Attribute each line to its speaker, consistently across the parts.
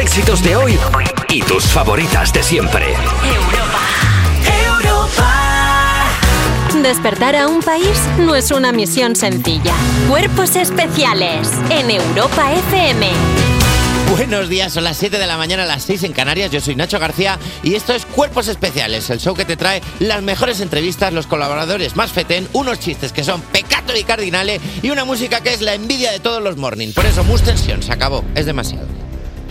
Speaker 1: éxitos de hoy y tus favoritas de siempre.
Speaker 2: Despertar a un país no es una misión sencilla. Cuerpos especiales en Europa FM.
Speaker 3: Buenos días, son las 7 de la mañana, las 6 en Canarias. Yo soy Nacho García y esto es Cuerpos Especiales, el show que te trae las mejores entrevistas, los colaboradores más fetén, unos chistes que son pecato y cardinales y una música que es la envidia de todos los morning. Por eso, mus tensión, se acabó. Es demasiado.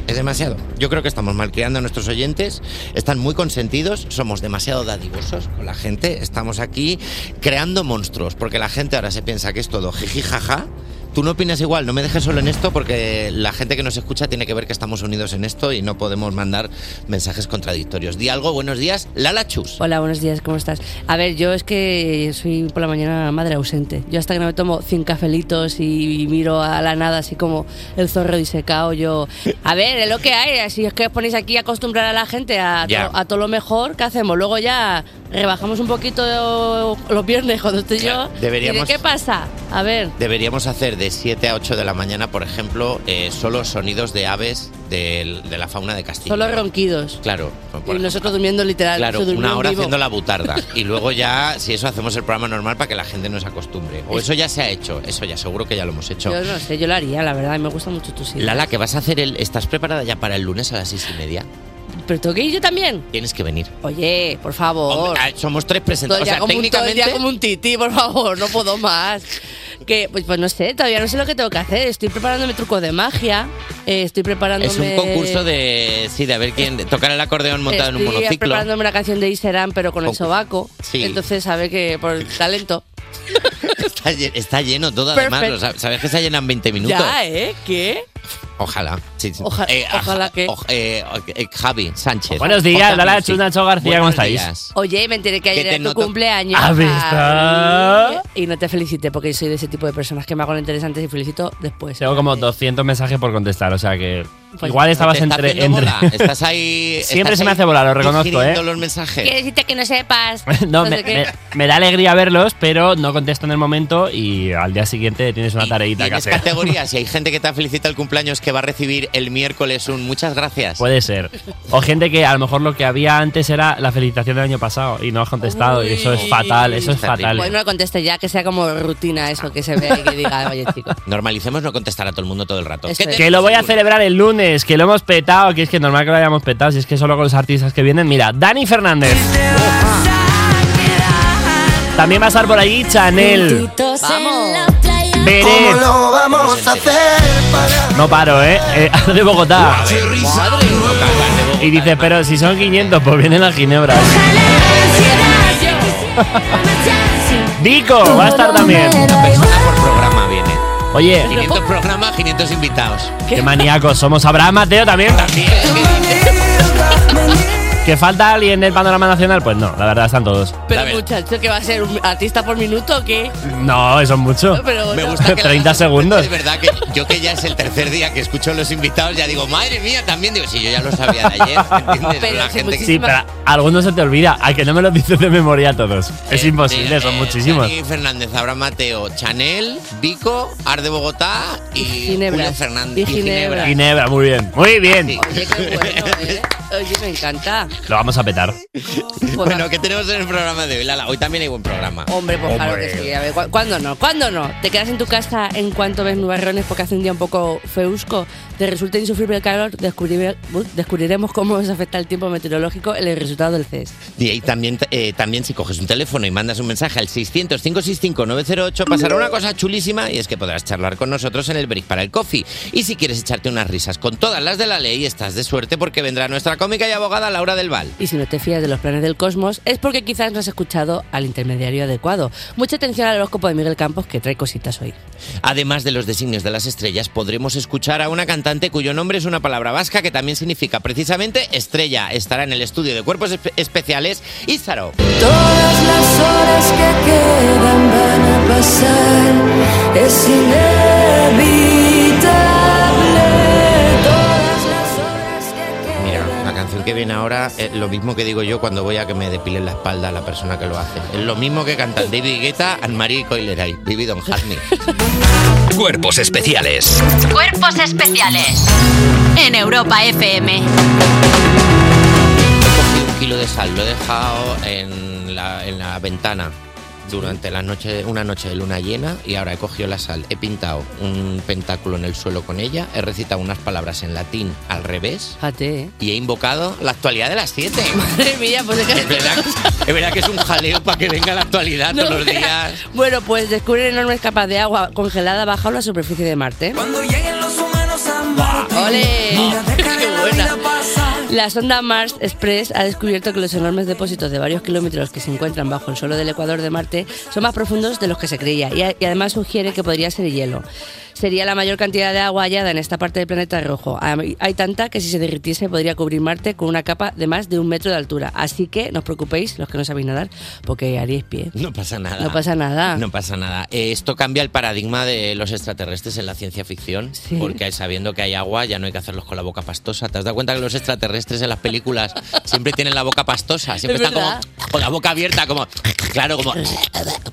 Speaker 3: Es demasiado. Yo creo que estamos malcriando a nuestros oyentes, están muy consentidos, somos demasiado dadivosos con la gente, estamos aquí creando monstruos, porque la gente ahora se piensa que es todo jiji jaja. Tú no opinas igual, no me dejes solo en esto porque la gente que nos escucha tiene que ver que estamos unidos en esto y no podemos mandar mensajes contradictorios. Di algo, buenos días, Lala Chus.
Speaker 4: Hola, buenos días, ¿cómo estás? A ver, yo es que soy por la mañana madre ausente. Yo hasta que no me tomo 100 cafelitos y, y miro a la nada así como el zorro disecado, yo... A ver, es lo que hay, si es que os ponéis aquí a acostumbrar a la gente a, to-
Speaker 3: Ya.
Speaker 4: a todo lo mejor, ¿qué hacemos? Luego ya rebajamos un poquito los viernes cuando estoy yo. y de,
Speaker 3: deberíamos-
Speaker 4: ¿Qué pasa? A ver...
Speaker 3: Deberíamos hacer de 7 a 8 de la mañana, por ejemplo, eh, solo sonidos de aves del- de la fauna de Castilla.
Speaker 4: Solo ronquidos.
Speaker 3: Claro, por
Speaker 4: y nosotros durmiendo literal.
Speaker 3: Claro,
Speaker 4: yo durmiendo
Speaker 3: una hora
Speaker 4: vivo.
Speaker 3: haciendo la butarda. Y luego ya, si eso, hacemos el programa normal para que la gente nos acostumbre. O eso ya se ha hecho, eso ya seguro que ya lo hemos hecho.
Speaker 4: Yo no sé, yo lo haría, la verdad, me gusta mucho tu sitio.
Speaker 3: Lala, que vas a hacer el... ¿Estás preparada ya para el lunes a las seis y media?
Speaker 4: Pero tengo que ir yo también.
Speaker 3: Tienes que venir.
Speaker 4: Oye, por favor.
Speaker 3: Ah, Somos tres
Speaker 4: Todo el
Speaker 3: presentadores.
Speaker 4: día
Speaker 3: O sea,
Speaker 4: como un- todo el día
Speaker 3: técnicamente...
Speaker 4: como un tití, por favor, no puedo más. Que, pues, pues no sé, todavía no sé lo que tengo que hacer. Estoy preparándome trucos de magia, eh, estoy preparándome...
Speaker 3: Es un concurso de... Sí, de a ver quién... Tocar el acordeón montado en un
Speaker 4: Estoy
Speaker 3: monociclo.
Speaker 4: preparándome una canción de Iserán, pero con el
Speaker 3: Concurso.
Speaker 4: sobaco.
Speaker 3: Sí.
Speaker 4: Entonces, a ver que por el talento.
Speaker 3: Está, lle- está lleno todo, además.
Speaker 4: Perfect.
Speaker 3: lo sab- ¿Sabes que se llenan 20 minutos?
Speaker 4: Ya, ¿eh? ¿Qué?
Speaker 3: Ojalá. sí, sí.
Speaker 4: Oja-
Speaker 3: aj-
Speaker 4: ojalá que-
Speaker 3: oj- eh, oj- eh, Javi Sánchez.
Speaker 5: Buenos días,
Speaker 3: J.
Speaker 5: Lala
Speaker 3: Music.
Speaker 5: Chus, Nacho García, ¿cómo
Speaker 3: Buenos
Speaker 5: estáis?
Speaker 3: días.
Speaker 4: Oye, me enteré que ayer
Speaker 3: te
Speaker 4: era tu
Speaker 3: noto-
Speaker 4: cumpleaños.
Speaker 5: ¿Has visto?
Speaker 4: Ay, Y no te felicité porque yo soy de ese tipo de personas que me hago lo interesante y felicito después.
Speaker 5: Tengo como 200 mensajes por contestar, o sea que
Speaker 4: Pues
Speaker 5: igual estabas
Speaker 3: Te está
Speaker 5: entre...
Speaker 3: haciendo
Speaker 5: entre-
Speaker 3: bola, Estás ahí.
Speaker 5: Siempre
Speaker 3: estás
Speaker 5: se me
Speaker 3: ahí
Speaker 5: hace bola, lo reconozco,
Speaker 3: digiriendo
Speaker 5: ¿eh?
Speaker 3: los mensajes.
Speaker 4: Quiero decirte que no sepas.
Speaker 5: no,
Speaker 4: sé
Speaker 5: me,
Speaker 4: qué.
Speaker 5: me- me da alegría verlos, pero no contesto en el momento y al día siguiente tienes una tareita que
Speaker 3: Tienes
Speaker 5: hacer.
Speaker 3: categorías. Si hay gente que te felicita el cumpleaños que va a recibir el miércoles un muchas gracias.
Speaker 5: Puede ser. O gente que a lo mejor lo que había antes era la felicitación del año pasado y no has contestado. y eso es
Speaker 4: Uy.
Speaker 5: fatal, eso es fatal.
Speaker 4: Pues no lo conteste ya, que sea como rutina eso, que se vea y que diga, oye, chico.
Speaker 3: Normalicemos no contestar a todo el mundo todo el rato.
Speaker 4: Eso
Speaker 3: ¿Qué
Speaker 4: es.
Speaker 5: Que lo voy a
Speaker 3: seguro?
Speaker 5: celebrar el lunes, que lo hemos petado, que es que normal que lo hayamos petado, si es que solo con los artistas que vienen. Mira, Dani Fernández. También va a estar por allí Chanel.
Speaker 4: Vamos.
Speaker 5: Pérez.
Speaker 6: lo vamos a hacer para
Speaker 5: No paro, ¿eh? Eh, de Bogotá. Y dices, pero si son 500, pues vienen las ginebras. Dico va a estar también.
Speaker 3: Una persona por programa viene.
Speaker 5: Oye,
Speaker 3: 500 programas, 500 invitados.
Speaker 5: qué maníacos somos. Abraham Mateo también. ¿Que falta alguien del panorama nacional? Pues no, la verdad están todos.
Speaker 3: A
Speaker 4: Pero
Speaker 3: ver.
Speaker 4: muchacho, ¿qué va a ser? ¿Un artista por minuto o qué?
Speaker 5: No, eso es mucho.
Speaker 4: Pero
Speaker 3: Me
Speaker 4: no.
Speaker 3: gusta que
Speaker 5: 30 segundos.
Speaker 3: Es verdad que yo que ya es el tercer día que escucho los invitados, ya digo, madre mía, también digo, si yo ya lo sabía de ayer, ¿entiendes?
Speaker 4: Pero
Speaker 3: la
Speaker 4: si
Speaker 3: gente que-
Speaker 5: Sí, pero a algunos se te olvida. A que no me los dices de memoria a todos. Es
Speaker 3: Eh,
Speaker 5: imposible,
Speaker 3: eh,
Speaker 5: son
Speaker 3: eh,
Speaker 5: muchísimos.
Speaker 3: Dani Fernández, Abraham Mateo, Chanel, Vico, Ar de Bogotá y
Speaker 4: Ginebra.
Speaker 3: Julio Fernández.
Speaker 4: Y Ginebra.
Speaker 5: Ginebra, muy bien. Muy bien.
Speaker 3: Sí.
Speaker 4: Oye, qué bueno, ¿eh? Oye, me encanta.
Speaker 5: Lo vamos a petar.
Speaker 4: Pues
Speaker 3: Bueno, ¿qué tenemos en el programa de hoy, Lala? Hoy también hay buen programa.
Speaker 4: Hombre, pues claro que sí. A ver, ¿cu- ¿cuándo no? ¿Cuándo no? Te quedas en tu casa en cuanto ves nubarrones porque hace un día un poco feusco, te resulta insufrible el calor, descubri- uh, descubriremos cómo nos afecta el tiempo meteorológico en el resultado del CES.
Speaker 3: Y ahí también, eh, también si coges un teléfono y mandas un mensaje al 600-565-908, pasará una cosa chulísima y es que podrás charlar con nosotros en el break para el coffee. Y si quieres echarte unas risas con todas las de la ley, estás de suerte porque vendrá nuestra cómica y abogada Laura del Val.
Speaker 4: Y si no te fías de los planes del cosmos, es porque quizás no has escuchado al intermediario adecuado. Mucha atención al horóscopo de Miguel Campos que trae cositas hoy.
Speaker 3: Además de los designios de las estrellas, podremos escuchar a una cantante cuyo nombre es una palabra vasca que también significa precisamente estrella. Estará en el estudio de cuerpos espe- especiales Ízaro.
Speaker 7: Todas las horas que quedan van a pasar, es inevitable. Todas las horas que quedan.
Speaker 3: Mira, la canción que viene ahora es lo mismo que digo yo cuando voy a que me depilen la espalda a la persona que lo hace. Es lo mismo que cantan David Guetta, Anne-Marie Coileray, Vivi Don Hazmi.
Speaker 1: Cuerpos especiales
Speaker 2: Cuerpos especiales en Europa FM.
Speaker 3: Un kilo de sal lo he dejado en la, en la ventana durante la noche, una noche de luna llena y ahora he cogido la sal, he pintado un pentáculo en el suelo con ella, he recitado unas palabras en latín al revés
Speaker 4: Fíjate, ¿eh?
Speaker 3: y he invocado la actualidad de las 7.
Speaker 4: Madre mía, pues es que-
Speaker 3: Es verdad, es verdad que es un jaleo para que venga la actualidad
Speaker 4: No
Speaker 3: todos los
Speaker 4: veas.
Speaker 3: días.
Speaker 4: Bueno, pues descubren enormes capas de agua congelada bajo la superficie de Marte.
Speaker 6: Cuando lleguen los humanos a Marte,
Speaker 4: ¡Ole!
Speaker 6: mira, deja
Speaker 4: ¡Qué
Speaker 6: que la
Speaker 4: buena!
Speaker 6: vida pasa.
Speaker 4: La sonda Mars Express ha descubierto que los enormes depósitos de varios kilómetros que se encuentran bajo el suelo del ecuador de Marte son más profundos de los que se creía y, a- y además sugiere que podría ser hielo. Sería la mayor cantidad de agua hallada en esta parte del planeta rojo. Hay hay tanta que si se derritiese podría cubrir Marte con una capa de más de un metro de altura. Así que no os preocupéis, los que no sabéis nadar, porque haríais pie.
Speaker 3: No pasa nada.
Speaker 4: No pasa nada.
Speaker 3: No pasa nada. Eh, Esto cambia el paradigma de los extraterrestres en la ciencia ficción,
Speaker 4: Sí.
Speaker 3: porque sabiendo que hay agua ya no hay que hacerlos con la boca pastosa. ¿Te has dado cuenta que los extraterrestres en las películas siempre tienen la boca pastosa?
Speaker 4: Es
Speaker 3: Siempre están como
Speaker 4: verdad.
Speaker 3: con la boca abierta, como, claro, como,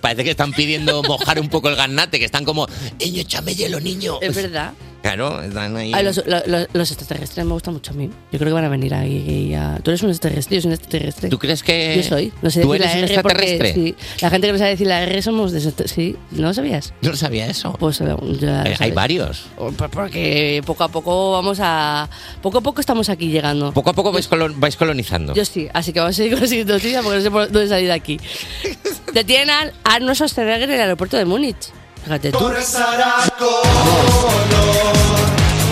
Speaker 3: parece que están pidiendo mojar un poco el garnate, que están como, niño, échame hielo, niño.
Speaker 4: Es verdad.
Speaker 3: Claro, están ahí.
Speaker 4: Ay, los, lo- lo- los extraterrestres me gustan mucho a mí. Yo creo que van a venir ahí. a- Tú eres un extraterrestre, yo soy un extraterrestre.
Speaker 3: ¿Tú crees que
Speaker 4: Yo soy. No sé
Speaker 3: tú
Speaker 4: decir
Speaker 3: eres
Speaker 4: la
Speaker 3: un
Speaker 4: R porque
Speaker 3: extraterrestre?
Speaker 4: sí. La gente que me sabe decir la R somos de extra- Sí, ¿no lo sabías?
Speaker 3: Yo no sabía eso.
Speaker 4: Pues eh, ya lo
Speaker 3: Eh, hay
Speaker 4: sabes.
Speaker 3: varios.
Speaker 4: O- por- Oh, pues Porque poco a poco vamos a. Poco a poco estamos aquí llegando.
Speaker 3: Poco a poco vais, colon- vais colonizando.
Speaker 4: Yo sí, así que vamos a seguir con la siguiente noticia porque no sé por dónde salir de aquí. Detienen a Arnold Schwarzenegger en el aeropuerto de Múnich.
Speaker 6: Eh,
Speaker 4: Fíjate tú.
Speaker 6: Rezarás con-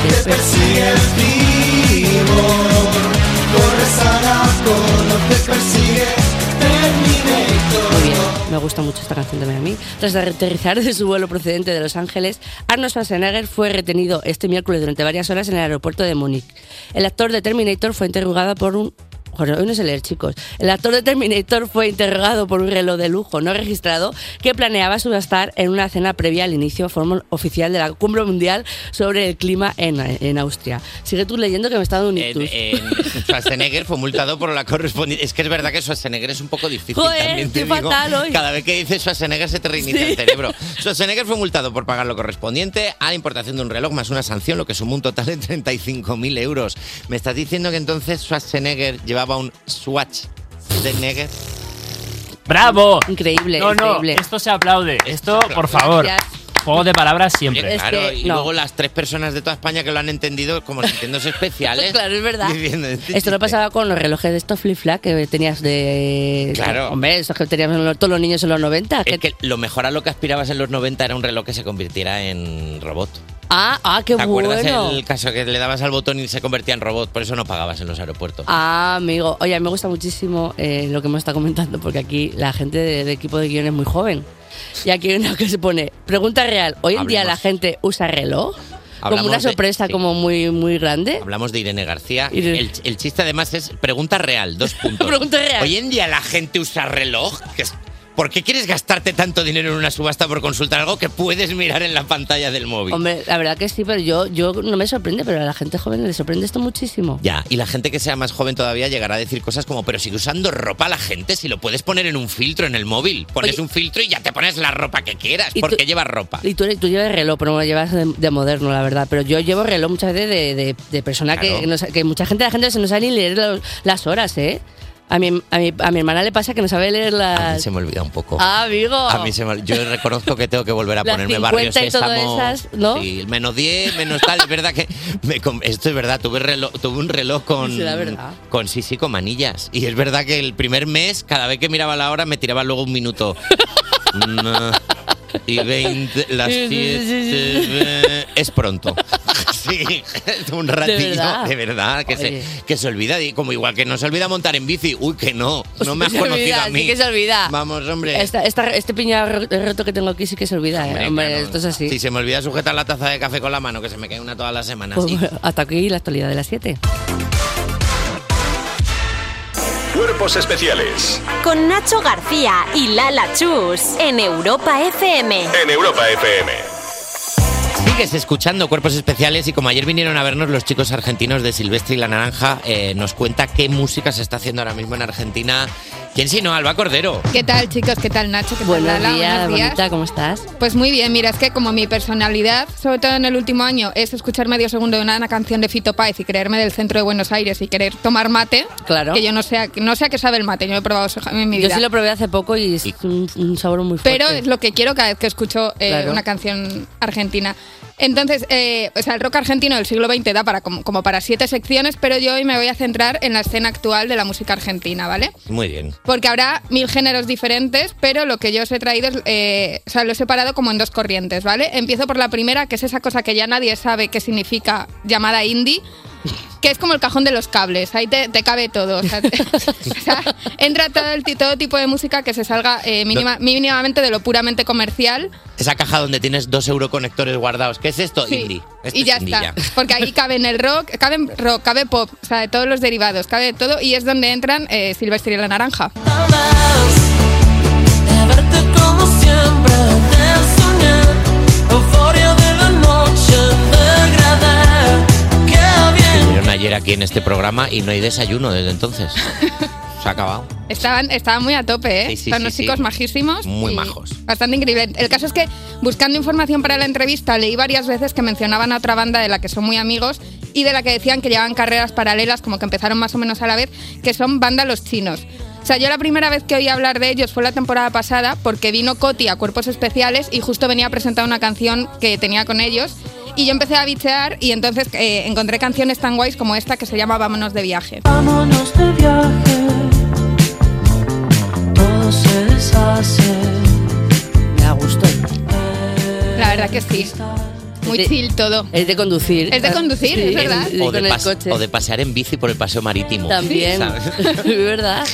Speaker 4: Qué pe-
Speaker 6: Sigue el vivo, corres a no te persigue Terminator.
Speaker 4: Muy bien, me gusta mucho esta canción también a mí. Tras aterrizar de su vuelo procedente de Los Ángeles, Arnold Schwarzenegger fue retenido este miércoles durante varias horas en el aeropuerto de Múnich. El actor de Terminator fue interrogado por un... Joder, hoy no sé leer, chicos. El actor de Terminator fue interrogado por un reloj de lujo no registrado que planeaba subastar en una cena previa al inicio formal oficial de la cumbre mundial sobre el clima en, en Austria. Sigue tú leyendo que me está dando un
Speaker 3: Eh,
Speaker 4: ictus.
Speaker 3: eh, Schwarzenegger fue multado por la correspondiente. Es que es verdad que Schwarzenegger es un poco difícil.
Speaker 4: Joder,
Speaker 3: también te
Speaker 4: estoy
Speaker 3: digo.
Speaker 4: fatal hoy.
Speaker 3: Cada vez que dices Schwarzenegger se te reinicia el cerebro. Schwarzenegger fue multado por pagar lo correspondiente a la importación de un reloj más una sanción, lo que sumó un total de 35.000 euros. ¿Me estás diciendo que entonces Schwarzenegger llevaba un Swatch de Neger?
Speaker 5: ¡Bravo!
Speaker 4: Increíble,
Speaker 5: No, no,
Speaker 4: increíble.
Speaker 5: esto se aplaude. Esto, por favor.
Speaker 4: Gracias.
Speaker 5: Juego de palabras
Speaker 3: Oye,
Speaker 5: siempre.
Speaker 4: Es
Speaker 3: claro,
Speaker 4: que
Speaker 3: y
Speaker 4: no.
Speaker 3: luego las tres personas de toda España que lo han entendido como sintiéndose especiales.
Speaker 4: Claro, es verdad.
Speaker 3: diciendo, "Este
Speaker 4: Esto lo
Speaker 3: chiste".
Speaker 4: pasaba con los relojes de estos flip-flap que tenías de.
Speaker 3: Claro. Eh,
Speaker 4: Hombre, esos que teníamos los- todos los niños en los 90. que-
Speaker 3: Es que lo mejor a lo que aspirabas en los 90 era un reloj que se convirtiera en robot.
Speaker 4: Ah, ah, qué
Speaker 3: ¿Te acuerdas
Speaker 4: bueno.
Speaker 3: el caso que le dabas al botón y se convertía en robot? Por eso no pagabas en los aeropuertos.
Speaker 4: Ah, amigo. Oye, a mí me gusta muchísimo eh, lo que hemos estado comentando porque aquí la gente de- del equipo de guión es muy joven. Y aquí hay una que se pone: pregunta real. ¿Hoy en día la
Speaker 3: Hablemos.
Speaker 4: gente usa reloj?
Speaker 3: Hablamos
Speaker 4: como una
Speaker 3: de-
Speaker 4: sorpresa,
Speaker 3: sí.
Speaker 4: como muy, muy grande.
Speaker 3: Hablamos de Irene García.
Speaker 4: Irene.
Speaker 3: El, el chiste además es pregunta real, dos puntos.
Speaker 4: Pregunta real.
Speaker 3: Hoy en día la gente usa reloj. que es- ¿Por qué quieres gastarte tanto dinero en una subasta por consultar algo que puedes mirar en la pantalla del móvil?
Speaker 4: Hombre, la verdad que sí, pero yo, yo no me sorprende, pero a la gente joven le sorprende esto muchísimo.
Speaker 3: Ya, y la gente que sea más joven todavía llegará a decir cosas como, pero sigue usando ropa la gente, si lo puedes poner en un filtro en el móvil. Pones
Speaker 4: Oye.
Speaker 3: un filtro y ya te pones la ropa que quieras,
Speaker 4: Y tú-
Speaker 3: porque llevas ropa.
Speaker 4: Y tú, tú llevas reloj, pero no lo llevas de, de moderno, la verdad. Pero yo llevo reloj muchas veces de, de- de persona
Speaker 3: Claro.
Speaker 4: que, no sa- que mucha gente, la gente se no sabe ni leer los- las horas, ¿eh? A mi, a, mi, a mi hermana le pasa que no sabe leer
Speaker 3: A mí
Speaker 4: las...
Speaker 3: se me olvida un poco.
Speaker 4: Ah, amigo.
Speaker 3: A mí se me- yo reconozco que tengo que volver a
Speaker 4: Las
Speaker 3: ponerme barrios
Speaker 4: 50 y todas
Speaker 3: Sésamo,
Speaker 4: esas, ¿no?
Speaker 3: sí, menos 10, menos tal. Es verdad que. me com- esto es verdad, tuve, reloj- tuve un reloj con.
Speaker 4: Sí, la verdad.
Speaker 3: Con sí, sí, con manillas. Y es verdad que el primer mes, cada vez que miraba la hora, me tiraba luego un minuto. Mm, y 20, las
Speaker 4: Sí, sí, sí, sí,
Speaker 3: 7. Es pronto. Sí, un ratillo.
Speaker 4: verdad.
Speaker 3: de verdad, que, se,
Speaker 4: Oye.
Speaker 3: que se olvida. y Como igual que no se olvida montar en bici. Uy, que no. No me has
Speaker 4: Se olvida,
Speaker 3: conocido a
Speaker 4: sí
Speaker 3: mí.
Speaker 4: que se olvida.
Speaker 3: Vamos, hombre.
Speaker 4: Esta- esta- este piñado ro- roto que tengo aquí sí que se olvida, ¿eh?
Speaker 3: Hombre,
Speaker 4: Hombre,
Speaker 3: claro.
Speaker 4: esto es así.
Speaker 3: Si se me olvida sujetar la taza de café con la mano, que se me cae una todas las semanas.
Speaker 4: Pues
Speaker 3: Y-
Speaker 4: bueno, hasta aquí la actualidad de las 7.
Speaker 8: Cuerpos especiales
Speaker 2: Con Nacho García y Lala Chus en Europa FM.
Speaker 8: en Europa FM.
Speaker 3: Sigue Sigues escuchando Cuerpos Especiales y como ayer vinieron a vernos los chicos argentinos de Silvestre y la Naranja, eh, nos cuenta qué música se está haciendo ahora mismo en Argentina. ¿Quién si no? Alba Cordero.
Speaker 9: ¿Qué tal, chicos? ¿Qué tal, Nacho? ¿Qué tal,
Speaker 4: Buenos
Speaker 9: Lala?
Speaker 4: días,
Speaker 9: Buenos días.
Speaker 4: bonita, ¿cómo estás?
Speaker 9: Pues muy bien, mira, es que como mi personalidad, sobre todo en el último año, es escuchar medio segundo de una, una canción de Fito Páez y creerme del centro de Buenos Aires y querer tomar mate,
Speaker 4: Claro.
Speaker 9: que yo no sé, a- no sé a qué sabe el mate, yo lo he probado so- en mi
Speaker 4: Yo
Speaker 9: vida.
Speaker 4: sí lo probé hace poco y es un, un sabor muy fuerte.
Speaker 9: pero es lo que quiero cada vez que escucho eh,
Speaker 4: Claro.
Speaker 9: una canción argentina. Entonces, eh, o sea, el rock argentino del siglo XX da para como, como para siete secciones, pero yo hoy me voy a centrar en la escena actual de la música argentina, ¿vale?
Speaker 3: Muy bien.
Speaker 9: Porque habrá mil géneros diferentes, pero lo que yo os he traído es, eh, o sea, lo he separado como en dos corrientes, ¿vale? Empiezo por la primera, que es esa cosa que ya nadie sabe qué significa, llamada indie, que es como el cajón de los cables, ahí te, te cabe todo. O sea, te- o sea, entra todo, el, ti- todo tipo de música que se salga eh, mínima- mínimamente de lo puramente comercial
Speaker 3: Esa caja donde tienes dos euroconectores guardados. ¿Qué es esto?
Speaker 9: Sí.
Speaker 3: Indie. Esto
Speaker 9: y
Speaker 3: es
Speaker 9: ya
Speaker 3: indie
Speaker 9: está. Porque ahí caben el rock, caben rock, cabe pop, o sea, de todos los derivados, cabe todo, y es donde entran eh, Silvestre y la Naranja.
Speaker 6: Como siempre, del soñar, euforia de la noche, degradar, queda bien.
Speaker 3: Vinieron ayer aquí en este programa y no hay desayuno desde entonces. Se ha acabado.
Speaker 9: Estaban, estaban muy a tope, ¿eh?
Speaker 3: Sí, sí,
Speaker 9: Son
Speaker 3: sí,
Speaker 9: unos
Speaker 3: sí.
Speaker 9: chicos majísimos.
Speaker 3: Muy
Speaker 9: y
Speaker 3: majos.
Speaker 9: Bastante increíble. El caso es que buscando información para la entrevista leí varias veces que mencionaban a otra banda de la que son muy amigos y de la que decían que llevaban carreras paralelas, como que empezaron más o menos a la vez, que son Banda Los Chinos. O sea, yo la primera vez que oí hablar de ellos fue la temporada pasada porque vino Coti a Cuerpos Especiales y justo venía a presentar una canción que tenía con ellos y yo empecé a bichear y entonces eh, encontré canciones tan guays como esta que se llama Vámonos de viaje.
Speaker 6: Vámonos de viaje, todo se deshace.
Speaker 4: Me ha gustado.
Speaker 9: La verdad que sí. Muy chill todo.
Speaker 4: Es de conducir. Ah,
Speaker 9: Es de conducir,
Speaker 4: Sí,
Speaker 9: es verdad.
Speaker 4: de-
Speaker 3: O
Speaker 4: con
Speaker 3: de,
Speaker 4: el
Speaker 3: pas-
Speaker 4: coche.
Speaker 3: o de pasear en bici por el paseo marítimo.
Speaker 4: También.
Speaker 3: ¿sabes?
Speaker 4: Es verdad.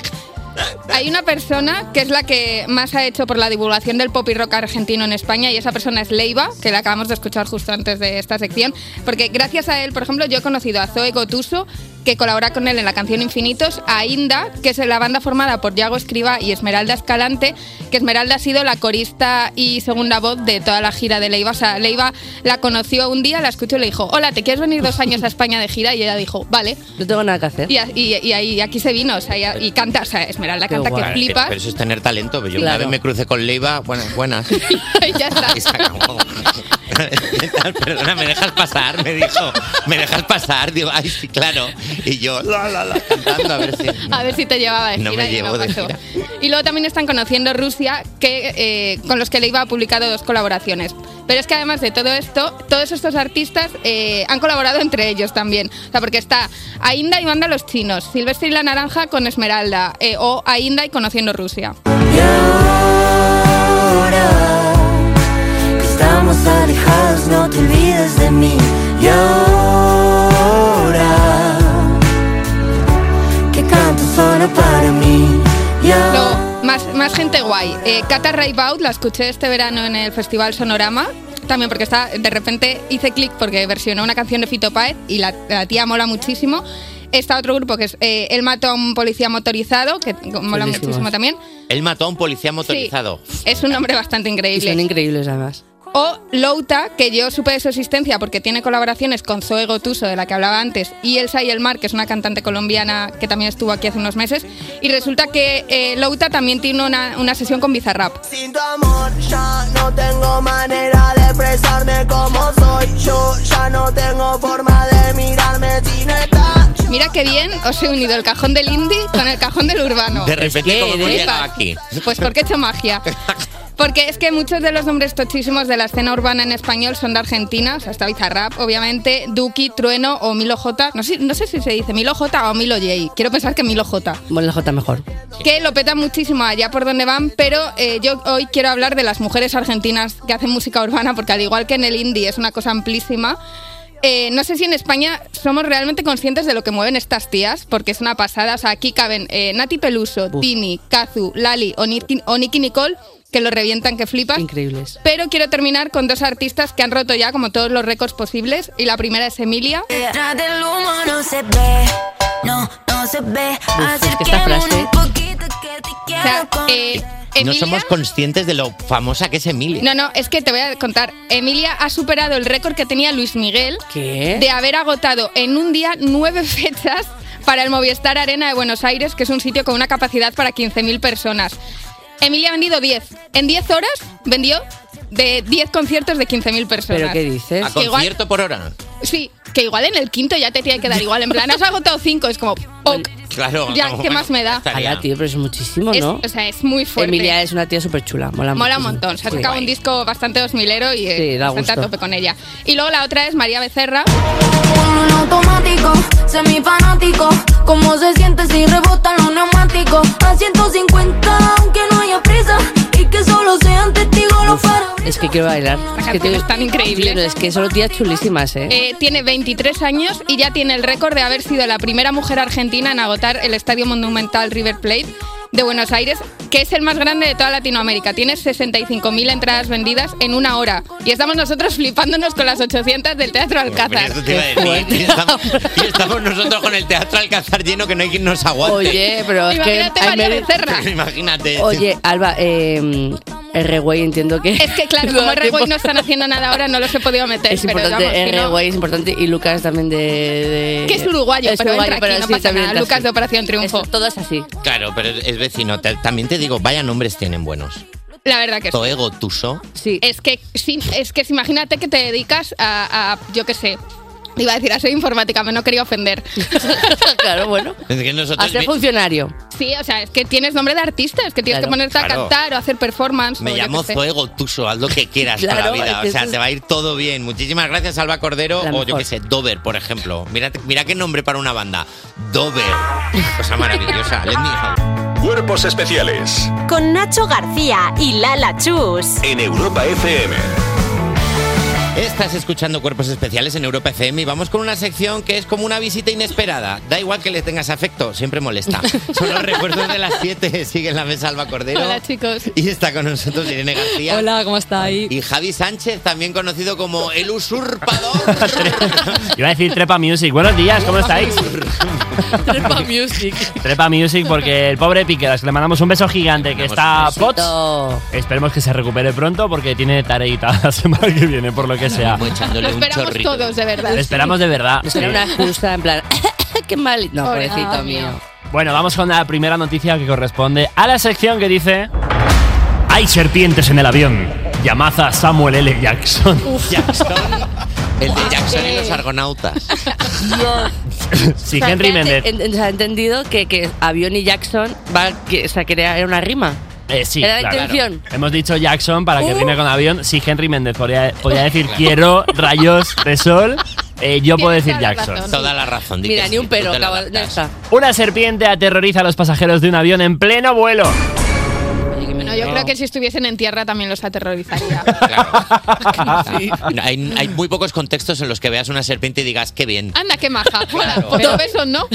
Speaker 9: Hay una persona que es la que más ha hecho por la divulgación del pop y rock argentino en España y esa persona es Leiva, que la acabamos de escuchar justo antes de esta sección, porque gracias a él, por ejemplo, yo he conocido a Zoe Gotuso, que colabora con él en la canción Infinitos, a Inda, que es la banda formada por Yago Escriba y Esmeralda Escalante, que Esmeralda ha sido la corista y segunda voz de toda la gira de Leiva. O sea, Leiva la conoció un día, la escuchó y le dijo, hola, ¿te quieres venir dos años a España de gira? Y ella dijo, vale.
Speaker 4: No tengo nada que hacer.
Speaker 9: Y, a- y- y ahí- y aquí se vino, o sea, y, a- y canta, o sea, Esmeralda
Speaker 4: Qué
Speaker 9: canta
Speaker 4: guay.
Speaker 9: que
Speaker 3: Claro,
Speaker 9: flipas.
Speaker 3: Pero eso es tener talento. Yo una
Speaker 4: Claro.
Speaker 3: vez me crucé con Leiva, buenas, buenas.
Speaker 9: Y ya está.
Speaker 3: Y se acabó. Perdona, ¿me dejas pasar? Me dijo, ¿me dejas pasar? Digo, ay, sí, claro. Y yo, la, la, la, cantando a ver si...
Speaker 9: A ver si te llevaba de
Speaker 3: No
Speaker 9: gira.
Speaker 3: me
Speaker 9: y
Speaker 3: llevó de
Speaker 9: pasó.
Speaker 3: gira.
Speaker 9: Y luego también están conociendo Rusia, que, eh, con los que Leiva ha publicado dos colaboraciones. Pero es que además de todo esto, todos estos artistas eh, han colaborado entre ellos también. O sea, porque está Ainda y Banda Los Chinos, Silvestre y la Naranja con Esmeralda, eh, o Ainda y Conociendo Rusia.
Speaker 7: ahora que estamos alejados, no te olvides de mí. Y ahora que canto solo para mí. Y ahora-
Speaker 9: Luego, más, más gente guay. Eh, Cata Raibaud la escuché este verano en el Festival Sonorama. También porque está, de repente hice clic porque versionó una canción de Fito Páez y la, la tía mola muchísimo. Está otro grupo que es eh, Él mató a un policía motorizado, que mola
Speaker 4: Buenísimo.
Speaker 9: muchísimo también.
Speaker 3: Él mató a un policía
Speaker 9: Sí,
Speaker 3: motorizado.
Speaker 9: es un nombre bastante
Speaker 4: Y son
Speaker 9: increíble.
Speaker 4: increíbles además.
Speaker 9: O Louta, que yo supe de su existencia porque tiene colaboraciones con Zoe Gotuso, de la que hablaba antes, y Elsa y el Mar, que es una cantante colombiana que también estuvo aquí hace unos meses. Y resulta que eh, Louta también tiene una, una sesión con Bizarrap.
Speaker 6: Sin tu amor ya no tengo manera de expresarme como soy. Yo ya no tengo forma de mirarme sin estar.
Speaker 9: Mira qué bien os he unido el cajón del indie con el cajón del urbano.
Speaker 3: De repente,
Speaker 4: que,
Speaker 3: como
Speaker 4: de-
Speaker 3: hemos
Speaker 9: Flipas.
Speaker 3: llegado aquí.
Speaker 9: Pues porque he hecho magia. Porque es que muchos de los nombres tochísimos de la escena urbana en español son de Argentina, o sea, está Bizarrap, obviamente, Duki, Trueno o Milo J. No sé, no sé si se dice Milo J o Milo J. Quiero pensar que Milo J.
Speaker 4: Bueno, la J mejor.
Speaker 9: Que lo petan muchísimo allá por donde van, pero eh, yo hoy quiero hablar de las mujeres argentinas que hacen música urbana, porque al igual que en el indie es una cosa amplísima. eh, no sé si en España somos realmente conscientes de lo que mueven estas tías, porque es una pasada. O sea, aquí caben eh, Nati Peluso, Tini, Kazu, Lali o Nicki, o Nicki Nicole, que lo revientan que flipas.
Speaker 4: Increíbles.
Speaker 9: Pero quiero terminar con dos artistas que han roto ya como todos los récords posibles. Y la primera es Emilia.
Speaker 7: Detrás del humo no se ve, no, no se ve.
Speaker 4: Uf, es que esta
Speaker 7: Acerquémonos
Speaker 4: frase-
Speaker 7: un poquito que te
Speaker 9: O sea,
Speaker 7: quiero con-
Speaker 9: eh, Emilia-
Speaker 3: No somos conscientes de lo famosa que es Emilia.
Speaker 9: No, no, es que te voy a contar. Emilia ha superado el récord que tenía Luis Miguel
Speaker 3: ¿Qué?
Speaker 9: de haber agotado en un día nueve fechas para el Movistar Arena de Buenos Aires, que es un sitio con una capacidad para 15.000 personas. Emilia ha vendido 10. En 10 horas vendió de 10 conciertos de 15.000 personas.
Speaker 3: ¿A
Speaker 9: Que igual-
Speaker 3: concierto por hora?
Speaker 9: sí, que igual en el quinto ya te tiene que dar igual. En plan, has agotado 5, es como... ok.
Speaker 3: Claro.
Speaker 9: Ya, ¿qué más me da?
Speaker 4: Ala, tío, pero es muchísimo,
Speaker 9: Es-
Speaker 4: ¿no?
Speaker 9: o sea, es muy fuerte.
Speaker 4: Emilia es una tía súper chula, mola
Speaker 9: Mola un
Speaker 4: muchísimo.
Speaker 9: montón. Se ha
Speaker 4: Sí.
Speaker 9: sacado un disco bastante 2000ero y eh,
Speaker 4: Sí, da
Speaker 9: bastante
Speaker 4: gusto.
Speaker 9: a tope con ella. Y luego la otra es María Becerra.
Speaker 7: Un automático, semifanático. ¿Cómo se siente si rebotan los neumáticos? A 150, aunque no haya prisa. Y que solo sean testigos los para.
Speaker 4: Es que quiero bailar. Es que
Speaker 9: canción es tan increíble.
Speaker 4: Tío, es que solo tías chulísimas, ¿eh?
Speaker 9: Eh, tiene 23 años y ya tiene el récord de haber sido la primera mujer argentina en agotar el Estadio Monumental River Plate de Buenos Aires, que es el más grande de toda Latinoamérica. Tiene 65.000 entradas vendidas en una hora. Y estamos nosotros flipándonos con las 800 del Teatro Alcázar.
Speaker 3: Eso te iba a decir. Y estamos, y estamos nosotros con el teatro Alcázar lleno que no hay quien nos aguante.
Speaker 4: Oye, pero es que.
Speaker 9: Imagínate
Speaker 4: hay
Speaker 9: María
Speaker 4: medio-
Speaker 9: Becerra.
Speaker 3: Imagínate.
Speaker 4: Oye, Alba, eh, Reway entiendo que.
Speaker 9: Es que claro,
Speaker 4: No
Speaker 9: como
Speaker 4: da
Speaker 9: Regoy
Speaker 4: tiempo.
Speaker 9: no están haciendo nada ahora, no los he podido meter.
Speaker 4: Es
Speaker 9: pero
Speaker 4: importante, eh,
Speaker 9: vamos, que no-
Speaker 4: R-Way es importante y Lucas también de... de-
Speaker 9: Que es uruguayo, pero entra aquí, no
Speaker 4: sí,
Speaker 9: pasa
Speaker 4: también entra
Speaker 9: nada. Lucas
Speaker 4: así.
Speaker 9: de Operación Triunfo.
Speaker 4: todo es así.
Speaker 3: Claro, pero es vecino. Te- también te digo, vaya nombres tienen buenos.
Speaker 9: La verdad que sí.
Speaker 3: Toego, Tuso.
Speaker 9: Es que, sí, es que imagínate que te dedicas a, a, yo qué sé, iba a decir a ser informática, pero no quería ofender.
Speaker 4: claro, bueno.
Speaker 3: Es que nosotros
Speaker 4: Hacer
Speaker 3: me-
Speaker 4: funcionario.
Speaker 9: Sí, o sea, es que tienes nombre de artista, es que tienes
Speaker 3: Claro.
Speaker 9: que ponerte a
Speaker 3: Claro.
Speaker 9: cantar o hacer performance.
Speaker 3: Me
Speaker 9: o yo
Speaker 3: llamo
Speaker 9: qué sé.
Speaker 3: Zoego Tuso, haz lo que quieras
Speaker 9: Claro,
Speaker 3: para la vida.
Speaker 9: es que
Speaker 3: O sea,
Speaker 9: eso es-
Speaker 3: te va a ir todo bien. Muchísimas gracias, Alba Cordero.
Speaker 10: La
Speaker 3: o yo
Speaker 10: mejor.
Speaker 3: qué sé, Dover, por ejemplo. Mira, mira qué nombre para una banda. Dover. Cosa maravillosa. Let me out.
Speaker 8: Cuerpos especiales
Speaker 2: Con Nacho García y Lala Chus.
Speaker 8: en Europa FM.
Speaker 3: Estás escuchando Cuerpos Especiales en Europa FM y vamos con una sección que es como una visita inesperada. Da igual que le tengas afecto, siempre molesta. Son los recuerdos de las 7. Sigue en la mesa Alba Cordero.
Speaker 11: Hola chicos.
Speaker 3: Y está con nosotros Irene García.
Speaker 11: Hola, ¿cómo estáis?
Speaker 3: Y Javi Sánchez, también conocido como el usurpa.
Speaker 5: Yo iba a decir Trepa Music. Buenos días, ¿cómo estáis?
Speaker 11: Trepa Music.
Speaker 5: Trepa Music porque el pobre Piqueras, que le mandamos un beso gigante, que está
Speaker 4: un
Speaker 5: POTS. Esperemos que se recupere pronto porque tiene tareita la semana que viene, por lo que sea.
Speaker 3: pues echándole
Speaker 9: Lo esperamos todos, de verdad.
Speaker 5: Lo esperamos de verdad.
Speaker 4: No será
Speaker 5: sí.
Speaker 4: una excusa en plan... ¡Qué mal! No,
Speaker 9: Pobre-
Speaker 4: pobrecito
Speaker 9: ah,
Speaker 4: mío.
Speaker 5: Bueno, vamos con la primera noticia que corresponde a la sección que dice... Hay serpientes en el avión. Llamad a Samuel L. Jackson.
Speaker 3: Jackson. El de
Speaker 5: Ah,
Speaker 3: Jackson y los argonautas.
Speaker 5: Sí,
Speaker 4: O sea,
Speaker 5: Henry
Speaker 4: espérate,
Speaker 5: Méndez.
Speaker 4: en- en- o sea, he entendido que, que avión y Jackson va, que, o sea, que era era una rima.
Speaker 5: Eh, sí,
Speaker 4: Era la
Speaker 5: claro.
Speaker 4: intención.
Speaker 5: Hemos dicho Jackson para que
Speaker 4: Uh.
Speaker 5: rime con avión. Sí, Henry Méndez podría, podría decir quiero rayos de sol. Eh, yo puedo decir Jackson.
Speaker 3: Toda la razón. di
Speaker 4: Mira,
Speaker 3: que
Speaker 4: ni
Speaker 3: sí,
Speaker 4: un pero,
Speaker 3: tú te la
Speaker 4: acabo-
Speaker 3: das.
Speaker 4: ya está.
Speaker 5: Una serpiente aterroriza a los pasajeros de un avión en pleno vuelo.
Speaker 9: Bueno, yo creo que si estuviesen en tierra también los aterrorizaría.
Speaker 3: Hay, hay muy pocos contextos en los que veas una serpiente y digas, qué bien.
Speaker 9: Anda, qué maja. Hola, pues
Speaker 11: Pero-
Speaker 9: dos besos, ¿no?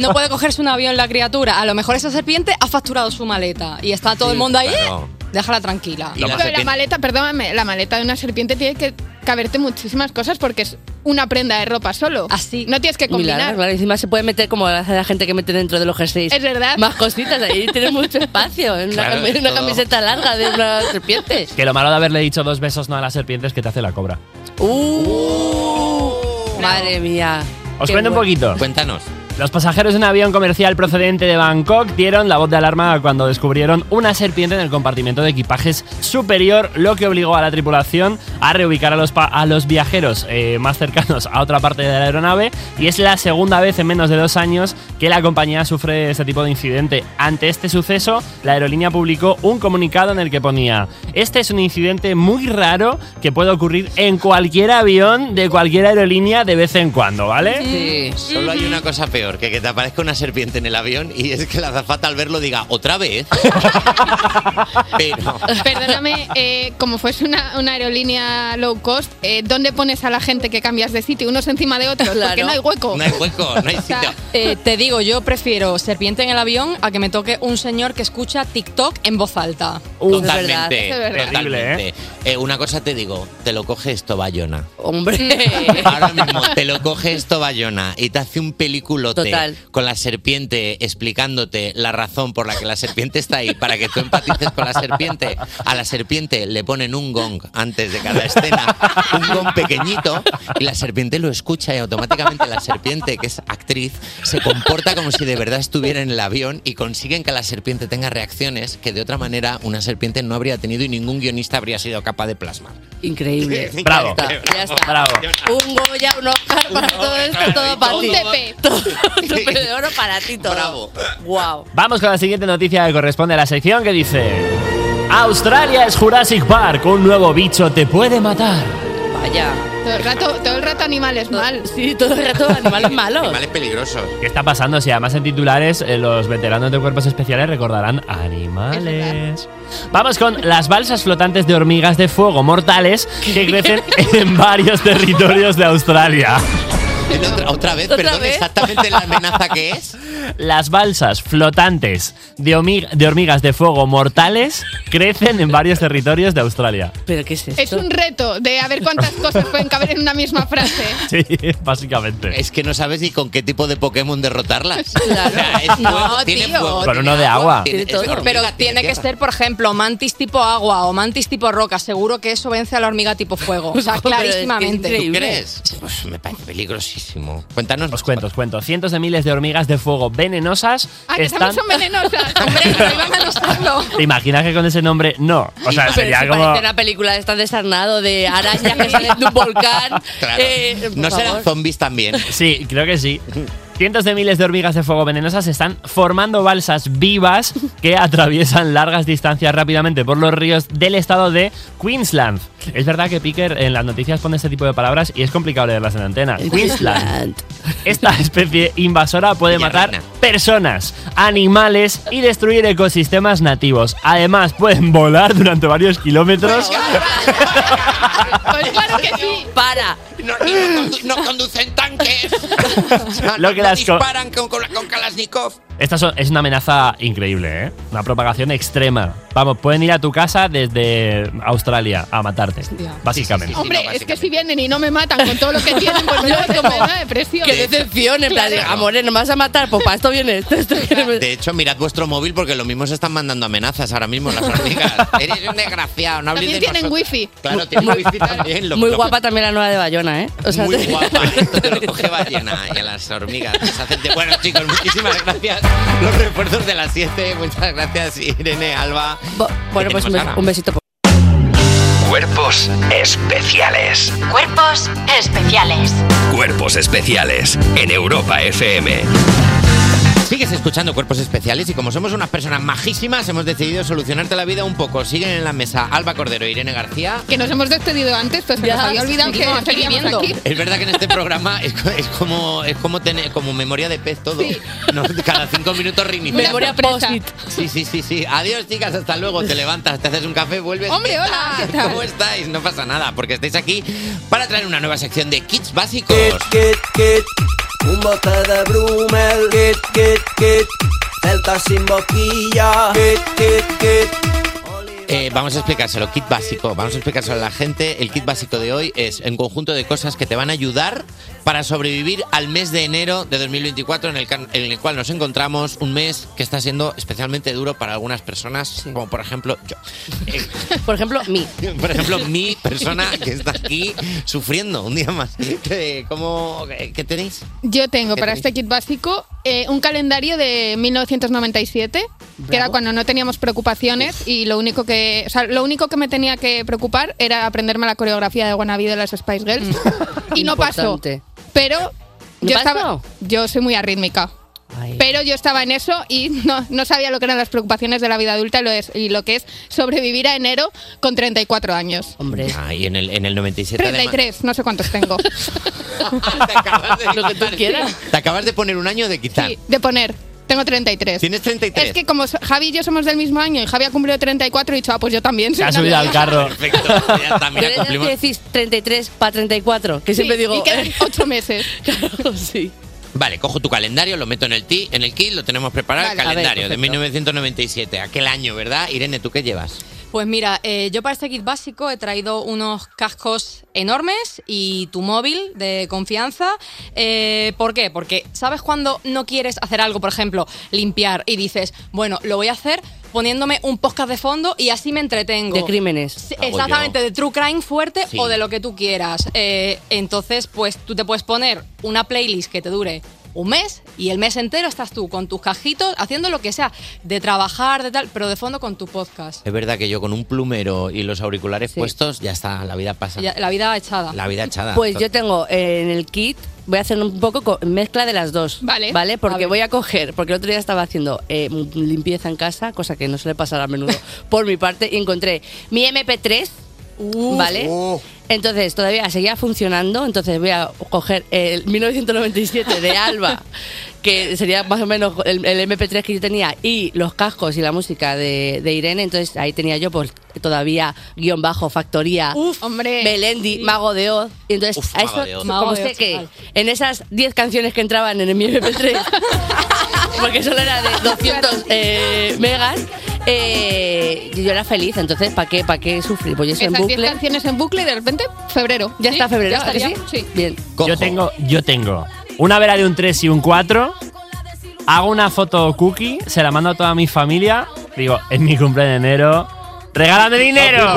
Speaker 11: No puede cogerse un avión la criatura. A lo mejor esa serpiente ha facturado su maleta y está todo el mundo ahí.
Speaker 9: claro.
Speaker 11: "Eh, Déjala tranquila.
Speaker 9: Pero la maleta, perdóname, la maleta de una serpiente tiene que caberte muchísimas cosas porque es una prenda de ropa solo. Así. No tienes que
Speaker 4: Muy larga,
Speaker 9: combinar.
Speaker 4: claro, encima se puede meter como la, la gente que mete dentro de los jerseys.
Speaker 9: Es verdad.
Speaker 4: Más cositas, ahí tiene mucho espacio. En una,
Speaker 5: Claro,
Speaker 4: cami-
Speaker 5: es
Speaker 4: una
Speaker 5: todo.
Speaker 4: camiseta larga de una serpiente.
Speaker 5: Que lo malo de haberle dicho dos besos no a la serpiente es que te hace la cobra.
Speaker 4: Madre mía.
Speaker 5: Os
Speaker 4: Qué
Speaker 5: cuento un
Speaker 4: bueno.
Speaker 5: poquito.
Speaker 3: Cuéntanos.
Speaker 5: Los pasajeros de un avión comercial procedente de Bangkok dieron la voz de alarma cuando descubrieron una serpiente en el compartimento de equipajes superior, lo que obligó a la tripulación a reubicar a los, pa- a los viajeros eh, más cercanos a otra parte de la aeronave. Y es la segunda vez en menos de dos años que la compañía sufre este tipo de incidente. Ante este suceso, la aerolínea publicó un comunicado en el que ponía: Este es un incidente muy raro que puede ocurrir en cualquier avión de cualquier aerolínea de vez en cuando, ¿vale?
Speaker 3: Solo hay una cosa peor, que, que te aparezca una serpiente en el avión y es que la azafata al verlo diga, otra vez. pero
Speaker 9: Perdóname, eh, como fuese una, una aerolínea low cost, eh, ¿dónde pones a la gente que cambias de sitio? Unos encima de otros, porque
Speaker 11: Claro.
Speaker 9: no hay hueco.
Speaker 3: no hay hueco, no hay sitio.
Speaker 11: Eh, te digo, yo prefiero serpiente en el avión a que me toque un señor que escucha TikTok en voz alta.
Speaker 5: un
Speaker 3: Totalmente,
Speaker 4: Eso es verdad.
Speaker 3: totalmente. Eh, una cosa te digo, te lo coge esto Bayona.
Speaker 9: ¿eh?
Speaker 4: Hombre.
Speaker 3: Ahora mismo te lo coge esto Bayona y te hace un peliculote
Speaker 4: Total.
Speaker 3: con la serpiente explicándote la razón por la que la serpiente está ahí, para que tú empatices con la serpiente. A la serpiente le ponen un gong antes de cada escena, un gong pequeñito, y la serpiente lo escucha y automáticamente la serpiente, que es actriz, se comporta como si de verdad estuviera en el avión y consiguen que la serpiente tenga reacciones que de otra manera una serpiente no habría tenido y ningún guionista habría sido capaz de plasmar.
Speaker 4: Increíble.
Speaker 3: Bravo.
Speaker 4: Ya está. Ya está.
Speaker 3: Bravo.
Speaker 4: Un Goya, un Oscar para todo esto, todo para
Speaker 9: Un
Speaker 4: ti.
Speaker 9: TP.
Speaker 4: Todo- Un TP de oro para ti, todo. Bravo. Wow.
Speaker 5: Vamos con la siguiente noticia que corresponde a la sección que dice: Australia es Jurassic Park, un nuevo bicho te puede matar.
Speaker 4: Vaya.
Speaker 9: Todo el rato, todo el rato animales mal.
Speaker 4: Sí, todo el rato animales malos.
Speaker 3: Animales peligrosos.
Speaker 5: ¿Qué está pasando? Si además en titulares eh, los veteranos de cuerpos especiales recordarán animales. Vamos con las balsas flotantes de hormigas de fuego mortales que crecen en varios territorios de Australia.
Speaker 3: Otra, otra vez, perdón, exactamente la amenaza que es.
Speaker 5: Las balsas flotantes de, homi- de hormigas de fuego mortales crecen en varios territorios de Australia.
Speaker 4: ¿Pero qué es
Speaker 9: Es un reto de a ver cuántas cosas pueden caber en una misma frase.
Speaker 5: Sí, básicamente.
Speaker 3: Es que no sabes ni con qué tipo de Pokémon derrotarlas. O sea, es fuego,
Speaker 11: No,
Speaker 3: tiene fuego,
Speaker 11: tío.
Speaker 5: Con uno de agua.
Speaker 3: tiene- es hormiga,
Speaker 11: Pero
Speaker 3: tiene
Speaker 11: tiene que
Speaker 3: tierra.
Speaker 11: ser, por ejemplo, mantis tipo agua o mantis tipo roca. Seguro que eso vence a la hormiga tipo fuego. O sea,
Speaker 4: Pero es que es
Speaker 11: clarísimamente.
Speaker 3: ¿Tú
Speaker 4: increíble.
Speaker 3: crees? Pues me parece peligrosísimo. Cuéntanos.
Speaker 5: Os cuento, os cuento. Cientos de miles de hormigas de fuego venenosas
Speaker 9: Ah, que
Speaker 5: están.
Speaker 9: también son venenosas. Hombre, no iban a usarlo.
Speaker 5: ¿Te imaginas que con ese nombre no? O sea,
Speaker 4: Pero
Speaker 5: sería
Speaker 4: si
Speaker 5: como.
Speaker 4: parece una película de estar desarnado de arañas que salen de un volcán.
Speaker 3: Claro.
Speaker 4: Eh, por
Speaker 3: no serán
Speaker 4: favor.
Speaker 3: zombies también.
Speaker 5: Sí, creo que sí. Cientos de miles de hormigas de fuego venenosas están formando balsas vivas que atraviesan largas distancias rápidamente por los ríos del estado de Queensland. Es verdad que Picker en las noticias pone este tipo de palabras y es complicado leerlas en antena. Queensland. Esta especie invasora puede
Speaker 3: Doña
Speaker 5: matar
Speaker 3: Reina.
Speaker 5: personas, animales y destruir ecosistemas nativos. Además, pueden volar durante varios kilómetros.
Speaker 9: Pues claro que sí.
Speaker 4: Para.
Speaker 3: No, y no condu- no conducen tanques. O sea,
Speaker 5: Lo
Speaker 3: no-
Speaker 5: que
Speaker 3: no
Speaker 5: las co-
Speaker 3: disparan con, con, con Kalashnikov.
Speaker 5: Esta son- es una amenaza increíble, ¿eh? Una propagación extrema. Vamos, pueden ir a tu casa desde Australia a matarte, básicamente.
Speaker 3: Sí, no,
Speaker 9: Hombre, es que
Speaker 3: básicamente.
Speaker 9: si vienen y no me matan con todo lo que tienen, pues me da- me da depresión.
Speaker 4: Qué decepción. En plan,
Speaker 9: Claro.
Speaker 4: amores, no me vas a matar. Pues para esto viene esto. esto viene-
Speaker 3: De hecho, mirad vuestro móvil porque lo mismo se están mandando amenazas ahora mismo las hormigas. Eres un desgraciado, no habléis
Speaker 9: También
Speaker 3: de
Speaker 9: tienen
Speaker 3: nosotros.
Speaker 9: wifi.
Speaker 3: Claro, tienen wifi también. lo-
Speaker 4: Muy
Speaker 3: lo-
Speaker 4: guapa también la nueva de Bayona, ¿eh? O sea,
Speaker 3: muy
Speaker 4: te-
Speaker 3: guapa. Esto te lo coge ballena y a las hormigas. les hacen de- Bueno, chicos, muchísimas gracias. Los refuerzos de las 7. Muchas gracias, Irene, Alba.
Speaker 4: Bo- Bueno, pues un
Speaker 3: Tenemos
Speaker 4: bes-
Speaker 3: ganas.
Speaker 4: un besito. por-
Speaker 1: Cuerpos especiales.
Speaker 2: Cuerpos especiales.
Speaker 1: Cuerpos especiales en Europa FM.
Speaker 3: Sigues escuchando Cuerpos Especiales y como somos unas personas majísimas, hemos decidido solucionarte la vida un poco. Siguen en la mesa Alba Cordero e Irene García.
Speaker 9: Que nos hemos despedido antes, pues se
Speaker 4: Ya,
Speaker 9: nos había olvidado que
Speaker 11: seguimos aquí
Speaker 9: seguíamos
Speaker 11: viendo.
Speaker 9: aquí.
Speaker 3: Es verdad que en este programa es, co- es como es como tener como memoria de pez todo. No, cada cinco minutos reiniciar.
Speaker 4: Memoria
Speaker 9: sorpresa.
Speaker 4: post-it.
Speaker 3: Sí, sí, sí, sí. Adiós, chicas, hasta luego. Te levantas, te haces un café,
Speaker 4: Pues
Speaker 3: vuelves.
Speaker 9: Hombre,
Speaker 3: ¿Qué
Speaker 9: hola,
Speaker 3: tal?
Speaker 9: ¿qué tal?
Speaker 3: ¿Cómo estáis? No pasa nada, porque estáis aquí para traer una nueva sección de kits básicos.
Speaker 6: Kit, kit, kit, un bote de Brumel. Kit, kit, kit, celta sin boquilla. Kit, kit, kit.
Speaker 3: Eh, vamos a explicárselo, kit básico. Vamos a explicárselo a la gente. El kit básico de hoy es un conjunto de cosas que te van a ayudar para sobrevivir al mes de enero de 2024, en el, can- en el cual nos encontramos un mes que está siendo especialmente duro para algunas personas, como por ejemplo yo. Eh,
Speaker 4: Por ejemplo, mí.
Speaker 3: Por ejemplo, mi persona que está aquí sufriendo un día más. Eh, ¿Cómo, eh, ¿Qué tenéis?
Speaker 9: Yo tengo
Speaker 3: ¿Qué
Speaker 9: para
Speaker 3: tenéis?
Speaker 9: este kit básico eh, un calendario de 1997, que era cuando no teníamos preocupaciones y lo único que, o sea, lo único que me tenía que preocupar era aprenderme la coreografía de Wannabe de las Spice Girls y no pasó.
Speaker 4: Importante.
Speaker 9: Pero
Speaker 4: ¿No
Speaker 9: yo
Speaker 4: pasó?
Speaker 9: estaba yo soy muy arrítmica.
Speaker 4: Ay.
Speaker 9: Pero yo estaba en eso y no, no sabía lo que eran las preocupaciones de la vida adulta y lo, es, y lo que es sobrevivir a enero con 34 años.
Speaker 4: Hombre.
Speaker 3: Ah, y en el, en el 97. además-
Speaker 9: 33, no sé cuántos tengo.
Speaker 3: te acabas de
Speaker 4: Lo que tú quieras.
Speaker 3: Te acabas de poner un año de quitar.
Speaker 9: Sí, de poner. Tengo 33.
Speaker 3: Tienes 33.
Speaker 9: Es que como so- Javi y yo somos del mismo año y Javi ha cumplido 34 y he dicho, ah, pues yo también.
Speaker 5: Se
Speaker 9: soy
Speaker 5: ha
Speaker 9: una
Speaker 5: subido al
Speaker 9: vieja.
Speaker 5: carro.
Speaker 3: Perfecto. Ya está,
Speaker 4: Yo
Speaker 3: mira,
Speaker 4: le tengo
Speaker 3: cumplimos.
Speaker 4: que decís 33 para 34, que
Speaker 9: Sí,
Speaker 4: siempre digo. eh.
Speaker 9: Y quedan 8 meses.
Speaker 4: Claro, sí.
Speaker 3: Vale, cojo tu calendario, lo meto en el, ti, en el kit, lo tenemos preparado.
Speaker 11: Vale.
Speaker 3: el
Speaker 11: A ver,
Speaker 3: calendario de
Speaker 11: perfecto.
Speaker 3: 1997, aquel año, ¿verdad? Irene, ¿tú qué llevas?
Speaker 11: Pues mira, eh, yo para este kit básico he traído unos cascos enormes y tu móvil de confianza. Eh, ¿Por qué? Porque sabes cuando no quieres hacer algo, por ejemplo, limpiar y dices, bueno, lo voy a hacer poniéndome un podcast de fondo y así me entretengo.
Speaker 4: De crímenes.
Speaker 11: Sí,
Speaker 3: Ah,
Speaker 11: Exactamente, de true crime fuerte
Speaker 4: Ah, Sí.
Speaker 11: o de lo que tú quieras. Eh, entonces, pues tú te puedes poner una playlist que te dure un mes y el mes entero estás tú con tus cajitos haciendo lo que sea, de trabajar, de tal, pero de fondo con tu podcast.
Speaker 3: Es verdad que yo con un plumero y los auriculares puestos, ya está, la vida pasa.
Speaker 11: Ya- la vida echada.
Speaker 3: La vida echada.
Speaker 4: Pues yo tengo eh, en el kit, voy a hacer un poco co- mezcla de las dos. Vale. ¿Vale? Porque voy a coger, porque el otro día estaba haciendo eh, m- limpieza en casa, cosa que no suele pasar a menudo por mi parte, y encontré mi MP3, ¿vale? Entonces todavía seguía funcionando, entonces voy a coger el 1997 de Alba, que sería más o menos el, el MP3 que yo tenía, y los cascos y la música de, de Irene, entonces ahí tenía yo pues todavía guión bajo, factoría,
Speaker 9: hombre.
Speaker 4: Belendi, Mago de Oz. Y entonces, a
Speaker 9: Mago
Speaker 4: eso,
Speaker 9: de Oz. Mago
Speaker 4: como
Speaker 9: de
Speaker 4: sé
Speaker 9: Oz,
Speaker 4: que
Speaker 9: chaval.
Speaker 4: en esas 10 canciones que entraban en mi MP3, porque solo era de 200 eh, megas, eh, yo era feliz. Entonces, ¿para qué, pa qué sufrir? Pues yo soy en
Speaker 9: Esas 10
Speaker 4: bucle.
Speaker 9: canciones en bucle y de repente febrero.
Speaker 4: Ya está febrero,
Speaker 9: ya
Speaker 4: ¿a que
Speaker 9: estaría,
Speaker 4: sí? Bien.
Speaker 5: Yo tengo, yo tengo una vela de un 3 y un 4. Hago una foto cookie, se la mando a toda mi familia. Digo, es mi cumple de enero. ¡Regálame dinero!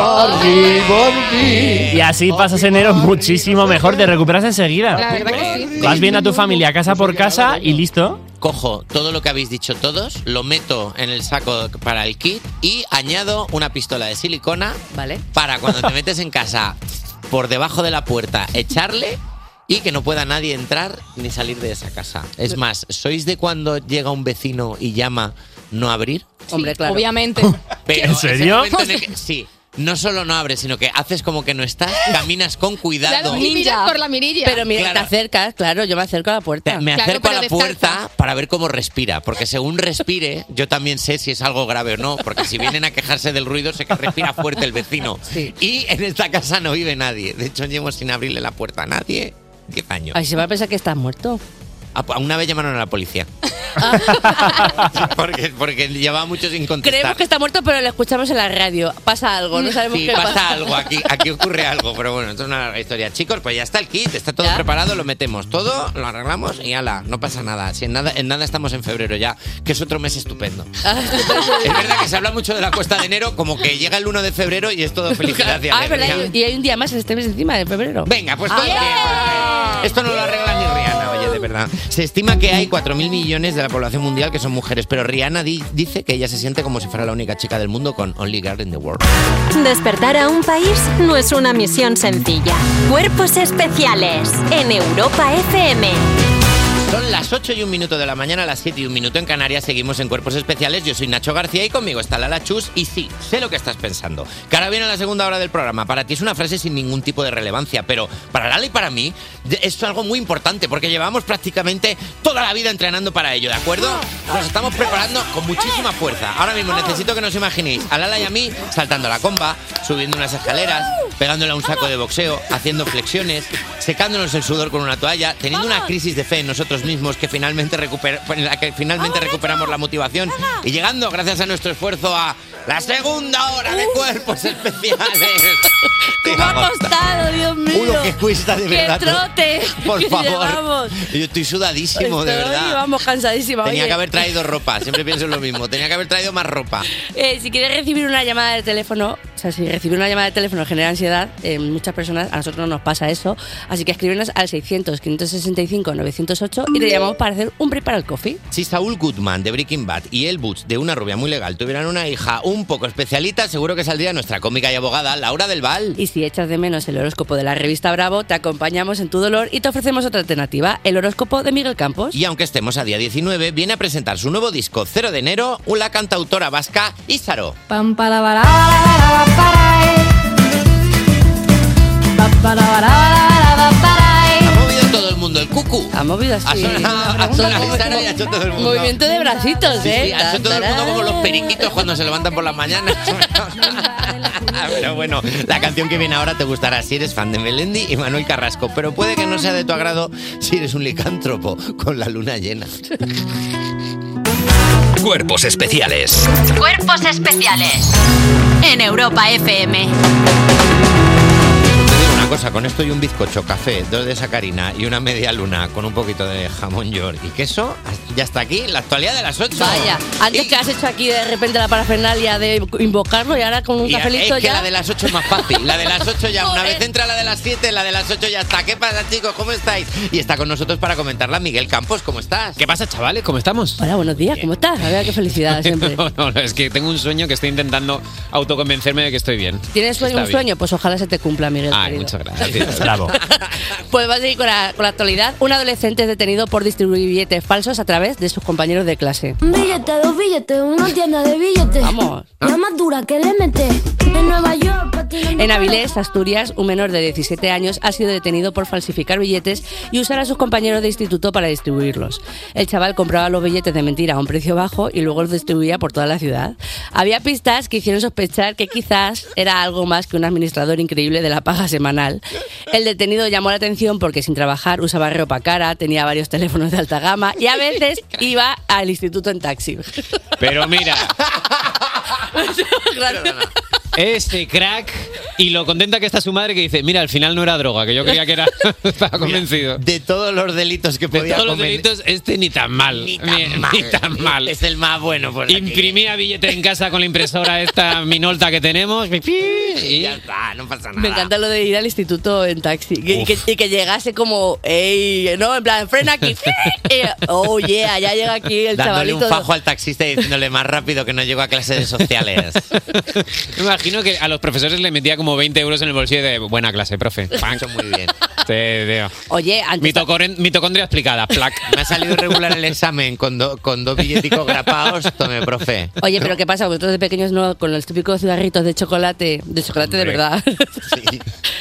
Speaker 5: Y así pasas enero muchísimo mejor, te recuperas enseguida.
Speaker 3: La verdad que sí.
Speaker 5: Vas viendo a tu familia casa por casa y listo.
Speaker 3: Cojo todo lo que habéis dicho todos, lo meto en el saco para el kit y añado una pistola de silicona
Speaker 4: Vale.
Speaker 3: para cuando te metes en casa por debajo de la puerta echarle y que no pueda nadie entrar ni salir de esa casa. Es más, ¿sois de cuando llega un vecino y llama no abrir?
Speaker 4: Hombre, claro.
Speaker 11: Obviamente.
Speaker 3: Pero
Speaker 5: ¿En
Speaker 3: ese
Speaker 5: serio?
Speaker 3: momento en el que- sí. No solo no abres, sino que haces como que no estás, caminas con cuidado.
Speaker 9: por la mirilla.
Speaker 4: Pero mira,
Speaker 3: Claro.
Speaker 4: te acercas, claro, yo me acerco a la puerta.
Speaker 3: Me acerco a la puerta para ver cómo respira, porque según respire, yo también sé si es algo grave o no, porque si vienen a quejarse del ruido, sé que respira fuerte el vecino. Y en esta casa no vive nadie. De hecho, llevo sin abrirle la puerta a nadie 10 años.
Speaker 4: Ay, se va a pensar que estás muerto.
Speaker 3: A- a Una vez llamaron a la policía. porque, porque llevaba mucho sin
Speaker 4: Ah.
Speaker 3: contestar.
Speaker 4: Creemos que está muerto, pero lo escuchamos en la radio. Pasa algo, no sabemos
Speaker 3: Sí,
Speaker 4: qué
Speaker 3: pasa,
Speaker 4: pasa.
Speaker 3: algo, aquí, aquí ocurre algo, pero bueno, esto es una larga historia. Chicos, pues ya está el kit, está todo preparado, lo metemos todo, lo arreglamos y ala, no pasa nada. Si en nada, en nada estamos en febrero ya, que es otro mes estupendo.
Speaker 4: Ah.
Speaker 3: es verdad que se habla mucho de la cuesta de enero, como que llega el 1 de febrero y es todo felicidad y
Speaker 4: Ah, es verdad, Ah.
Speaker 3: alegría.
Speaker 4: y y hay un día más en este mes encima de febrero.
Speaker 3: Venga, pues todo bien. Esto no lo arregla ni Rihanna, oye, de verdad. Se estima que hay 4.000 millones de la población mundial que son mujeres, pero Rihanna di- dice que ella se siente como si fuera la única chica del mundo con Only Girl in the World.
Speaker 2: Despertar a un país no es una misión sencilla. Cuerpos especiales en Europa FM.
Speaker 3: Son las 8 y un minuto de la mañana, las 7 y un minuto en Canarias. Seguimos en Cuerpos Especiales. Yo soy Nacho García y conmigo está Lala Chus. Y sí, sé lo que estás pensando. Que ahora viene la segunda hora del programa. Para ti es una frase sin ningún tipo de relevancia, pero para Lala y para mí de- es algo muy importante porque llevamos prácticamente toda la vida entrenando para ello, ¿de acuerdo? Nos estamos preparando con muchísima fuerza. Ahora mismo necesito que nos imaginéis a Lala y a mí saltando la comba, subiendo unas escaleras, pegándole a un saco de boxeo, haciendo flexiones, secándonos el sudor con una toalla, teniendo una crisis de fe en nosotros mismos que finalmente, recuper- en la que finalmente recuperamos la motivación y llegando, gracias a nuestro esfuerzo, a la segunda hora de cuerpos especiales.
Speaker 4: Me ha costado, Dios mío.
Speaker 3: Uno que cuesta de
Speaker 4: ¡Qué
Speaker 3: verdad. ¿no?
Speaker 4: trote!
Speaker 3: Por
Speaker 4: que
Speaker 3: favor.
Speaker 4: llevamos.
Speaker 3: Yo estoy sudadísimo, de
Speaker 4: Estoy,
Speaker 3: verdad.
Speaker 4: Vamos cansadísima.
Speaker 3: Tenía
Speaker 4: oye.
Speaker 3: que haber traído ropa, siempre pienso lo mismo. Tenía que haber traído más ropa.
Speaker 4: Eh, si quieres recibir una llamada de teléfono, o sea, si recibir una llamada de teléfono genera ansiedad, en muchas personas, a nosotros no nos pasa eso, así que escríbenos al 600-565-908 y te llamamos para hacer un break para el coffee.
Speaker 3: Si Saul Goodman de Breaking Bad y El Butch de Una rubia muy legal tuvieran una hija un poco especialita, seguro que saldría nuestra cómica y abogada Laura del Val.
Speaker 4: Y si echas de menos el horóscopo de la revista Bravo, te acompañamos en tu dolor y te ofrecemos otra alternativa, el horóscopo de Miguel Campos.
Speaker 3: Y aunque estemos a día 19, viene a presentar su nuevo disco 0 de enero, la cantautora vasca Ízaro.
Speaker 7: Pam para para para para para para para para
Speaker 12: eh.
Speaker 3: Movido todo el mundo el culo. cucu.
Speaker 4: Ha movido así.
Speaker 3: Ha sonado- ha sonado la ventana y ha hecho todo el mundo.
Speaker 4: Movimiento de bracitos,
Speaker 3: Sí,
Speaker 4: ¿eh?
Speaker 3: sí, ha hecho todo el mundo como los periquitos cuando se levantan por la mañana. Pero bueno, la canción que viene ahora te gustará si eres fan de Melendi y Manuel Carrasco, pero puede que no sea de tu agrado si eres un licántropo con la luna llena.
Speaker 1: Cuerpos especiales.
Speaker 2: Cuerpos especiales en Europa FM.
Speaker 3: Te digo una cosa, con esto y un bizcocho, café, dos de sacarina y una media luna con un poquito de jamón york y queso, ya está aquí la actualidad de las 8.
Speaker 4: Vaya, antes que has hecho aquí de repente la parafernalia de invocarlo y ahora con un
Speaker 3: Y
Speaker 4: cafelito
Speaker 3: es que
Speaker 4: ya.
Speaker 3: la de las 8 es más fácil. La de las 8 ya, una vez entra la de las 7, la de las 8 ya está. ¿Qué pasa, chicos? ¿Cómo estáis? Y está con nosotros para comentarla Miguel Campos. ¿Cómo estás?
Speaker 10: ¿Qué pasa, chavales? ¿Cómo estamos?
Speaker 4: Hola, buenos días, ¿cómo estás? A ver, qué felicidad siempre.
Speaker 10: No, no, no, es que tengo un sueño que estoy intentando autoconvencerme de que estoy bien.
Speaker 4: ¿Tienes sueño-
Speaker 10: Está
Speaker 4: un
Speaker 10: bien.
Speaker 4: sueño? Pues ojalá se te cumpla, Miguel.
Speaker 10: Ay,
Speaker 4: querido.
Speaker 10: muchas gracias.
Speaker 5: Bravo.
Speaker 4: Pues vamos a seguir con la, con la actualidad. Un adolescente es detenido por distribuir billetes falsos a través de sus compañeros de clase.
Speaker 13: Un billete, dos billetes, una tienda de billetes. Vamos. La más dura que le mete. En Nueva York, patinando.
Speaker 4: En Avilés, Asturias, un menor de 17 años ha sido detenido por falsificar billetes y usar a sus compañeros de instituto para distribuirlos. El chaval compraba los billetes de mentira a un precio bajo y luego los distribuía por toda la ciudad. Había pistas que hicieron sospechar que quizás era algo más que un administrador increíble de la paga semanal. El detenido llamó la atención porque sin trabajar usaba ropa cara, tenía varios teléfonos de alta gama y a veces iba al instituto en taxi.
Speaker 10: Pero mira,
Speaker 4: Gracias.
Speaker 10: este crack y lo contenta que está su madre que dice, mira, al final no era droga, que yo creía que era... Estaba convencido.
Speaker 3: de todos los delitos que
Speaker 10: De
Speaker 3: podía
Speaker 10: todos los
Speaker 3: comer-
Speaker 10: delitos, este ni tan mal.
Speaker 3: Ni tan mal. Es el más bueno. Por aquí. ¿eh?
Speaker 10: Imprimía billetes en casa con la impresora esta minolta que tenemos. Y
Speaker 3: ya está, no pasa
Speaker 4: Me encanta lo de ir al instituto en taxi que- y que, y que llegase como, ey, no, en plan, frena aquí. Eh, oh, yeah, ya llega aquí el
Speaker 3: Dándole un
Speaker 4: chavalito.
Speaker 3: fajo al taxista y diciéndole más rápido que no llego a clases de sociales.
Speaker 10: Me imagino que a los profesores le metía como 20 euros en el bolsillo de buena clase, profe. Eso
Speaker 3: muy bien.
Speaker 10: Te veo.
Speaker 4: Oye,
Speaker 10: Mitocoren- mitocondria explicada, plac.
Speaker 3: Me ha salido irregular el examen con, do- con dos billeticos grapados. Tome, profe.
Speaker 4: Oye, pero ¿qué pasa? Vosotros de pequeños no, con los típicos cigarritos de chocolate, de chocolate de
Speaker 3: Hombre.
Speaker 4: verdad.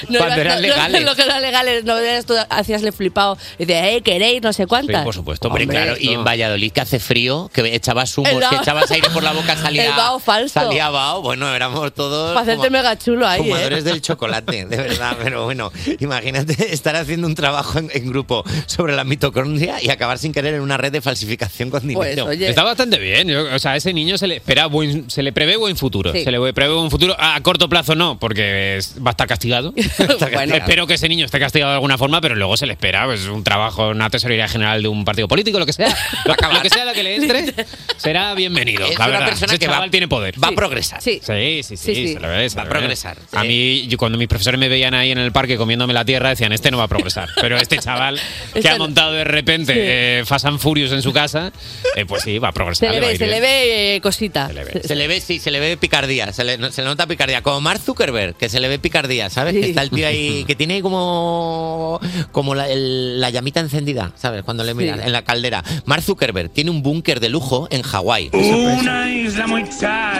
Speaker 4: No eras- no-
Speaker 10: Cuando eran
Speaker 4: no eras
Speaker 10: legales.
Speaker 4: lo que eran legales, no eras tú, hacías el flipado y de, hey, queréis, no sé cuántas.
Speaker 3: Sí, por supuesto, hombre, claro. Y en Valladolid que hace frío, que echabas humos,
Speaker 4: El vaho.
Speaker 3: que echabas aire por la boca, salía.
Speaker 4: El vaho falso.
Speaker 3: Salía vaho. Bueno, éramos todos.
Speaker 4: Para hacerte
Speaker 3: fuma-
Speaker 4: mega chulo ahí. ¿eh?
Speaker 3: Fumadores del chocolate, de verdad. Pero bueno, imagínate estar haciendo un trabajo en, en grupo sobre la mitocondria y acabar sin querer en una red de falsificación con
Speaker 10: Pues,
Speaker 3: dinero.
Speaker 10: Está bastante bien. yo- o sea, a ese niño se le, espera buen- se le prevé buen futuro.
Speaker 3: Sí.
Speaker 10: Se le prevé buen futuro. A, corto plazo no, porque es- va a estar castigado. Espero que ese niño esté castigado de alguna forma, pero luego se le espera pues, un trabajo, una tesorería general de un partido político, lo que sea. Lo, lo que sea lo que le entre, será bienvenido.
Speaker 3: Es
Speaker 10: la
Speaker 3: una
Speaker 10: verdad.
Speaker 3: persona
Speaker 10: Ese
Speaker 3: que va-
Speaker 10: chaval tiene poder.
Speaker 3: va a Sí. progresar.
Speaker 10: Sí, sí, sí.
Speaker 3: Sí, sí.
Speaker 10: se lo ve, se
Speaker 3: Va a
Speaker 10: lo ve.
Speaker 3: progresar,
Speaker 10: A mí, yo- cuando mis profesores me veían ahí en el parque comiéndome la tierra, decían, este no va a progresar. Pero este chaval que
Speaker 4: Este
Speaker 10: ha
Speaker 4: no-
Speaker 10: montado de repente
Speaker 4: Sí.
Speaker 10: eh, Fast and Furious en su casa, eh, pues sí, va a progresar.
Speaker 4: Se le
Speaker 10: va a
Speaker 4: ve,
Speaker 10: ir
Speaker 4: se le
Speaker 10: bien.
Speaker 4: ve eh, cosita.
Speaker 3: Se le ve, sí, se le ve picardía, se le, no- se le nota picardía, como Mark Zuckerberg, que se le ve picardía, ¿sabes? Que está el tío ahí, que tiene como, como la, el- la llamita encendida, ¿sabes? Cuando le miran
Speaker 14: Sí.
Speaker 3: en la caldera. Mark Zuckerberg tiene un búnker de lujo en Hawái.
Speaker 14: Una isla muy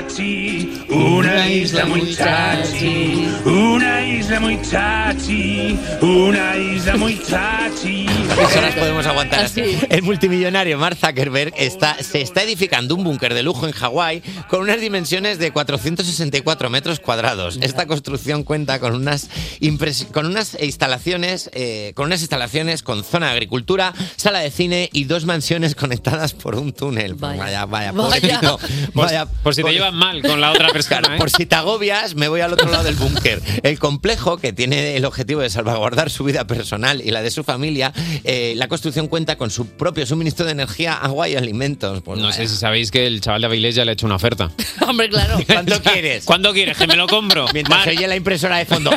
Speaker 14: chachi, una isla muy chachi, una isla muy chachi, una isla muy chachi.
Speaker 3: Eso nos podemos aguantar así. El multimillonario Mark Zuckerberg está, se está edificando un búnker de lujo en Hawái con unas dimensiones de 464 metros cuadrados. Esta construcción cuenta con unas, impres- con unas instalaciones, eh, con unas instalaciones con zona de agricultura, sala de cine y dos mansiones conectadas por un túnel. Pues Vaya, vaya, pobrecito.
Speaker 10: Por,
Speaker 3: Vaya,
Speaker 10: por si te
Speaker 3: pobre-
Speaker 10: llevas mal con la otra persona.
Speaker 3: Claro,
Speaker 10: ¿eh?
Speaker 3: por si te agobias, me voy al otro lado del búnker. El complejo, que tiene el objetivo de salvaguardar su vida personal y la de su familia, eh, la construcción cuenta con su propio suministro de energía, agua y alimentos. Pues,
Speaker 10: No sé si sabéis que el chaval de Avilés ya le ha hecho una oferta.
Speaker 4: Hombre, claro.
Speaker 3: ¿Cuánto quieres?
Speaker 10: ¿Cuándo quieres que me lo compro?
Speaker 3: Mientras oye la impresora de fondo.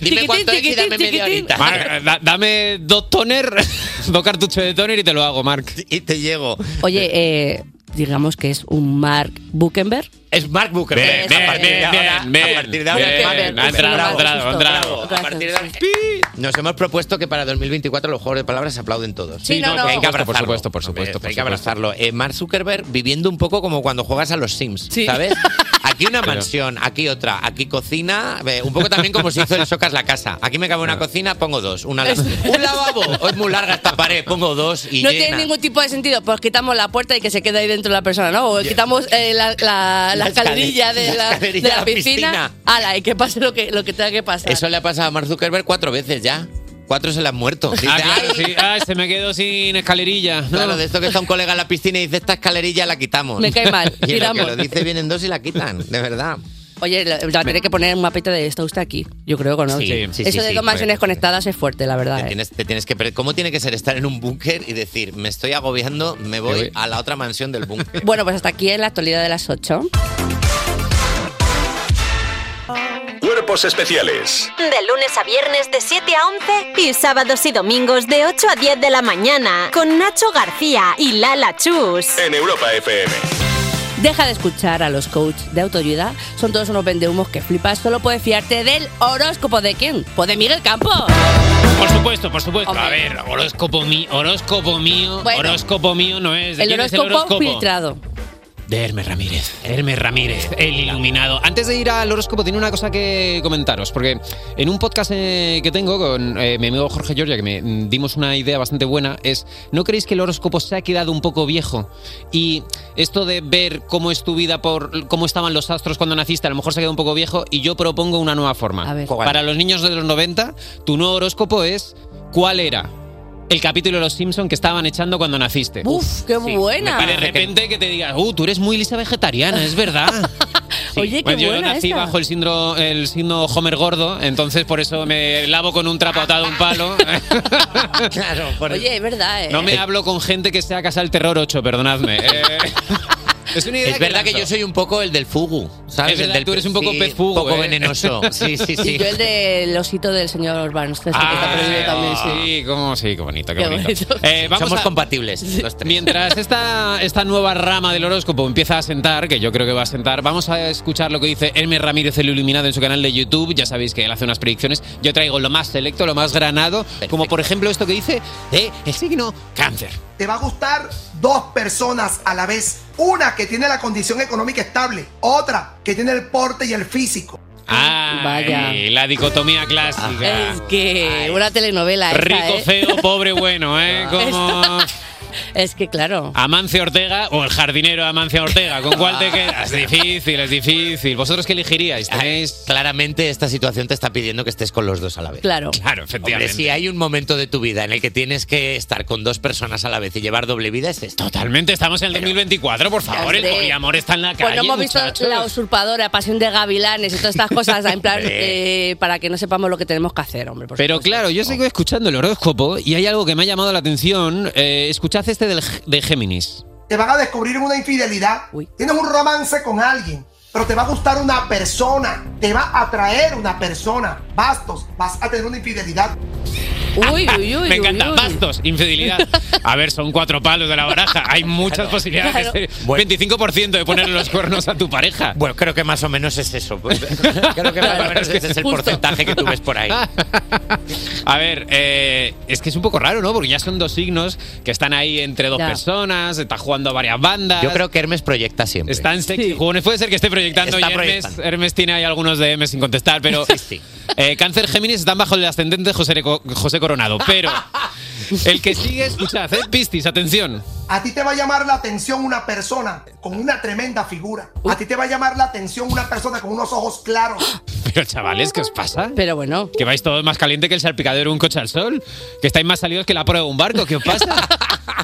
Speaker 3: Dime cuánto es y dame media horita.
Speaker 10: Marc, da- dame dos toner, dos cartuchos de toner y te lo hago, Marc.
Speaker 3: Y te llego.
Speaker 4: Oye, eh, digamos que es un Mark Buchenberg.
Speaker 3: Es Mark Booker.
Speaker 10: Bien, bien,
Speaker 3: a partir de
Speaker 10: bien,
Speaker 3: ahora,
Speaker 10: bien, bien,
Speaker 3: a partir de ahora,
Speaker 10: bien.
Speaker 3: Mark
Speaker 10: Ha
Speaker 3: Zuckerberg.
Speaker 10: entrado,
Speaker 3: Bravo,
Speaker 10: ha entrado, ha entrado.
Speaker 3: bravo. A partir de ahora- Nos hemos propuesto que para 2024 los juegos de palabras se aplauden todos.
Speaker 10: Sí, Sí, no, no, no.
Speaker 3: Que Hay que
Speaker 10: por supuesto,
Speaker 3: abrazarlo.
Speaker 10: por supuesto, por
Speaker 3: Hombre,
Speaker 10: supuesto, por
Speaker 3: Hay que
Speaker 10: supuesto.
Speaker 3: abrazarlo. Eh, Mark Zuckerberg viviendo un poco como cuando juegas a los Sims, ¿sabes? Aquí una mansión, aquí otra, aquí cocina. eh, Un poco también como se hizo el Socas la casa. Aquí me cabe una cocina, pongo dos. Una, la- un lavabo, oh, es muy larga esta pared, pongo dos y
Speaker 4: no
Speaker 3: llena.
Speaker 4: tiene ningún tipo de sentido. Pues quitamos la puerta y que se quede ahí dentro la persona, ¿no? O
Speaker 3: Ya.
Speaker 4: quitamos eh, la, la, la
Speaker 3: La
Speaker 4: escalerilla
Speaker 3: escalera-
Speaker 4: de
Speaker 3: la
Speaker 4: la, de
Speaker 3: escalerilla de
Speaker 4: la
Speaker 3: la piscina.
Speaker 4: piscina. Ala, y que pase lo que, lo que tenga que pasar.
Speaker 3: Eso le ha pasado a Mark Zuckerberg cuatro veces ya. Cuatro se le han muerto. Dice,
Speaker 10: Ah, claro,
Speaker 3: "Ay,
Speaker 10: sí. Ah, se me quedó sin escalerilla. ¿no?
Speaker 3: Claro, de esto que está un colega en la piscina y dice, esta escalerilla la quitamos.
Speaker 4: Me cae mal,
Speaker 3: Y en lo que
Speaker 4: tiramos.
Speaker 3: lo dice vienen dos y la quitan, de verdad.
Speaker 4: Oye, la, la tiene que poner un mapita de está usted aquí. Yo creo que no.
Speaker 3: Sí, sí, sí,
Speaker 4: Eso
Speaker 3: sí,
Speaker 4: de
Speaker 3: sí,
Speaker 4: dos mansiones
Speaker 3: correcto.
Speaker 4: conectadas es fuerte, la verdad.
Speaker 3: Te
Speaker 4: ¿eh?
Speaker 3: tienes, te tienes que, pre- ¿Cómo tiene que ser estar en un búnker y decir, me estoy agobiando, me voy a la otra mansión del búnker?
Speaker 4: Bueno, pues hasta aquí en la actualidad de las 8.
Speaker 8: Cuerpos especiales
Speaker 2: De lunes a viernes de 7 a 11 y sábados y domingos de 8 a 10 de la mañana con Nacho García y Lala Chus.
Speaker 8: en Europa FM.
Speaker 4: Deja de escuchar a los coaches de autoayuda. Son todos unos vendehumos que flipas. Solo puedes fiarte del horóscopo de quién? Pues de Miguel Campos.
Speaker 10: Por supuesto, por supuesto. A ver, horóscopo mío, horóscopo mío,
Speaker 4: Bueno.
Speaker 10: horóscopo mío no es. ¿De
Speaker 4: El
Speaker 10: quién es
Speaker 4: horóscopo, filtrado.
Speaker 10: De Hermes Ramírez. Hermes Ramírez, el iluminado. Antes de ir al horóscopo, tiene una cosa que comentaros. Porque en un podcast eh, que tengo con eh, mi amigo Jorge Giorgia, que me mm, dimos una idea bastante buena, es: ¿no creéis que el horóscopo se ha quedado un poco viejo? Y esto de ver cómo es tu vida por cómo estaban los astros cuando naciste, a lo mejor se ha quedado un poco viejo. Y yo propongo una nueva forma. Para los niños de los 90, tu nuevo horóscopo es: ¿cuál era? El capítulo de los Simpsons que estaban echando cuando naciste.
Speaker 4: Uf, qué buena.
Speaker 10: Y de repente que te digas, uh, tú eres muy lisa vegetariana, es verdad. Sí.
Speaker 4: Oye, qué
Speaker 10: Bueno, yo
Speaker 4: buena
Speaker 10: nací
Speaker 4: esa.
Speaker 10: bajo el síndrome, el síndrome Homer gordo, entonces por eso me lavo con un trapo atado a un palo.
Speaker 3: claro,
Speaker 4: Oye, es verdad, ¿eh?
Speaker 10: No me hablo con gente que sea Casa del Terror 8, perdonadme. Eh, es una idea
Speaker 3: Es verdad que yo soy un poco el del fugu, ¿sabes?
Speaker 10: Es
Speaker 3: El
Speaker 10: verdad,
Speaker 3: del
Speaker 10: tú eres un poco
Speaker 3: sí,
Speaker 10: pez fugu,
Speaker 3: Un poco
Speaker 10: ¿eh?
Speaker 3: venenoso. Sí, sí,
Speaker 4: Y
Speaker 3: sí.
Speaker 4: yo el del osito del señor Barnes. este que está prohibido también, sí.
Speaker 10: Ah, sí, cómo, sí, qué bonito, qué,
Speaker 4: Qué
Speaker 10: bonito. Eh,
Speaker 4: bonito.
Speaker 3: Somos compatibles los tres.
Speaker 10: Mientras esta, esta nueva rama del horóscopo empieza a sentar, que yo creo que va a sentar, vamos a escuchar lo que dice Hermes Ramírez el Iluminado en su canal de YouTube. Ya sabéis que él hace unas predicciones. Yo traigo lo más selecto, lo más granado, como por ejemplo esto que dice de el signo cáncer.
Speaker 15: Te va a gustar dos personas a la vez. Una que tiene la condición económica estable, otra que tiene el porte y el físico.
Speaker 10: Ah,
Speaker 15: Vaya.
Speaker 10: la dicotomía clásica.
Speaker 4: Es que una telenovela esa,
Speaker 10: Rico,
Speaker 4: ¿eh?
Speaker 10: feo, pobre, bueno, ¿eh? Como
Speaker 4: Es que claro.
Speaker 10: Amancio Ortega o el jardinero Amancio Ortega. ¿Con cuál
Speaker 3: Ah,
Speaker 10: te quedas? Es difícil, es difícil. ¿Vosotros qué elegiríais? ¿Tenéis
Speaker 3: Claramente esta situación te está pidiendo que estés con los dos a la vez.
Speaker 4: Claro.
Speaker 10: Claro, efectivamente.
Speaker 3: Hombre, si hay un momento de tu vida en el que tienes que estar con dos personas a la vez y llevar doble vida, es esto.
Speaker 10: Totalmente, estamos en el 2024, por favor. El
Speaker 4: Hombre.
Speaker 10: poliamor está en la calle.
Speaker 4: Pues no hemos visto
Speaker 10: muchachos.
Speaker 4: la usurpadora, pasión de gavilanes y todas estas cosas, en plan,
Speaker 10: Hombre.
Speaker 4: eh, para que no sepamos lo que tenemos que hacer, hombre. por
Speaker 10: Pero claro, yo sigo escuchando el horóscopo y hay algo que me ha llamado la atención. Eh, escuchad este del, G- de Géminis.
Speaker 15: Te van a descubrir una infidelidad. Tienes un romance con alguien, pero te va a gustar una persona. Te va a atraer una persona. Bastos, vas a tener una infidelidad.
Speaker 4: Uy, uy, uy.
Speaker 10: me encanta. Bastos, infidelidad. A ver, son cuatro palos de la baraja. Hay muchas posibilidades.
Speaker 3: claro.
Speaker 10: de ser- 25% de ponerle los cuernos a tu pareja.
Speaker 3: Bueno, creo que más o menos es eso. Creo que más o menos ese es el porcentaje que tú ves por ahí.
Speaker 10: A ver, eh, es que es un poco raro, ¿no? Porque ya son dos signos que están ahí entre dos
Speaker 3: Ya.
Speaker 10: personas, está jugando a varias bandas.
Speaker 3: Yo creo que Hermes proyecta siempre.
Speaker 10: Están sexy jugones. Puede ser que esté proyectando
Speaker 3: Está
Speaker 10: y Hermes,
Speaker 3: proyectando.
Speaker 10: Hermes tiene ahí algunos DM sin contestar, pero eh, Cáncer Géminis están bajo el ascendente José, Reco- José Coronado. Pero el que sigue, escuchad, eh, Pistis, atención.
Speaker 15: A ti te va a llamar la atención una persona con una tremenda figura. A ti te va a llamar la atención una persona con unos ojos claros.
Speaker 10: Pero chavales, ¿qué os pasa?
Speaker 4: Pero bueno.
Speaker 10: Que vais todos más caliente que el salpicadero de un coche al sol. Que estáis más salidos que la prueba de un barco. ¿Qué os pasa?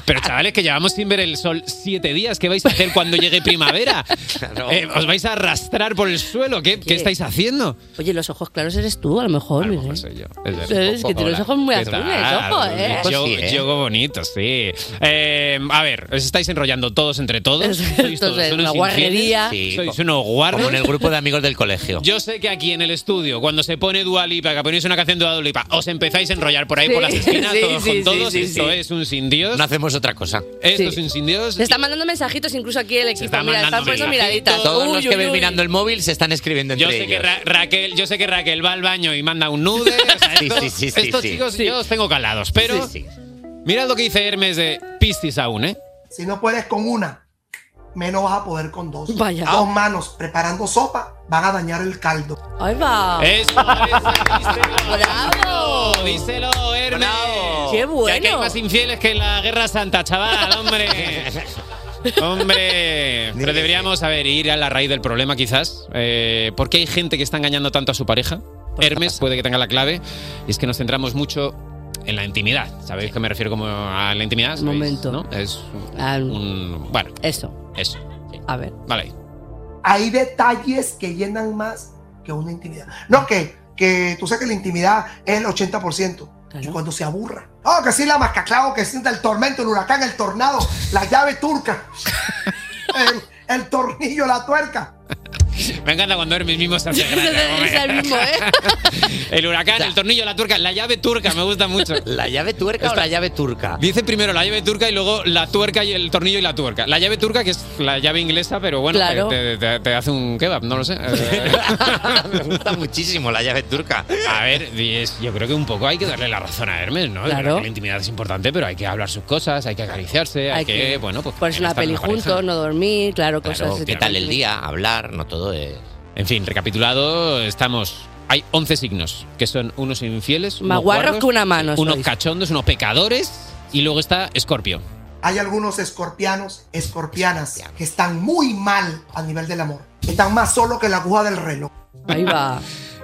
Speaker 10: Pero chavales, que llevamos sin ver el sol siete días. ¿Qué vais a hacer cuando llegue primavera? Eh, ¿Os vais a arrastrar por el suelo? ¿Qué, qué estáis haciendo?
Speaker 4: Oye, los ojos claros eres tú, a lo mejor. Miguel.
Speaker 10: Es verdad.
Speaker 4: Es que tiene los
Speaker 10: Hola.
Speaker 4: ojos muy
Speaker 10: ¿Qué
Speaker 4: azules,
Speaker 10: tal?
Speaker 4: ojo, ¿eh?
Speaker 10: Yo,
Speaker 3: Pues
Speaker 4: Sí, ¿eh?
Speaker 10: yo bonito, sí. Eh, a ver, os estáis enrollando todos entre todos. Sois todos
Speaker 4: Entonces,
Speaker 10: unos
Speaker 4: una guarrería.
Speaker 10: infieles. Sois unos guarros.
Speaker 3: Como en el grupo de amigos del colegio.
Speaker 10: Yo sé que aquí en el estudio, cuando se pone Dualipa, que ponéis una canción de Dualipa, os empezáis a enrollar por ahí
Speaker 4: Sí,
Speaker 10: por las esquinas,
Speaker 4: sí,
Speaker 10: todos
Speaker 4: sí,
Speaker 10: con
Speaker 4: sí,
Speaker 10: todos.
Speaker 4: sí,
Speaker 10: Esto
Speaker 4: sí.
Speaker 10: es un sin Dios.
Speaker 3: No hacemos otra cosa.
Speaker 10: Esto
Speaker 4: Sí.
Speaker 10: es un sin Dios.
Speaker 4: Se están mandando mensajitos incluso aquí el equipo.
Speaker 10: está
Speaker 4: Mira, están
Speaker 10: mandando
Speaker 4: poniendo
Speaker 10: mensajitos.
Speaker 4: miraditas.
Speaker 3: Todos
Speaker 4: Uy,
Speaker 3: los
Speaker 4: uy,
Speaker 3: que ven
Speaker 4: uy.
Speaker 3: mirando el móvil se están escribiendo entre
Speaker 10: Yo sé, que
Speaker 3: ellos.
Speaker 10: Ra- Raquel, yo sé que Raquel va al baño y manda un nude. o sea,
Speaker 3: Sí,
Speaker 10: esto-
Speaker 3: sí, sí, sí,
Speaker 10: estos
Speaker 3: sí.
Speaker 10: chicos yo los tengo calados, pero mirad lo que dice Hermes de Piscis aún, ¿eh?
Speaker 15: Si no puedes con una, menos vas a poder con dos.
Speaker 4: Vaya.
Speaker 15: Dos manos preparando sopa van a dañar el caldo.
Speaker 4: Ahí va.
Speaker 10: Eso,
Speaker 4: Ah. ¡Bravo!
Speaker 10: Oh, Díselo, Hermes.
Speaker 4: ¡Qué
Speaker 10: Que aquí hay
Speaker 4: bueno!
Speaker 10: más infieles que en la Guerra Santa, chaval, hombre. Hombre, pero deberíamos, a ver, ir a la raíz del problema quizás. Eh, ¿Por qué hay gente que está engañando tanto a su pareja? Hermes puede que tenga la clave. Y es que nos centramos mucho en la intimidad. ¿Sabéis que me refiero como a la intimidad? Un momento. ¿no? Es un, un- Bueno.
Speaker 4: Eso.
Speaker 10: Eso.
Speaker 4: A ver.
Speaker 10: Vale.
Speaker 15: Hay detalles que llenan más que una intimidad. No, que, que tú sabes que la intimidad es el 80%. Y cuando se aburra. Oh, que sí, la mascaclavo, que sienta el tormento, el huracán, el tornado, la llave turca, el, el tornillo, la tuerca.
Speaker 10: Me encanta cuando Hermes mismo se hace grande, hombre.
Speaker 15: el mismo, ¿eh?
Speaker 10: El huracán, el tornillo, la turca, la llave turca, me gusta mucho.
Speaker 3: ¿La llave tuerca o la llave turca?
Speaker 10: Dice primero la llave turca y luego la tuerca y el tornillo y la tuerca. La llave turca, que es la llave inglesa, pero bueno, te-
Speaker 3: Claro.
Speaker 10: te, te- te hace un kebab, no lo sé.
Speaker 3: Me gusta muchísimo la llave turca.
Speaker 10: A ver, y es- yo creo que un poco hay que darle la razón a Hermes, ¿no? Es
Speaker 4: Claro.
Speaker 10: verdad que La intimidad es importante, pero hay que hablar sus cosas, hay que acariciarse, hay,
Speaker 4: Hay
Speaker 10: que,
Speaker 4: que
Speaker 10: bueno, pues...
Speaker 4: Pues una
Speaker 10: estar en
Speaker 4: peli
Speaker 10: pareja.
Speaker 4: juntos, no dormir, claro, cosas de
Speaker 10: ¿qué
Speaker 4: ese
Speaker 10: tal
Speaker 4: tipo.
Speaker 10: el día?
Speaker 3: Hablar, no todo es...
Speaker 10: En fin, recapitulado, estamos... Hay 11 signos, que son unos infieles, unos
Speaker 4: Maguarros
Speaker 10: guarros,
Speaker 4: que una mano
Speaker 10: unos
Speaker 4: sois.
Speaker 10: cachondos, unos pecadores, y luego está Escorpio.
Speaker 15: Hay algunos escorpianos, escorpianas, que están muy mal a nivel del amor. Están más solos que la aguja del reloj.
Speaker 4: Ahí va.
Speaker 3: Ah.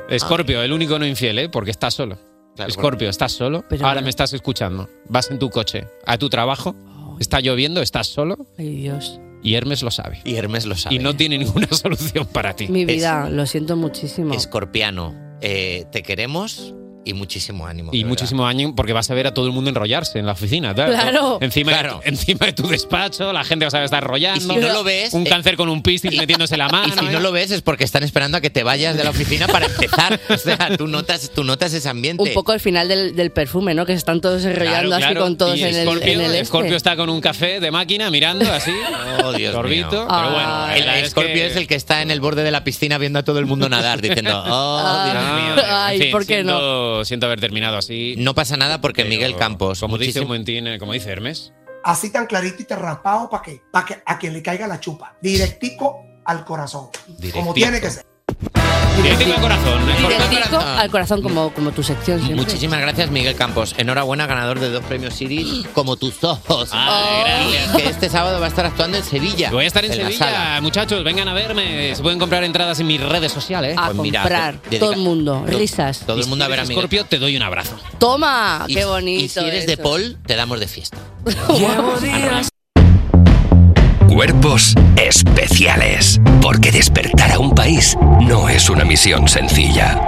Speaker 10: Escorpio, el único no infiel, ¿eh? Porque estás solo. Escorpio, estás solo. Ahora me estás escuchando. Vas en tu coche, a tu trabajo, está lloviendo, estás solo.
Speaker 4: Ay, Dios.
Speaker 10: Y Hermes lo sabe.
Speaker 3: Y Hermes lo sabe.
Speaker 10: Y no tiene ninguna solución para ti.
Speaker 4: Mi vida, lo siento muchísimo.
Speaker 3: Escorpiano, eh, te queremos y muchísimo ánimo.
Speaker 10: Y muchísimo año porque vas a ver a todo el mundo enrollarse en la oficina. tal.
Speaker 3: Claro.
Speaker 10: Encima,
Speaker 3: Claro.
Speaker 10: De, encima de tu despacho, la gente va a saber estar enrollando.
Speaker 3: Y si no lo ves,
Speaker 10: Un
Speaker 3: eh,
Speaker 10: cáncer con un piscis metiéndose la mano.
Speaker 3: Y si no
Speaker 10: ¿eh?
Speaker 3: lo ves es porque están esperando a que te vayas de la oficina para empezar. O sea, tú notas, tú notas ese ambiente.
Speaker 4: Un poco el final del, del perfume, ¿no? Que se están todos enrollando
Speaker 10: Claro,
Speaker 4: así
Speaker 10: claro.
Speaker 4: con todos
Speaker 10: Y
Speaker 4: en el,
Speaker 10: Scorpio,
Speaker 4: en el este.
Speaker 10: Scorpio está con un café de máquina mirando así.
Speaker 3: Oh, Dios
Speaker 10: Sorbito,
Speaker 3: mío.
Speaker 10: pero bueno, Ah, la verdad
Speaker 3: el
Speaker 10: es
Speaker 3: escorpio
Speaker 10: que-
Speaker 3: es, el que está en el borde de la piscina viendo a todo el mundo nadar, diciendo, oh, Dios
Speaker 10: Ah,
Speaker 3: mío.
Speaker 10: en fin, siento, no? Siento haber terminado así.
Speaker 3: No pasa nada porque Miguel Campos.
Speaker 10: Como dice,
Speaker 3: muchísimo-
Speaker 10: un momentín, eh, como dice Hermes.
Speaker 15: Así tan clarito y te raspado para que, para que a quien le caiga la chupa. Directico al corazón. Como tiene que ser.
Speaker 10: Directico al corazón.
Speaker 4: Y del disco al corazón como, como tu sección siempre.
Speaker 3: ¿eh? Muchísimas gracias, Miguel Campos. Enhorabuena, ganador de dos premios Iris, como tus ojos. Que este sábado va a estar actuando en Sevilla.
Speaker 10: Ah, Voy a estar en,
Speaker 3: la
Speaker 10: Sevilla,
Speaker 3: sala.
Speaker 10: muchachos, vengan a verme. Se pueden comprar entradas en mis redes sociales.
Speaker 4: A
Speaker 10: Pues mira,
Speaker 4: comprar.
Speaker 10: dedica-
Speaker 4: todo el mundo. Risas.
Speaker 3: Todo el mundo a ver a Miguel.
Speaker 10: Scorpio, te doy un abrazo.
Speaker 4: Toma,
Speaker 3: Y-
Speaker 4: qué bonito.
Speaker 3: Y si eres de
Speaker 4: eso.
Speaker 3: Paul, te damos de fiesta.
Speaker 1: Cuerpos especiales. Porque despertar a un país no es una misión sencilla.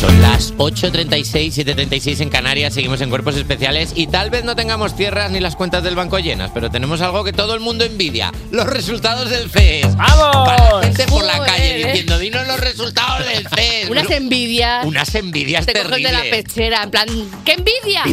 Speaker 3: Son las 8.36, 7.36 en Canarias, seguimos en cuerpos especiales y tal vez no tengamos tierras ni las cuentas del banco llenas, pero tenemos algo que todo el mundo envidia, los resultados del CES. ¡Vamos! Para la gente por la calle
Speaker 4: ¿eh?
Speaker 3: diciendo, dinos los resultados del CES.
Speaker 4: Unas
Speaker 3: Bru-
Speaker 4: envidias.
Speaker 3: unas envidias
Speaker 4: te coges de
Speaker 3: terribles.
Speaker 4: la pechera, en plan, ¡qué envidia!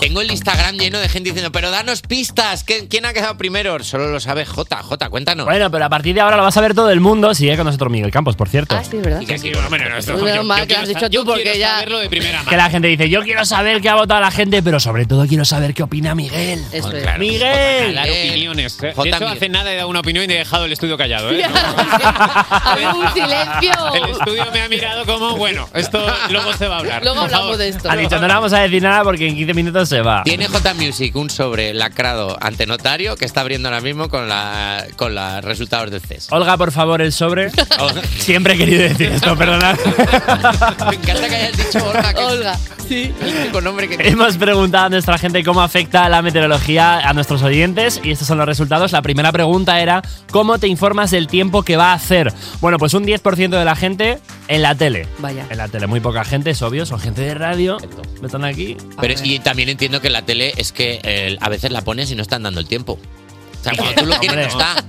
Speaker 3: Tengo el Instagram lleno de gente diciendo, pero danos pistas, ¿qué- ¿quién ha quedado primero? Solo lo sabe J, J, cuéntanos.
Speaker 5: Bueno, pero a partir de ahora lo vas a ver todo el mundo. Sigue con nosotros Miguel Campos, por cierto.
Speaker 4: Ah, Sí, ¿verdad?
Speaker 3: Que
Speaker 10: sí, bueno, bueno, esto-
Speaker 4: Menos
Speaker 10: yo-
Speaker 4: mal Ah, que
Speaker 10: yo
Speaker 4: lo
Speaker 10: quiero
Speaker 4: has dicho
Speaker 10: sa-
Speaker 4: tú,
Speaker 10: yo
Speaker 4: porque
Speaker 10: quiero
Speaker 4: ya-
Speaker 10: saberlo de primera
Speaker 5: Que la gente dice, yo quiero saber qué ha votado la gente, pero sobre todo quiero saber qué opina Miguel.
Speaker 4: Eso
Speaker 10: Pues
Speaker 4: es.
Speaker 10: claro,
Speaker 5: Miguel.
Speaker 10: Jota, dar opiniones. eh.
Speaker 5: Jota,
Speaker 10: de hecho,
Speaker 5: Miguel.
Speaker 10: hace nada he dado una opinión y he dejado el estudio callado. ¿eh?
Speaker 4: Había un silencio.
Speaker 10: El estudio me ha mirado como, bueno, esto luego se va a hablar.
Speaker 4: Luego
Speaker 10: Por favor.
Speaker 4: hablamos de esto.
Speaker 5: Ha dicho, no le vamos a decir nada porque en 15 minutos se va.
Speaker 3: Tiene J Music un sobre lacrado ante notario que está abriendo ahora mismo con la con los resultados del E CES.
Speaker 5: Olga, por favor, el sobre. Siempre he querido decir esto, perdonad.
Speaker 3: Me encanta que hayas dicho Olga. Olga, sí. El único nombre
Speaker 10: Em,
Speaker 3: que
Speaker 5: Hemos preguntado a nuestra gente cómo afecta la meteorología a nuestros oyentes y estos son los resultados. La primera pregunta era, ¿cómo te informas del tiempo que va a hacer? Bueno, pues un 10% de la gente en la tele.
Speaker 4: Vaya.
Speaker 5: En la tele, muy poca gente, es obvio, son gente de radio. Están aquí.
Speaker 3: Pero y también entiendo que la tele es que eh, a veces la pones y no están dando el tiempo. O sea, cuando tú lo quieres no está.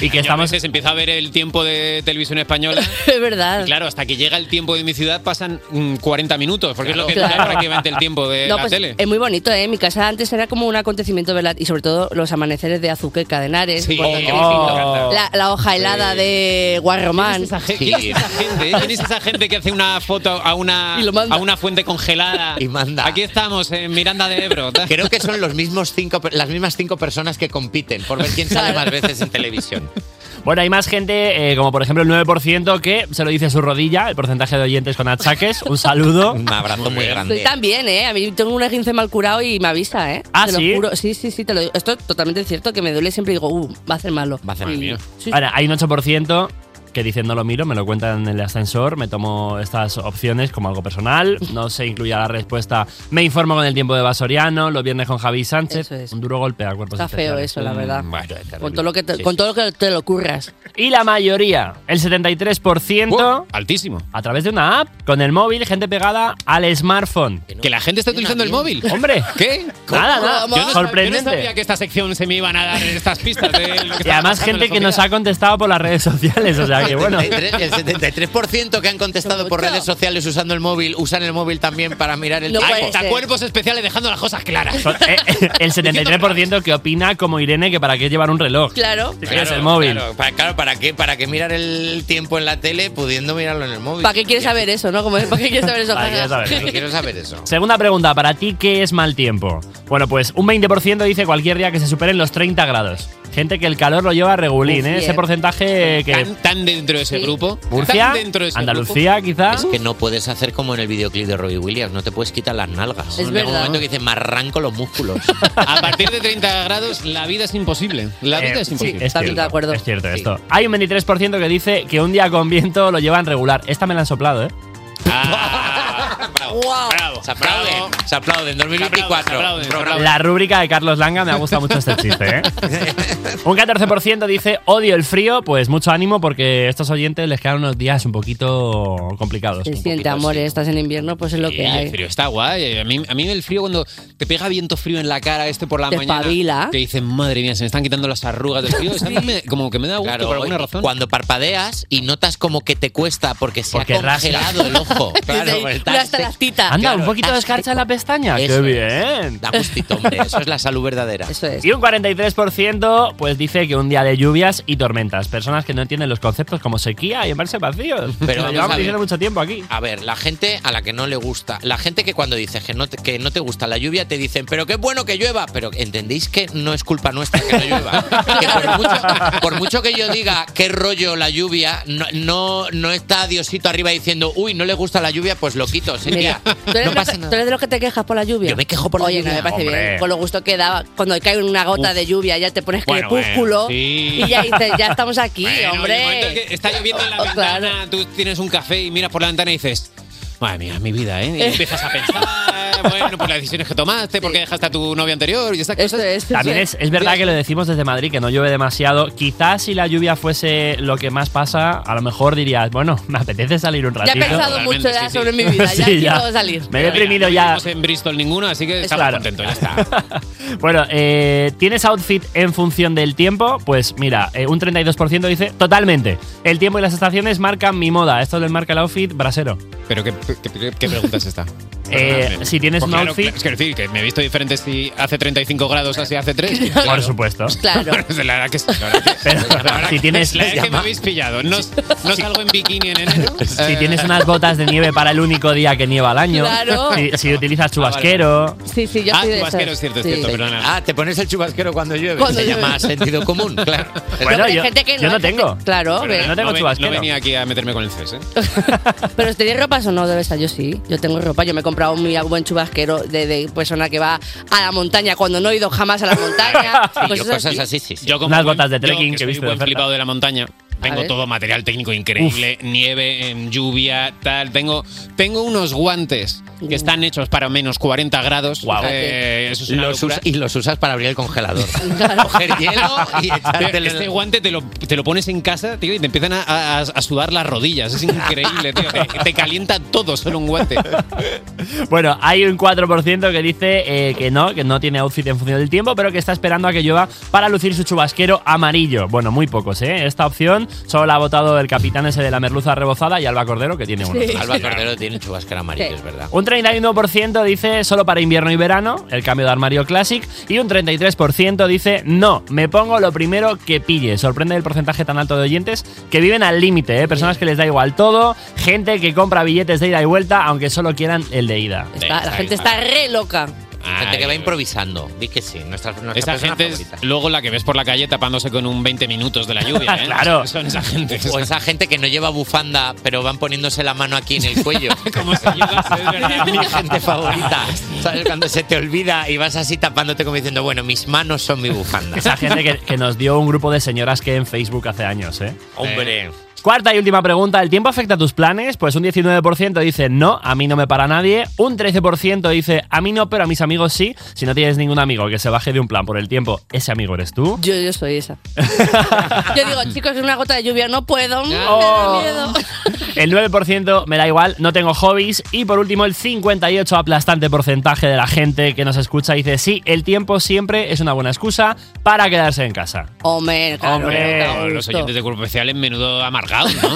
Speaker 5: Y que
Speaker 10: estamos. Se empieza a ver el tiempo de televisión española.
Speaker 4: Es verdad.
Speaker 10: Y claro, hasta que llega el tiempo de mi ciudad pasan mm, 40 minutos, porque es lo que
Speaker 4: Claro.
Speaker 10: dura prácticamente el tiempo de
Speaker 4: No,
Speaker 10: Eh, la
Speaker 4: pues
Speaker 10: tele.
Speaker 4: es muy bonito, ¿eh? Mi casa antes era como un acontecimiento, ¿verdad? Y sobre todo los amaneceres de Azuqueca de Henares.
Speaker 10: Sí.
Speaker 4: cuando-
Speaker 10: Oh.
Speaker 4: la, la hoja helada de Guarromán.
Speaker 10: ¿Quién es esa gente? eh? ¿Quién es esa gente que hace una foto a una, a una fuente congelada?
Speaker 3: Y manda.
Speaker 10: Aquí estamos, en Miranda de Ebro.
Speaker 3: Creo que son los mismos cinco, las mismas cinco personas que compiten. Paddington, por ver quién sale más veces en televisión.
Speaker 5: Bueno, hay más gente, eh, como por ejemplo el 9%, que se lo dice a su rodilla, el porcentaje de oyentes con achaques. Un saludo.
Speaker 3: Un abrazo muy
Speaker 4: Estoy tan bien, ¿eh? A mí tengo un esguince mal curado y me avisa, ¿eh?
Speaker 5: ¿Ah,
Speaker 4: te
Speaker 5: sí?
Speaker 4: Lo juro. Sí, sí, sí, te lo digo. Esto es totalmente cierto, que me duele siempre y digo, uh, va a ser malo. Va a ser malo.
Speaker 5: Ahora, hay un 8% que dicen no lo miro, me lo cuentan en el ascensor, me tomo estas opciones como algo personal, no se incluía la respuesta, me informo con el tiempo de Basoriano, los viernes con Javi Sánchez, un duro golpe a cuerpos
Speaker 4: Está feo
Speaker 5: especiales.
Speaker 4: eso, la
Speaker 5: Mm,
Speaker 4: verdad.
Speaker 5: bueno, es terrible.
Speaker 4: Con todo lo que te,
Speaker 5: Sí,
Speaker 4: con
Speaker 5: sí.
Speaker 4: todo lo que te lo curras.
Speaker 5: Y la mayoría, el 73%, altísimo, a través de una app, con el móvil, gente pegada al smartphone.
Speaker 10: Que la gente está utilizando el móvil.
Speaker 5: Hombre,
Speaker 10: ¿qué?
Speaker 5: Nada, nada.
Speaker 10: Yo no, sab-
Speaker 5: Sorprendente.
Speaker 10: yo no sabía que esta sección se me iban a dar estas pistas. De lo que
Speaker 5: y además gente que nos ha contestado por las redes sociales, o sea que bueno.
Speaker 3: El 73%, el 73% que han contestado por redes sociales usando el móvil, usan el móvil también para mirar el
Speaker 10: No
Speaker 3: tiempo.
Speaker 10: puede Hasta ser. cuerpos especiales dejando las cosas claras.
Speaker 5: Son- eh, eh, el 73% que opina como Irene que para qué llevar un reloj.
Speaker 4: Claro.
Speaker 5: Si quieres el móvil.
Speaker 3: Claro, pa- claro, ¿para qué? ¿Para qué mirar el tiempo en la tele pudiendo mirarlo en el móvil?
Speaker 4: ¿Para qué quieres saber eso, no? Como, ¿Para qué quieres saber eso?
Speaker 5: ¿Para qué quieres saber eso?
Speaker 3: Quiero saber eso.
Speaker 5: Segunda pregunta, ¿para ti qué es mal tiempo? Bueno, pues un 20% dice cualquier día que se superen los 30 grados. Gente que el calor lo lleva regulín,
Speaker 10: Uf,
Speaker 5: ¿eh?
Speaker 10: bien.
Speaker 5: ese porcentaje que...
Speaker 10: Tan, tan dentro de ese grupo.
Speaker 5: Murcia,
Speaker 10: Tan dentro de ese
Speaker 5: Andalucía, quizás.
Speaker 3: Es que no puedes hacer como en el videoclip de Robbie Williams, no te puedes quitar las nalgas.
Speaker 10: Es
Speaker 3: Llega
Speaker 10: verdad.
Speaker 3: un momento que dices, me arranco los músculos.
Speaker 10: grupo. A partir de 30 grados, la vida es imposible. La vida
Speaker 5: Eh,
Speaker 10: es imposible.
Speaker 5: cierto, Es cierto esto. Hay un 23% que dice que un día con viento lo llevan regular. Esta me la han soplado, ¿eh?
Speaker 3: bravo, bravo, Ah. se aplauden, se aplauden. 2024. programa.
Speaker 5: La rúbrica de Carlos Langa me ha gustado mucho este chiste, ¿eh? Un 14% dice odio el frío, pues mucho ánimo porque estos oyentes les quedan unos días un poquito complicados.
Speaker 4: Se siente amor, estás en invierno, pues es lo
Speaker 10: Sí,
Speaker 4: que
Speaker 10: el
Speaker 4: hay.
Speaker 10: frío está guay. A mí, a mí el frío cuando te pega viento frío en la cara este por la
Speaker 4: Te
Speaker 10: mañana.
Speaker 4: espabila.
Speaker 10: Que dices, madre mía, se me están quitando las arrugas del frío. Esta me- como que me da gusto
Speaker 3: Claro,
Speaker 10: por alguna
Speaker 3: oye,
Speaker 10: razón.
Speaker 3: Cuando parpadeas y notas como que te cuesta porque se
Speaker 10: Porque
Speaker 3: ha
Speaker 10: rasca.
Speaker 3: congelado el ojo. Claro,
Speaker 10: Sí,
Speaker 3: pues estás
Speaker 4: Unas talastitas.
Speaker 5: Anda, un poquito de escarcha en la pestaña.
Speaker 3: Eso
Speaker 5: ¡Qué bien!
Speaker 3: Da gustito, hombre. Eso es la salud verdadera.
Speaker 4: Eso es.
Speaker 5: Y un 43% pues dice que un día de lluvias y tormentas. Personas que no entienden los conceptos como sequía y embalse vacíos.
Speaker 3: Pero
Speaker 5: Lo
Speaker 3: vamos
Speaker 5: llevamos
Speaker 3: a ver.
Speaker 5: diciendo mucho tiempo aquí.
Speaker 3: A ver, la gente a la que no le gusta, la gente que cuando dices que no te, que no te gusta la lluvia te dicen, pero qué bueno que llueva, pero entendéis que no es culpa nuestra que no llueva. Que por, mucho, por mucho que yo diga qué rollo la lluvia, no, no, no está Diosito arriba diciendo, uy, no le gusta la lluvia, pues lo quito. Sería,
Speaker 4: Mira, ¿tú eres, de, los que- tú eres de los que te quejas por la lluvia?
Speaker 3: Yo me quejo por la
Speaker 4: Oye,
Speaker 3: lluvia.
Speaker 4: no me parece
Speaker 3: Hombre.
Speaker 4: bien. Con lo gusto que da, cuando cae una gota
Speaker 3: Uf.
Speaker 4: de lluvia, ya te pones
Speaker 10: Bueno,
Speaker 4: crepúsculo
Speaker 10: bueno, sí.
Speaker 4: y ya dices, ya estamos aquí,
Speaker 10: El momento
Speaker 4: hombre.
Speaker 10: que está lloviendo en la ventana, tú tienes un café y miras por la ventana y dices, madre mía, mi vida, ¿eh? Y empiezas a pensar, bueno, por las decisiones que tomaste, porque dejaste a tu novia anterior y esas cosas.
Speaker 5: También es, es verdad que lo decimos desde Madrid, que no llueve demasiado. Quizás si la lluvia fuese lo que más pasa, a lo mejor dirías, bueno, me apetece salir un
Speaker 4: Ya
Speaker 5: ratito.
Speaker 4: he pensado mucho ya sobre mi vida, ya
Speaker 5: Sí,
Speaker 4: quiero
Speaker 5: ya.
Speaker 4: salir.
Speaker 5: Me he
Speaker 10: Mira,
Speaker 5: deprimido
Speaker 10: no
Speaker 5: ya.
Speaker 10: vivimos en Bristol ninguno, así que estamos
Speaker 5: claro.
Speaker 10: contentos, ya está.
Speaker 5: Bueno, eh, ¿tienes outfit en función del tiempo? Pues mira, eh, un 32% dice totalmente. El tiempo y las estaciones marcan mi moda. Esto les marca el outfit brasero.
Speaker 10: Pero qué, qué- qué- qué pregunta es esta.
Speaker 5: Eh,
Speaker 10: Perdonadme.
Speaker 5: si tienes
Speaker 10: Pues
Speaker 5: un
Speaker 10: claro,
Speaker 5: outfit-
Speaker 10: claro, Es que decir, que me he visto diferente si hace 35 grados así hace 3.
Speaker 5: Por supuesto.
Speaker 4: Claro.
Speaker 10: la verdad que sí. La verdad que sí.
Speaker 5: Pero
Speaker 10: La verdad
Speaker 5: si
Speaker 10: que-
Speaker 5: tienes-
Speaker 10: la verdad que me
Speaker 5: llama-
Speaker 10: habéis pillado. No, no salgo en bikini en enero.
Speaker 5: Si
Speaker 10: Eh,
Speaker 5: tienes unas botas de nieve para el único día que nieva al año.
Speaker 4: Claro.
Speaker 5: Si,
Speaker 10: Ah,
Speaker 5: si utilizas chubasquero.
Speaker 4: Sí, sí,
Speaker 5: Ah,
Speaker 4: yo soy de esas. Sí.
Speaker 3: Ah, te pones el chubasquero cuando llueve.
Speaker 4: Cuando
Speaker 3: Se
Speaker 4: llueve.
Speaker 3: llama sentido común, claro.
Speaker 4: Bueno, Pero hay yo- gente que no, yo no hay gente- tengo. claro,
Speaker 10: Pero
Speaker 4: ve.
Speaker 10: no tengo
Speaker 4: No ven-
Speaker 10: chubasquero.
Speaker 4: no
Speaker 10: No
Speaker 4: venía
Speaker 10: venía aquí a meterme con el CES, ¿eh?
Speaker 4: Pero ¿tenéis ropas o no? Debe estar, yo sí. Yo tengo ropa. Yo me he comprado mi buen chubasquero de, de persona que va a la montaña cuando no he ido jamás a la montaña. Pues eso-
Speaker 3: así, sí.
Speaker 10: Yo como
Speaker 5: Unas
Speaker 10: buen-
Speaker 5: botas de
Speaker 10: yo,
Speaker 5: trekking que
Speaker 10: soy
Speaker 5: viste de
Speaker 10: buen
Speaker 5: oferta.
Speaker 10: flipado de la montaña. Tengo
Speaker 5: ver.
Speaker 10: todo material técnico increíble, nieve, em, lluvia, tal. Tengo, tengo unos guantes que están hechos para menos 40 grados. Eh, eso es una
Speaker 3: Los
Speaker 10: locura.
Speaker 3: us- y los usas para abrir el congelador.
Speaker 10: Coger hielo
Speaker 3: y echártelo en
Speaker 10: Este
Speaker 3: el-
Speaker 10: guante te lo, te lo pones en casa, tío, y te empiezan a, a- a sudar las rodillas. Es increíble, tío. Te, te calienta todo solo un guante.
Speaker 5: Bueno, hay un 4% que dice eh, que no, que no tiene outfit en función del tiempo, pero que está esperando a que llueva para lucir su chubasquero amarillo. Bueno, muy pocos, ¿eh? Esta opción solo la ha votado el capitán ese de la merluza rebozada y Alba Cordero, que tiene uno.
Speaker 3: Alba Cordero tiene chubasquero amarillo, es verdad.
Speaker 5: Un 31% dice solo para invierno y verano, el cambio de armario Classic, y un 33% dice no, me pongo lo primero que pille. Sorprende el porcentaje tan alto de oyentes que viven al límite, ¿eh? personas que les da igual todo, gente que compra billetes de ida y vuelta aunque solo quieran el de ida.
Speaker 4: Está- la gente está re loca.
Speaker 3: Gente que va improvisando. Di que sí. Nuestra, nuestra
Speaker 10: Esa
Speaker 3: persona
Speaker 10: gente
Speaker 3: favorita.
Speaker 10: es luego la que ves por la calle tapándose con un 20 minutos de la lluvia. ¿eh?
Speaker 3: Claro.
Speaker 10: Son esa gente.
Speaker 3: O esa gente que no lleva bufanda, pero van poniéndose la mano aquí en el cuello.
Speaker 10: Como si
Speaker 3: Mi gente favorita. ¿Sabes? Cuando se te olvida y vas así tapándote como diciendo, bueno, mis manos son mi bufanda.
Speaker 5: Esa gente que, que nos dio un grupo de señoras que en Facebook hace años, ¿eh?
Speaker 3: Hombre.
Speaker 5: Cuarta y última pregunta, ¿el tiempo afecta a tus planes? Pues un 19% dice no, a mí no me para nadie, un 13% dice a mí no, pero a mis amigos sí. Si no tienes ningún amigo que se baje de un plan por el tiempo, ese amigo eres tú.
Speaker 4: Yo, yo soy esa. Yo digo, chicos, una gota de lluvia no puedo. mm,
Speaker 5: Oh.
Speaker 4: Me da miedo.
Speaker 5: El 9% me da igual, no tengo hobbies. Y por último, el 58 aplastante porcentaje de la gente que nos escucha dice sí, el tiempo siempre es una buena excusa para quedarse en casa.
Speaker 4: Hombre, claro,
Speaker 5: Hombre,
Speaker 4: da
Speaker 10: No, los
Speaker 4: gusto.
Speaker 10: oyentes de Cuerpo Especial en menudo amargados, ¿no?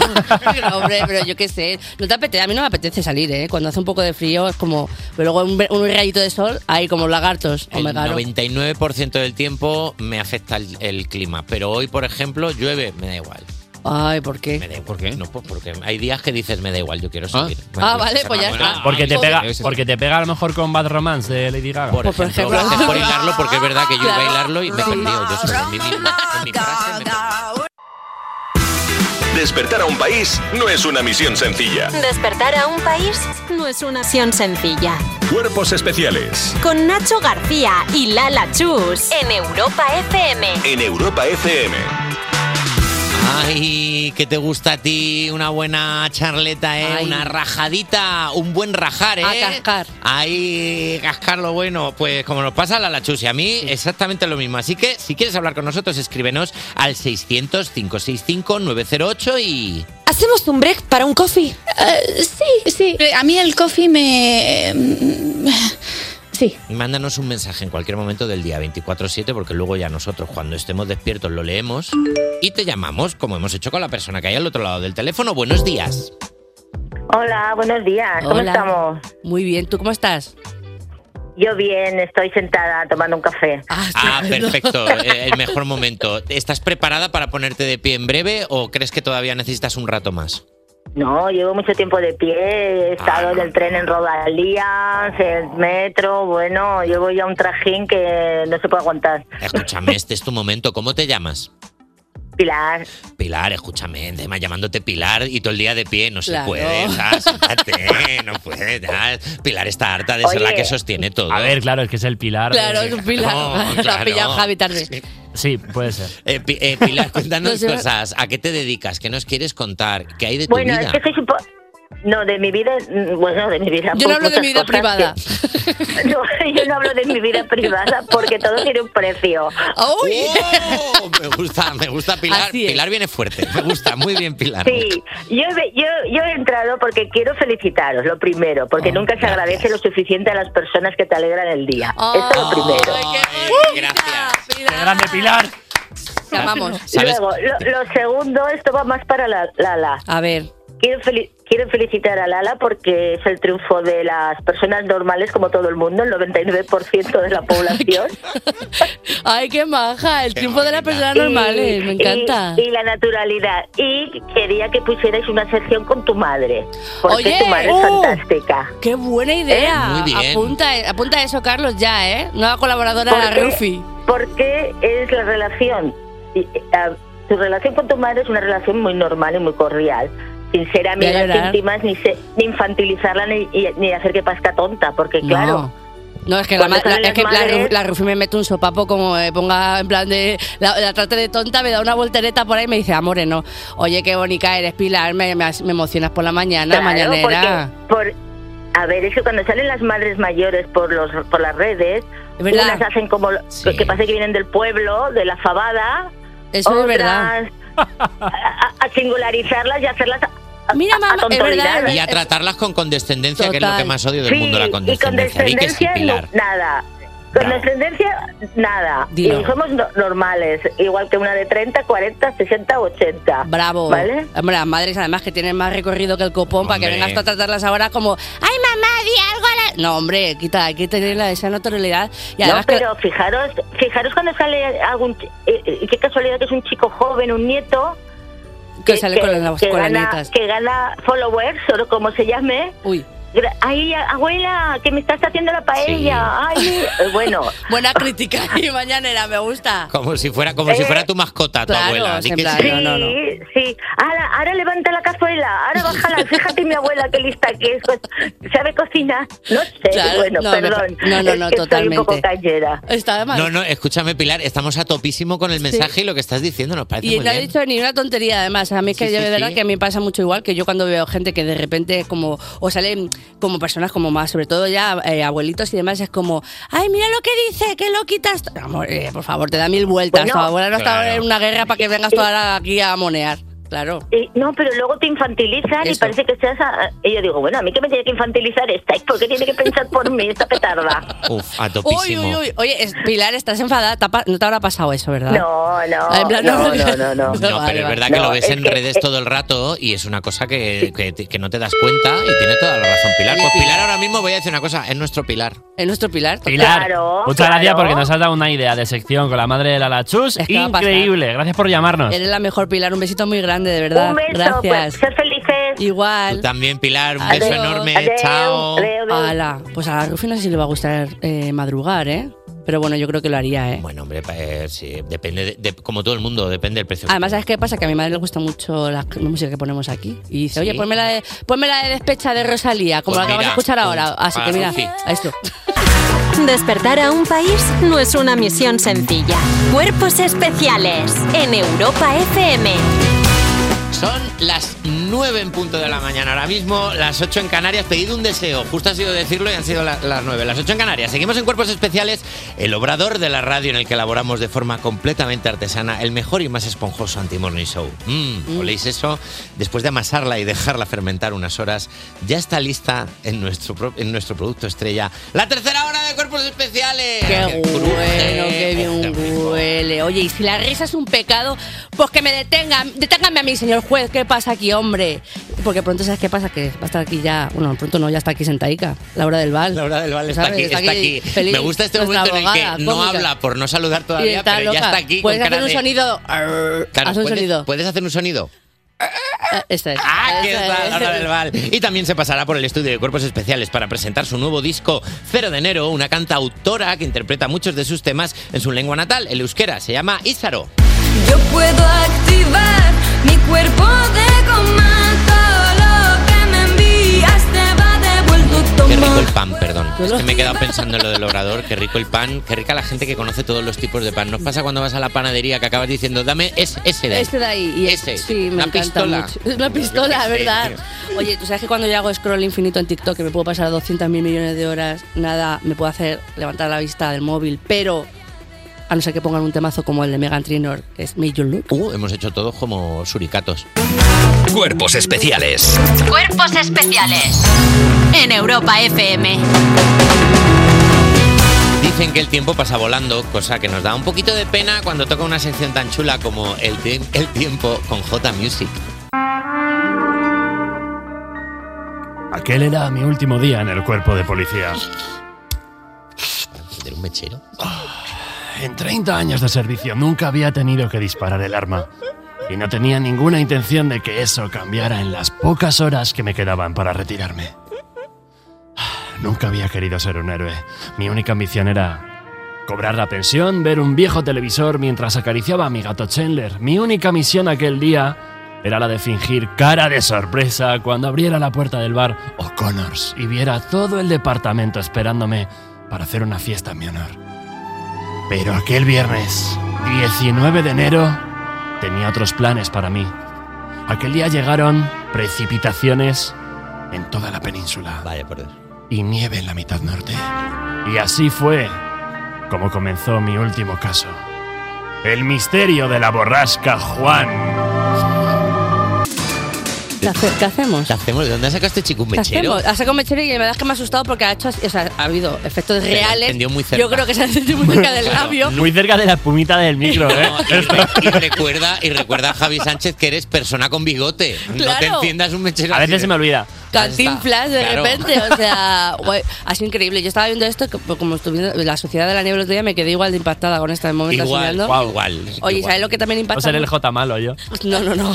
Speaker 4: Pero, hombre, pero yo qué sé. No te apetece, a mí no me apetece salir, ¿eh? Cuando hace un poco de frío es como. Pero luego un, ve- un rayito de sol, ahí como lagartos.
Speaker 3: El
Speaker 4: Hombre, claro.
Speaker 3: 99% del tiempo me afecta el, el clima. Pero hoy, por ejemplo, llueve, me da igual.
Speaker 4: Ay, ¿por qué?
Speaker 3: Me da igual. ¿Por qué? No, pues porque hay días que dices, me da igual, yo quiero salir.
Speaker 4: Ah, vale, pues ya está.
Speaker 5: Porque te, pega, porque te pega a lo mejor con Bad Romance de Lady Gaga.
Speaker 4: Pues,
Speaker 3: Por ejemplo, gracias por hilarlo, porque es verdad que yo iba a hilarlo y me he perdido. Yo soy mi misma.
Speaker 8: Despertar a un país no es una misión sencilla.
Speaker 2: Despertar a un país no es una acción sencilla.
Speaker 8: Cuerpos especiales
Speaker 2: Con Nacho García y Lala Chus en Europa FM.
Speaker 8: en Europa FM.
Speaker 3: Ay, que te gusta a ti una buena charleta, ¿eh? Una rajadita, un buen rajar, ¿eh?
Speaker 4: A cascar.
Speaker 3: Ay, cascar lo bueno. Pues como nos pasa a la Lachus y a mí, exactamente lo mismo. Así que si quieres hablar con nosotros, escríbenos al 600-565-908 y...
Speaker 16: ¿Hacemos un break para un coffee?
Speaker 4: Eh,
Speaker 16: sí, sí. A mí el coffee me... eh, Sí.
Speaker 3: Y mándanos un mensaje en cualquier momento del día 24-7 porque luego ya nosotros cuando estemos despiertos lo leemos y te llamamos como hemos hecho con la persona que hay al otro lado del teléfono. Buenos días.
Speaker 17: Hola, buenos días. ¿Cómo
Speaker 4: Hola.
Speaker 17: estamos?
Speaker 4: Muy bien, ¿tú cómo estás?
Speaker 17: Yo bien, estoy sentada tomando un café.
Speaker 3: Ah, perfecto, eh, el mejor momento. ¿Estás preparada para ponerte de pie en breve o crees que todavía necesitas un rato más?
Speaker 17: No, llevo mucho tiempo de pie,
Speaker 3: Ah,
Speaker 17: he estado en el tren en Rodalías, el metro, bueno, llevo ya un trajín que no se puede aguantar.
Speaker 3: Escúchame, este es tu momento. ¿Cómo te llamas?
Speaker 17: Pilar,
Speaker 3: Pilar, escúchame, además llamándote Pilar y todo el día de pie, no se
Speaker 17: Claro.
Speaker 3: puede, ya, siéntate, no puede. ya. Pilar está harta de ser la
Speaker 4: Oye.
Speaker 3: que sostiene todo.
Speaker 5: A ver, claro, es que es el pilar.
Speaker 4: Claro, es un pilar.
Speaker 3: No,
Speaker 4: Lo ha
Speaker 3: claro.
Speaker 4: pillado Javi tarde.
Speaker 5: Sí, puede ser.
Speaker 3: Eh, Pi- eh, Pilar, cuéntanos
Speaker 17: No sé.
Speaker 3: cosas. ¿A qué te dedicas? ¿Qué nos quieres contar? ¿Qué hay de tu
Speaker 17: Bueno,
Speaker 3: vida?
Speaker 17: es que soy un po- No, de mi vida, mm, bueno, de mi vida.
Speaker 4: Yo no
Speaker 17: pues,
Speaker 4: hablo de mi vida
Speaker 17: muchas cosas
Speaker 4: privada.
Speaker 17: que- No, yo no hablo de mi vida privada porque todo tiene un precio.
Speaker 3: Oh, me gusta, me gusta Pilar. Pilar viene fuerte. Me gusta, muy bien Pilar.
Speaker 17: Sí, yo, he- yo, yo he entrado porque quiero felicitaros, lo primero, porque
Speaker 4: Oh,
Speaker 17: nunca se agradece lo suficiente a las personas que te alegran el día. Esto
Speaker 4: Oh,
Speaker 17: es lo primero.
Speaker 5: ¡Qué grande Pilar!
Speaker 17: Luego, lo, lo segundo, esto va más para la- Lala.
Speaker 4: A ver.
Speaker 17: Quiero, feli- quiero felicitar a Lala porque es el triunfo de las personas normales como todo el mundo, el 99% de la población.
Speaker 4: Ay, qué maja, el tiempo de las personas
Speaker 17: Y-
Speaker 4: normales, eh, me
Speaker 17: y-
Speaker 4: encanta.
Speaker 17: Y, la naturalidad. Y quería que pusierais una sección con tu madre, porque
Speaker 4: Oye,
Speaker 17: tu madre
Speaker 4: oh,
Speaker 17: es fantástica.
Speaker 4: ¡Qué buena idea!
Speaker 17: Eh, muy bien.
Speaker 4: Apunta, apunta eso, Carlos, ya, ¿eh? Nueva colaboradora, la
Speaker 17: Porque-
Speaker 4: Rufi.
Speaker 17: Porque es la relación. y, eh, ah, Tu relación con tu madre es una relación muy normal y muy cordial. Sin ser amigas
Speaker 4: llorar.
Speaker 17: íntimas, ni, se- ni infantilizarla, ni, y- ni hacer que parezca tonta, porque
Speaker 4: No.
Speaker 17: claro.
Speaker 4: No, es que, la, ma-
Speaker 17: Cuando salen
Speaker 4: la- es que
Speaker 17: las
Speaker 4: la Ru-
Speaker 17: madres-
Speaker 4: la Rufi me mete un sopapo como eh, ponga en plan de... La, la trate de tonta, me da una voltereta por ahí y me dice, amore, no. Oye, qué bonita eres, Pilar, me, me has- me emocionas por la mañana,
Speaker 17: Claro,
Speaker 4: mañanera.
Speaker 17: porque- por- a ver, es que cuando salen las madres mayores por los por las redes,
Speaker 4: Es verdad.
Speaker 17: unas hacen como lo- que parece que vienen del pueblo, de la fabada.
Speaker 4: Eso es verdad.
Speaker 17: A, a- a singularizarlas y hacerlas. A, Mira,
Speaker 4: mamá, es verdad,
Speaker 3: Y a tratarlas con condescendencia, que es lo
Speaker 17: Total.
Speaker 3: que más odio del
Speaker 17: Sí,
Speaker 3: mundo, la
Speaker 17: y con
Speaker 3: condescendencia. Di que sí,
Speaker 17: descendencia,
Speaker 3: Pilar.
Speaker 17: no- nada. Con descendencia, nada.
Speaker 3: Dilo.
Speaker 17: Y somos no- normales, igual que una de 30, 40, 60, 80.
Speaker 4: Bravo.
Speaker 17: ¿Vale?
Speaker 4: Hombre, las madres además que tienen más recorrido que el copón para que
Speaker 17: Hombre.
Speaker 4: vengas tú a tratarlas ahora como, ay mamá, di algo a la... No, hombre, quita, hay que tener la- esa naturalidad. Y
Speaker 17: No,
Speaker 4: además que-
Speaker 17: pero fijaros, fijaros cuando sale algún. chi- eh, eh, qué casualidad que es un chico joven, un nieto.
Speaker 4: Que sale con las- con las
Speaker 17: gana,
Speaker 4: nietas.
Speaker 17: Que gana followers, o como se llame.
Speaker 4: Uy.
Speaker 17: gra- Ay, abuela, que me estás haciendo la paella. Ay, eh, bueno,
Speaker 4: Buena crítica y mañanera, me gusta.
Speaker 3: Como si fuera, como si
Speaker 17: Eh,
Speaker 3: fuera tu mascota, tu
Speaker 4: claro,
Speaker 3: abuela. Di
Speaker 4: en
Speaker 3: que
Speaker 4: plan,
Speaker 3: sí.
Speaker 4: no, no, no.
Speaker 17: Sí, sí. Ahora, ahora levanta la cazuela, ahora bájala. Fíjate mi abuela qué lista que es. pues, ¿Sabe cocinar? No sé,
Speaker 4: Claro,
Speaker 17: bueno,
Speaker 4: no, me-
Speaker 17: perdón.
Speaker 4: no, no,
Speaker 17: Es
Speaker 4: no,
Speaker 17: que soy un poco
Speaker 4: totalmente.
Speaker 17: callera.
Speaker 4: Está mal.
Speaker 3: No, no, escúchame, Pilar, estamos a topísimo con el mensaje y lo que estás diciendo nos parece
Speaker 4: Y
Speaker 3: muy
Speaker 4: no ha
Speaker 3: bien.
Speaker 4: dicho ni una tontería, además. A mí es que
Speaker 3: Sí,
Speaker 4: yo
Speaker 3: sí,
Speaker 4: de verdad
Speaker 3: sí.
Speaker 4: que a mí me pasa mucho igual que yo cuando veo gente que de repente como o salen como personas como más, sobre todo ya eh, abuelitos y demás, es como, ay, mira lo que dice, que lo quitas. Amor, eh, por favor, te da mil vueltas.
Speaker 17: Bueno,
Speaker 4: tu abuela no está
Speaker 17: claro.
Speaker 4: en una guerra para que vengas tú ahora aquí a monear. Claro.
Speaker 17: Y- no, pero luego te infantilizan y
Speaker 4: Eso.
Speaker 17: parece que seas. a- y yo digo, bueno, a mí que me tiene que infantilizar esta. ¿Por qué tiene que pensar por mí esta petarda?
Speaker 3: Uf, a
Speaker 4: Uy,
Speaker 3: topísimo.
Speaker 4: uy, uy. Oye, es- Pilar, estás enfadada. ¿Te ha pa- No te habrá pasado eso, ¿verdad?
Speaker 17: No, no.
Speaker 4: En plan, no, no,
Speaker 17: no. eh,
Speaker 3: No,
Speaker 4: vale,
Speaker 3: pero es
Speaker 4: vale.
Speaker 3: verdad que
Speaker 4: No,
Speaker 3: lo ves
Speaker 4: es
Speaker 3: en
Speaker 4: que-
Speaker 3: redes todo el rato y es una cosa que, que, que no te das cuenta y tiene toda la razón Pilar. Pues Pilar ahora mismo voy a decir una cosa, es nuestro Pilar.
Speaker 4: Es nuestro Pilar.
Speaker 5: Pilar, muchas gracias
Speaker 4: claro.
Speaker 5: porque nos has dado una idea de sección con la madre de la Lachus.
Speaker 4: Es que va a pasar.
Speaker 5: Increíble, gracias por llamarnos.
Speaker 4: Eres la mejor, Pilar. Un besito muy grande, de verdad.
Speaker 17: Un beso,
Speaker 4: Gracias.
Speaker 17: pues, ser felices.
Speaker 4: Igual.
Speaker 3: También Pilar, un
Speaker 4: Adiós.
Speaker 3: beso enorme, chao.
Speaker 4: Ala, pues a la Rufi no sé si le va a gustar eh, madrugar, ¿eh? Pero bueno, yo creo que lo haría, ¿eh?
Speaker 3: Bueno, hombre, pa- eh, sí, depende, de- de- como todo el mundo, depende del precio.
Speaker 4: Además, ¿sabes qué pasa? Que a mi madre le gusta mucho la c- música que ponemos aquí. Y dice, oye,
Speaker 3: Sí.
Speaker 4: ponme la de, ponme la de despecha de Rosalía, como
Speaker 3: Pues
Speaker 4: la que vamos a
Speaker 3: mira,
Speaker 4: escuchar ahora.
Speaker 3: punto
Speaker 4: Así que
Speaker 3: para
Speaker 4: mira,
Speaker 3: Rufi.
Speaker 4: a esto.
Speaker 2: Despertar a un país no es una misión sencilla. Cuerpos especiales en Europa FM.
Speaker 3: Son las 9 en punto de la mañana, ahora mismo las 8 en Canarias, pedido un deseo, justo ha sido decirlo y han sido la- las 9, las 8 en Canarias. Seguimos en Cuerpos Especiales, el obrador de la radio en el que elaboramos de forma completamente artesana el mejor y más esponjoso anti-morning show. Mm, ¿Oléis eso? Después de amasarla y dejarla fermentar unas horas, ya está lista en nuestro, pro- en nuestro producto estrella, la tercera hora de Cuerpos Especiales.
Speaker 4: Qué bueno, qué bien huele. Oye, y si la risa es un pecado, pues que me detengan. Deténganme a mí, señor juez. ¿Qué pasa aquí, hombre? Porque pronto, ¿sabes qué pasa? Que va a estar aquí ya. Bueno, pronto no, ya está aquí sentadica. La hora del bal.
Speaker 3: La hora del Vale, está
Speaker 4: ¿Sabes?
Speaker 3: aquí,
Speaker 4: Está
Speaker 3: está
Speaker 4: aquí
Speaker 3: aquí.
Speaker 4: feliz,
Speaker 3: Me gusta este
Speaker 4: nuestra
Speaker 3: momento en el
Speaker 4: abogada,
Speaker 3: que no
Speaker 4: cómica.
Speaker 3: habla por no saludar
Speaker 4: Y
Speaker 3: todavía,
Speaker 4: está
Speaker 3: pero ya
Speaker 4: loca.
Speaker 3: está aquí.
Speaker 4: Puedes
Speaker 3: con
Speaker 4: hacer
Speaker 3: cara
Speaker 4: un
Speaker 3: de-
Speaker 4: sonido. Arr.
Speaker 3: Claro,
Speaker 4: Haz un
Speaker 3: ¿puedes-
Speaker 4: sonido.
Speaker 3: ¿Puedes hacer un sonido?
Speaker 4: Ah, Este es.
Speaker 3: Aquí
Speaker 4: Este
Speaker 3: está,
Speaker 4: es.
Speaker 3: la hora del bal. Y también se pasará por el estudio de Cuerpos Especiales para presentar su nuevo disco, Cero de Enero, una cantautora que interpreta muchos de sus temas en su lengua natal, el euskera. Se llama Ízaro.
Speaker 12: Yo puedo activar mi cuerpo de goma. Todo lo que me envías te va devuelto
Speaker 3: Qué
Speaker 12: tomar.
Speaker 3: rico el pan, perdón. Es que me he quedado pensando en lo del obrador. Qué rico el pan. Qué rica la gente que conoce todos los tipos de pan. ¿Nos pasa cuando vas a la panadería que acabas diciendo, dame es- ese de ahí?
Speaker 4: Este de ahí. Y
Speaker 3: Ese.
Speaker 4: Sí, me
Speaker 3: Una
Speaker 4: encanta
Speaker 3: pistola.
Speaker 4: mucho. Una pistola,
Speaker 3: Yo qué sé,
Speaker 4: ¿verdad?
Speaker 3: tío.
Speaker 4: Oye, tú sabes que cuando yo hago scroll infinito en TikTok, que me puedo pasar 200 mil millones de horas, nada me puedo hacer levantar la vista del móvil, pero a no ser que pongan un temazo como el de Megan Trainor, que es Made You Look.
Speaker 3: Uh, hemos hecho todos como suricatos.
Speaker 1: Cuerpos especiales.
Speaker 2: Cuerpos especiales en Europa FM.
Speaker 3: Dicen que el tiempo pasa volando, cosa que nos da un poquito de pena cuando toca una sección tan chula como El, tie- el tiempo con J Music.
Speaker 5: Aquel era mi último día en el cuerpo de policía.
Speaker 3: ¿Encender un mechero?
Speaker 5: Ah, En 30 años de servicio nunca había tenido que disparar el arma. Y no tenía ninguna intención de que eso cambiara en las pocas horas que me quedaban para retirarme. Ah, Nunca había querido ser un héroe. Mi única ambición era cobrar la pensión, ver un viejo televisor mientras acariciaba a mi gato Chandler. Mi única misión aquel día era la de fingir cara de sorpresa cuando abriera la puerta del bar O'Connors y viera todo el departamento esperándome para hacer una fiesta en mi honor. Pero aquel viernes, 19 de enero, tenía otros planes para mí. Aquel día llegaron precipitaciones en toda la península.
Speaker 3: Vaya por Dios.
Speaker 5: Y nieve en la mitad norte. Y así fue como comenzó mi último caso. El misterio de la borrasca Juan.
Speaker 4: ¿Qué, hace- qué hacemos?
Speaker 3: ¿Qué hacemos? ¿De dónde sacado este chico un
Speaker 4: ¿Qué
Speaker 3: mechero?
Speaker 4: hacemos? Ha sacado un mechero y la verdad es que me ha asustado porque ha hecho así- o sea, ha habido efectos
Speaker 3: Se le
Speaker 4: reales.
Speaker 3: encendió muy cerca.
Speaker 4: Yo creo que se ha sentido muy cerca del labio.
Speaker 5: Muy cerca de la espumita del micro, ¿eh?
Speaker 3: Y recuerda, y recuerda, Javi Sánchez, que eres persona con bigote. No te
Speaker 4: Claro.
Speaker 3: enciendas un mechero.
Speaker 5: A veces se me olvida.
Speaker 4: Cantinflas de
Speaker 3: Claro.
Speaker 4: repente, o sea, guay, ha sido increíble. Yo estaba viendo esto, que, pues, como estuve viendo la sociedad de la niebla el otro día, me quedé igual de impactada con esta de momento.
Speaker 5: Igual,
Speaker 4: mirando.
Speaker 5: guau, igual.
Speaker 4: Oye,
Speaker 5: Igual.
Speaker 4: ¿sabes lo que también impacta?
Speaker 5: O ser el
Speaker 4: mucho?
Speaker 5: J malo yo.
Speaker 4: No, no, no.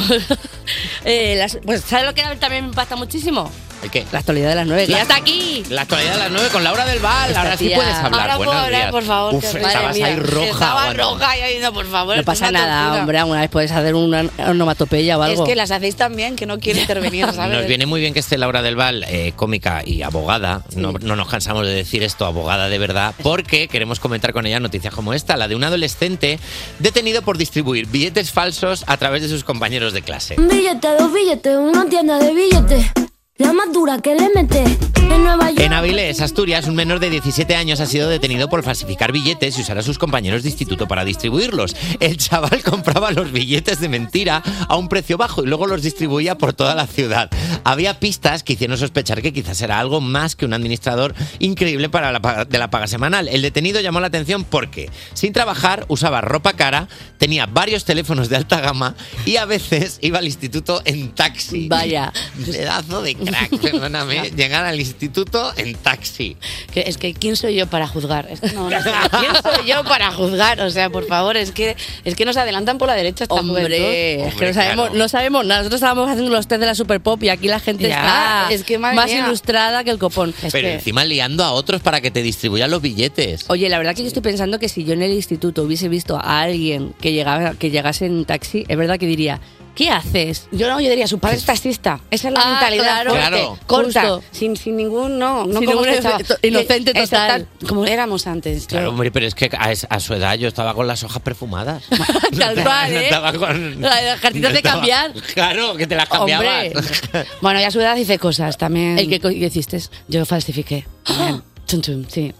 Speaker 4: Eh, las- pues, ¿sabes lo que también me impacta muchísimo?
Speaker 3: ¿El qué?
Speaker 4: La actualidad de las nueve, que
Speaker 3: La-
Speaker 4: ya está aquí.
Speaker 3: La actualidad de las 9 con Laura del Val.
Speaker 4: Esta
Speaker 3: Ahora sí
Speaker 4: tía.
Speaker 3: puedes hablar.
Speaker 4: Ahora puedo
Speaker 3: Buenos
Speaker 4: hablar,
Speaker 3: días.
Speaker 4: por favor,
Speaker 3: Uf,
Speaker 4: que-
Speaker 3: estabas
Speaker 4: madre
Speaker 3: ahí
Speaker 4: mía,
Speaker 3: roja.
Speaker 18: Estaba
Speaker 3: bueno.
Speaker 18: roja y ahí no, por favor.
Speaker 4: No pasa nada, hombre. Alguna vez puedes hacer una onomatopeya o
Speaker 18: Es
Speaker 4: algo.
Speaker 18: que las hacéis tan bien que no quiero intervenir, ¿sabes?
Speaker 3: Nos viene muy bien que esté Laura del Val, eh, cómica y abogada. No, no nos cansamos de decir esto, abogada de verdad, porque queremos comentar con ella noticias como esta, la de un adolescente detenido por distribuir billetes falsos a través de sus compañeros de clase.
Speaker 13: Un billete, dos billetes, una tienda de billetes. La más dura que le mete en Nueva York.
Speaker 3: En Avilés, Asturias, un menor de 17 años ha sido detenido por falsificar billetes y usar a sus compañeros de instituto para distribuirlos. El chaval compraba los billetes de mentira a un precio bajo y luego los distribuía por toda la ciudad. Había pistas que hicieron sospechar que quizás era algo más que un administrador increíble para la paga- de la paga semanal. El detenido llamó la atención porque, sin trabajar, usaba ropa cara, tenía varios teléfonos de alta gama y a veces iba al instituto en taxi.
Speaker 4: Vaya.
Speaker 3: Pedazo de crack, perdóname. Llegar al instituto en taxi.
Speaker 18: Que- es que quién soy yo para juzgar. Es que no, no sé, ¿Quién soy yo para juzgar? O sea, por favor, es que es que nos adelantan por la derecha esta
Speaker 4: Hombre,
Speaker 18: juventud.
Speaker 4: es que no sabemos, no sabemos nada. Nosotros estábamos haciendo los test de la Super Pop y aquí la gente
Speaker 18: Ya,
Speaker 4: está
Speaker 18: es que madre
Speaker 4: más
Speaker 18: mía.
Speaker 4: ilustrada que el copón.
Speaker 3: Pero encima liando a otros para que te distribuyan los billetes.
Speaker 4: Oye, la verdad que yo estoy pensando que si yo en el instituto hubiese visto a alguien que llegaba, que llegase en taxi, es verdad que diría, ¿qué haces?
Speaker 18: Yo no, yo diría, su padre es taxista. Esa es la
Speaker 4: Ah,
Speaker 18: mentalidad
Speaker 4: claro.
Speaker 18: fuerte,
Speaker 4: Claro.
Speaker 18: corta,
Speaker 4: Justo.
Speaker 18: sin, sin ningún no, no
Speaker 4: Sin
Speaker 18: como
Speaker 4: ningún
Speaker 18: este chaval.
Speaker 4: efecto- inocente
Speaker 18: Que-
Speaker 4: total.
Speaker 18: exacta- como éramos antes. yo-
Speaker 3: Claro, hombre, pero es que a, es- a su edad yo estaba con las hojas perfumadas.
Speaker 18: Tal cual,
Speaker 3: No
Speaker 18: ¿eh?
Speaker 3: estaba con.
Speaker 18: La de las cartitas de
Speaker 3: estaba-
Speaker 18: cambiar.
Speaker 3: Claro, que te las
Speaker 18: Hombre.
Speaker 3: cambiabas.
Speaker 18: Bueno, ya a su edad hice cosas también.
Speaker 4: ¿El
Speaker 18: que
Speaker 4: qué hiciste?
Speaker 18: Yo falsifiqué. También. Chum, chum, sí.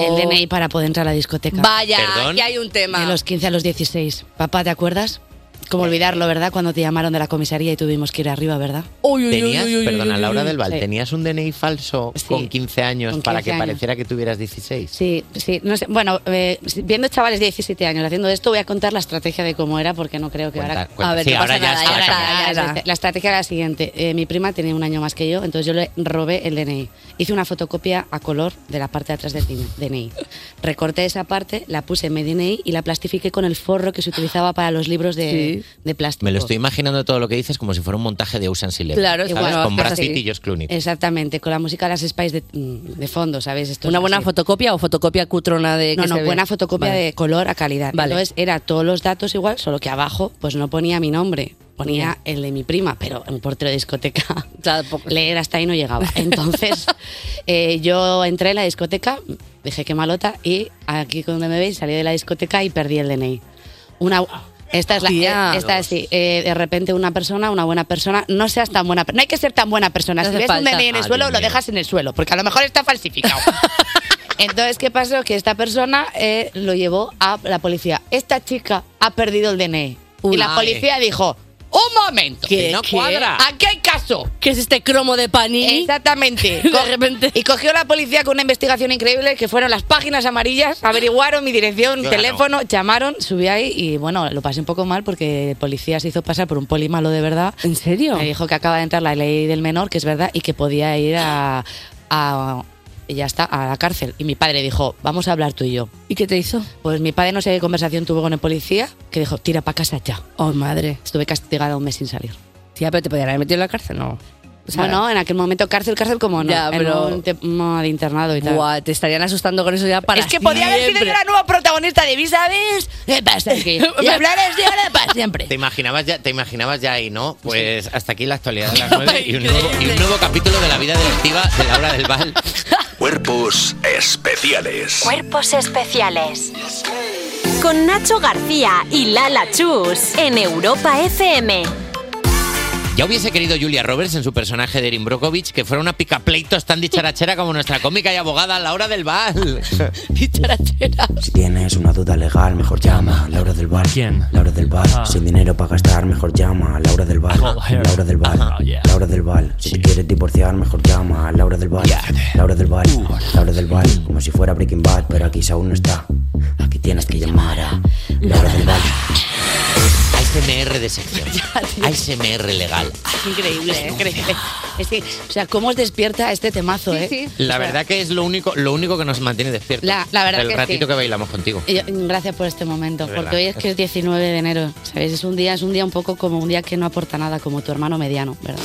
Speaker 18: El DNI para poder entrar a la discoteca.
Speaker 4: Vaya, aquí hay un tema.
Speaker 18: De los 15 a los 16. Papá, ¿te acuerdas? Como olvidarlo, ¿verdad? Cuando te llamaron de la comisaría y tuvimos que ir arriba, ¿verdad?
Speaker 3: Tenías, perdona, Laura del Val,
Speaker 18: Sí.
Speaker 3: tenías un DNI falso con 15 años
Speaker 18: con
Speaker 3: para
Speaker 18: 15
Speaker 3: que
Speaker 18: años.
Speaker 3: pareciera que tuvieras 16.
Speaker 18: Sí, sí. No sé. Bueno, eh, viendo chavales de 17 años haciendo esto, voy a contar la estrategia de cómo era, porque no creo que
Speaker 3: Cuenta,
Speaker 18: ahora.
Speaker 3: cuenta. Sí,
Speaker 18: no
Speaker 3: ahora
Speaker 18: pasa
Speaker 3: ya está,
Speaker 18: ahora
Speaker 3: ya
Speaker 18: ya,
Speaker 3: está.
Speaker 18: ya, ya. La estrategia era la siguiente: Eh, mi prima tenía un año más que yo, entonces yo le robé el DNI. Hice una fotocopia a color de la parte de atrás del DNI- DNI. Recorté esa parte, la puse en mi DNI y la plastifiqué con el forro que se utilizaba para los libros de, de plástico.
Speaker 3: Me lo estoy imaginando todo lo que dices como si fuera un montaje de Ocean's Eleven.
Speaker 18: Claro,
Speaker 3: ¿sabes?
Speaker 18: igual,
Speaker 3: Con Brad
Speaker 18: haces así.
Speaker 3: Pitt y George Clooney.
Speaker 18: Exactamente, con la música de las Spice de, mm, de fondo, ¿sabes? Esto es
Speaker 4: ¿Una buena
Speaker 18: así.
Speaker 4: fotocopia o fotocopia cutrona de
Speaker 18: No,
Speaker 4: que
Speaker 18: no,
Speaker 4: se ve?
Speaker 18: buena fotocopia
Speaker 4: Vale.
Speaker 18: de color a calidad.
Speaker 4: Vale.
Speaker 18: Entonces era todos los datos igual, solo que abajo pues no ponía mi nombre, ponía el de mi prima, pero en portero de discoteca.
Speaker 4: pues.
Speaker 18: Leer hasta ahí no llegaba. Entonces eh, yo entré en la discoteca, dije que malota y aquí donde me veis salí de la discoteca y perdí el DNI. Una esta es la
Speaker 4: Tía.
Speaker 18: eh, esta es, sí, eh, de repente una persona, una buena persona, no seas tan buena, per- no hay que ser tan buena persona.
Speaker 4: No
Speaker 18: si
Speaker 4: hace
Speaker 18: ves
Speaker 4: falta.
Speaker 18: un DNI en el
Speaker 4: Ah,
Speaker 18: suelo,
Speaker 4: Dios
Speaker 18: lo
Speaker 4: mío.
Speaker 18: dejas en el suelo, porque a lo mejor está falsificado. Entonces, ¿qué pasó? Que esta persona eh, lo llevó a la policía. Esta chica ha perdido el DNI.
Speaker 4: Uy.
Speaker 18: y la policía dijo, un momento,
Speaker 4: ¿Qué, No qué? cuadra.
Speaker 18: Aquí hay caso. Eh,
Speaker 4: ¿Qué es este cromo de Panini?
Speaker 18: Exactamente. Co- Y cogió la policía con una investigación increíble que fueron las páginas amarillas, averiguaron mi dirección,
Speaker 4: Claro.
Speaker 18: teléfono, llamaron, subí ahí y bueno, lo pasé un poco mal porque el policía se hizo pasar por un poli malo de verdad.
Speaker 4: ¿En serio?
Speaker 18: Me dijo que acaba de entrar la ley del menor, que es verdad, y que podía ir a, a- y ya está, a la cárcel. Y mi padre dijo, vamos a hablar tú y yo.
Speaker 4: ¿Y qué te hizo?
Speaker 18: Pues mi padre no sé qué conversación tuvo con el policía, que dijo, tira para casa ya.
Speaker 4: Oh, madre.
Speaker 18: Estuve castigada un mes sin salir.
Speaker 4: Tía, pero te podrían haber metido en la cárcel, no. O sea,
Speaker 18: bueno, en aquel momento cárcel, cárcel como no,
Speaker 4: Ya,
Speaker 18: en
Speaker 4: pero-
Speaker 18: un tema de internado y tal.
Speaker 4: Buah, te estarían asustando con eso ya para
Speaker 18: Es que podía haber sido yo la nueva protagonista de Vis, ¿sabes? ¿Qué pasa aquí? Y hablar así ahora para siempre.
Speaker 3: Te imaginabas ya, te imaginabas ya ahí, ¿no? Pues hasta aquí la actualidad de las 9 y un nuevo, y un nuevo capítulo de la vida delictiva de Laura del Val.
Speaker 8: Cuerpos especiales.
Speaker 2: Cuerpos especiales. Con Nacho García y Lala Chus en Europa FM.
Speaker 3: Ya hubiese querido Julia Roberts en su personaje de Erin Brockovich que fuera una picapleitos tan dicharachera como nuestra cómica y abogada Laura del Val.
Speaker 19: Si tienes una duda legal, mejor llama a Laura del Val. ¿Quién? Laura del Val. Sin dinero para gastar, mejor llama a Laura del Val. Laura del Val. Laura del Val. Si te quieres divorciar, mejor llama a Laura del Val. Laura del Val. Laura del Val. Como si fuera Breaking Bad, pero aquí aún no está. Aquí tienes que llamar a Laura del Val. Ahí
Speaker 3: ASMR de sección. ASMR legal.
Speaker 18: Es increíble, ¿eh? es increíble. Es que, o sea, cómo os despierta este temazo, ¿eh?
Speaker 3: La verdad que es lo único, lo único que nos mantiene despiertos.
Speaker 18: La- la verdad
Speaker 3: El
Speaker 18: que sí.
Speaker 3: ratito que bailamos contigo.
Speaker 18: Y yo- gracias por este momento,
Speaker 3: De
Speaker 18: porque
Speaker 3: verdad.
Speaker 18: hoy es que es 19 de enero, ¿sabes? Es un día, es un día un poco como un día que no aporta nada, como tu hermano mediano, ¿verdad?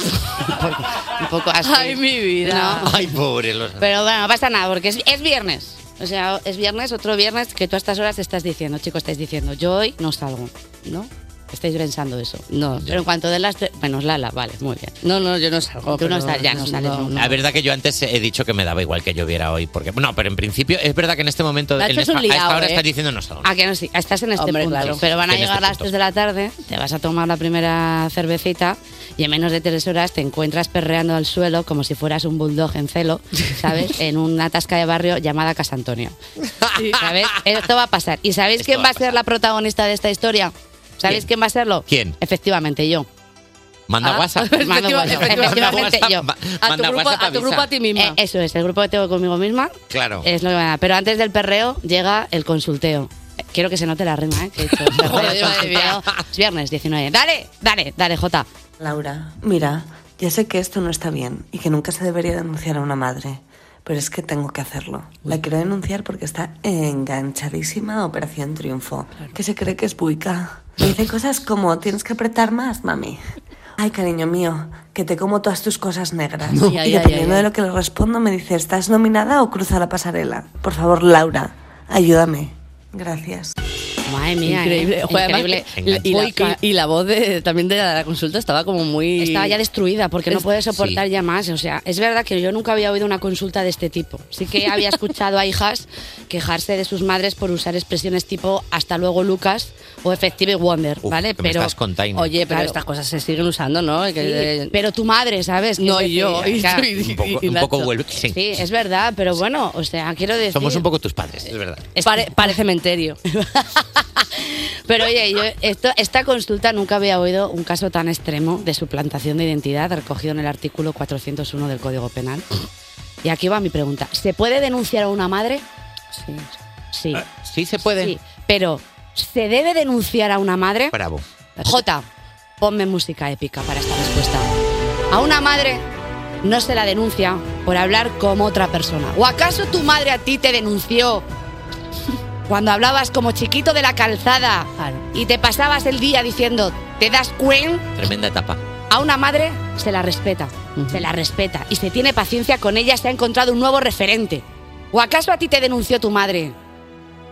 Speaker 18: un, poco, un poco así.
Speaker 4: Ay, mi vida.
Speaker 3: Ay, pobre. Los...
Speaker 18: Pero bueno, no pasa nada, porque es, es viernes. O sea, es viernes, otro viernes que tú a estas horas estás diciendo, chicos, estáis diciendo, yo hoy no salgo, ¿no? Estáis pensando eso. No. Pero en cuanto de las... tre- Menos Lala, vale, muy bien. No, no, yo no salgo. Tú no
Speaker 4: pero-
Speaker 18: sal- ya no sales. nunca.
Speaker 3: La verdad que yo antes he dicho que me daba igual que lloviera hoy, porque no, pero en principio es verdad que en este momento,
Speaker 18: Nacho
Speaker 3: en
Speaker 18: es un
Speaker 3: esta- a esta
Speaker 18: liado,
Speaker 3: hora
Speaker 18: ¿eh?
Speaker 3: estás diciendo no salgo.
Speaker 18: Ah, que no, sí, estás en este
Speaker 3: Hombre,
Speaker 18: punto.
Speaker 3: claro.
Speaker 18: Pero van a
Speaker 3: En
Speaker 18: llegar
Speaker 3: este
Speaker 18: a las 3 de la tarde, te vas a tomar la primera cervecita y en menos de 3 horas te encuentras perreando al suelo como si fueras un bulldog en celo, ¿sabes? en una tasca de barrio llamada Casa Antonio. ¿Sabes? Esto va a pasar. ¿Y sabéis
Speaker 3: Esto
Speaker 18: quién
Speaker 3: va
Speaker 18: va
Speaker 3: a
Speaker 18: a ser la protagonista de esta historia? ¿Sabéis
Speaker 3: ¿Quién?
Speaker 18: quién, va a serlo?
Speaker 3: ¿Quién?
Speaker 18: Efectivamente, yo.
Speaker 3: Manda
Speaker 18: Ah,
Speaker 3: WhatsApp.
Speaker 18: Mando WhatsApp. Efectivamente,
Speaker 3: Manda
Speaker 18: yo.
Speaker 3: WhatsApp, ma- manda WhatsApp avisa.
Speaker 18: ti Eh, misma. Eh, eso es, el grupo que tengo conmigo misma.
Speaker 4: Oh.
Speaker 3: Claro.
Speaker 18: Es lo que me da. Pero antes del perreo llega el consulteo. Eh, Quiero que se note la rima, ¿eh? Que he hecho perreo, consulteo. Es viernes 19. Dale, dale, dale, Jota.
Speaker 20: Laura, mira, ya sé que esto no está bien y que nunca se debería denunciar a una madre, pero es que tengo que hacerlo. La quiero denunciar porque está enganchadísima a Operación Triunfo, que se cree que es buica. Me dice cosas como, tienes que apretar más, mami. Ay, cariño mío, que te como todas tus cosas negras.
Speaker 18: No.
Speaker 20: Y
Speaker 18: Ay, ay,
Speaker 20: dependiendo
Speaker 18: ay,
Speaker 20: de lo que le respondo, me dice, ¿estás nominada o cruza la pasarela? Por favor, Laura, ayúdame. Gracias.
Speaker 18: Madre mía, ¿eh?
Speaker 4: Increíble. Joder, además,
Speaker 18: Increíble.
Speaker 4: la- Y la, y- y la voz de- también de la consulta estaba como muy.
Speaker 18: Estaba ya destruida porque no
Speaker 4: Es-
Speaker 18: puede soportar
Speaker 4: sí.
Speaker 18: ya más. O sea, es verdad que yo nunca había oído una consulta de este tipo. Sí que había escuchado a hijas quejarse de sus madres por usar expresiones tipo hasta luego Lucas o Effective Wonder, ¿vale?
Speaker 3: que me estás contando.
Speaker 18: Oye, pero
Speaker 3: Claro.
Speaker 18: estas cosas se siguen usando, ¿no? Que-
Speaker 4: Sí,
Speaker 18: pero tu madre, ¿sabes?
Speaker 4: No, yo, y-
Speaker 18: claro.
Speaker 4: y-
Speaker 3: Un poco, un poco vuelve. Sí.
Speaker 18: Sí, es verdad, pero bueno, o sea, quiero decir.
Speaker 3: Somos un poco tus padres, es verdad.
Speaker 18: Pare, pare cementerio. Pero oye, yo esto, esta consulta nunca había oído un caso tan extremo de suplantación de identidad recogido en el artículo 401 del Código Penal. Y aquí va mi pregunta. ¿Se puede denunciar a una madre? Sí. Sí.
Speaker 3: Sí se puede.
Speaker 18: Sí, pero ¿se debe denunciar a una madre?
Speaker 3: Bravo.
Speaker 18: J, ponme música épica para esta respuesta. A una madre no se la denuncia por hablar como otra persona. ¿O acaso tu madre a ti te denunció cuando hablabas como chiquito de la calzada y te pasabas el día diciendo, ¿te das cuenta?
Speaker 3: Tremenda etapa.
Speaker 18: A una madre se la respeta, se la respeta y se tiene paciencia con ella, se ha encontrado un nuevo referente. ¿O acaso a ti te denunció tu madre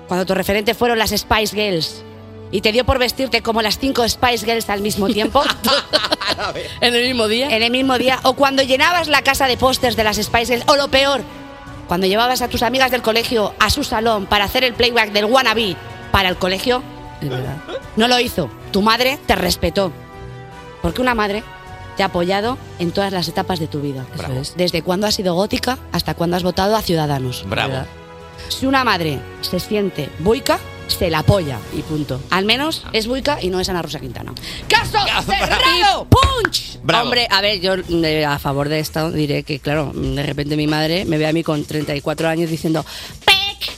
Speaker 18: cuando tu referente fueron las Spice Girls y te dio por vestirte como las cinco Spice Girls al mismo tiempo? ¿En el mismo día? En el mismo día. O cuando llenabas la casa de pósters de las Spice Girls. O lo peor, cuando llevabas a tus amigas del colegio a su salón para hacer el playback del wannabe para el colegio. No lo hizo. Tu madre te respetó. Porque una madre te ha apoyado en todas las etapas de tu vida. Desde cuando has sido gótica hasta cuando has votado a Ciudadanos.
Speaker 3: Bravo.
Speaker 18: Si una madre se siente buica, se la apoya. Y punto. Al menos es buica y no es Ana Rosa Quintana. ¡Caso cerrado! ¡Punch!
Speaker 4: Bravo. Hombre, a ver, yo eh, a favor de esto diré que, claro, de repente mi madre me ve a mí con 34 años diciendo ¡Peck!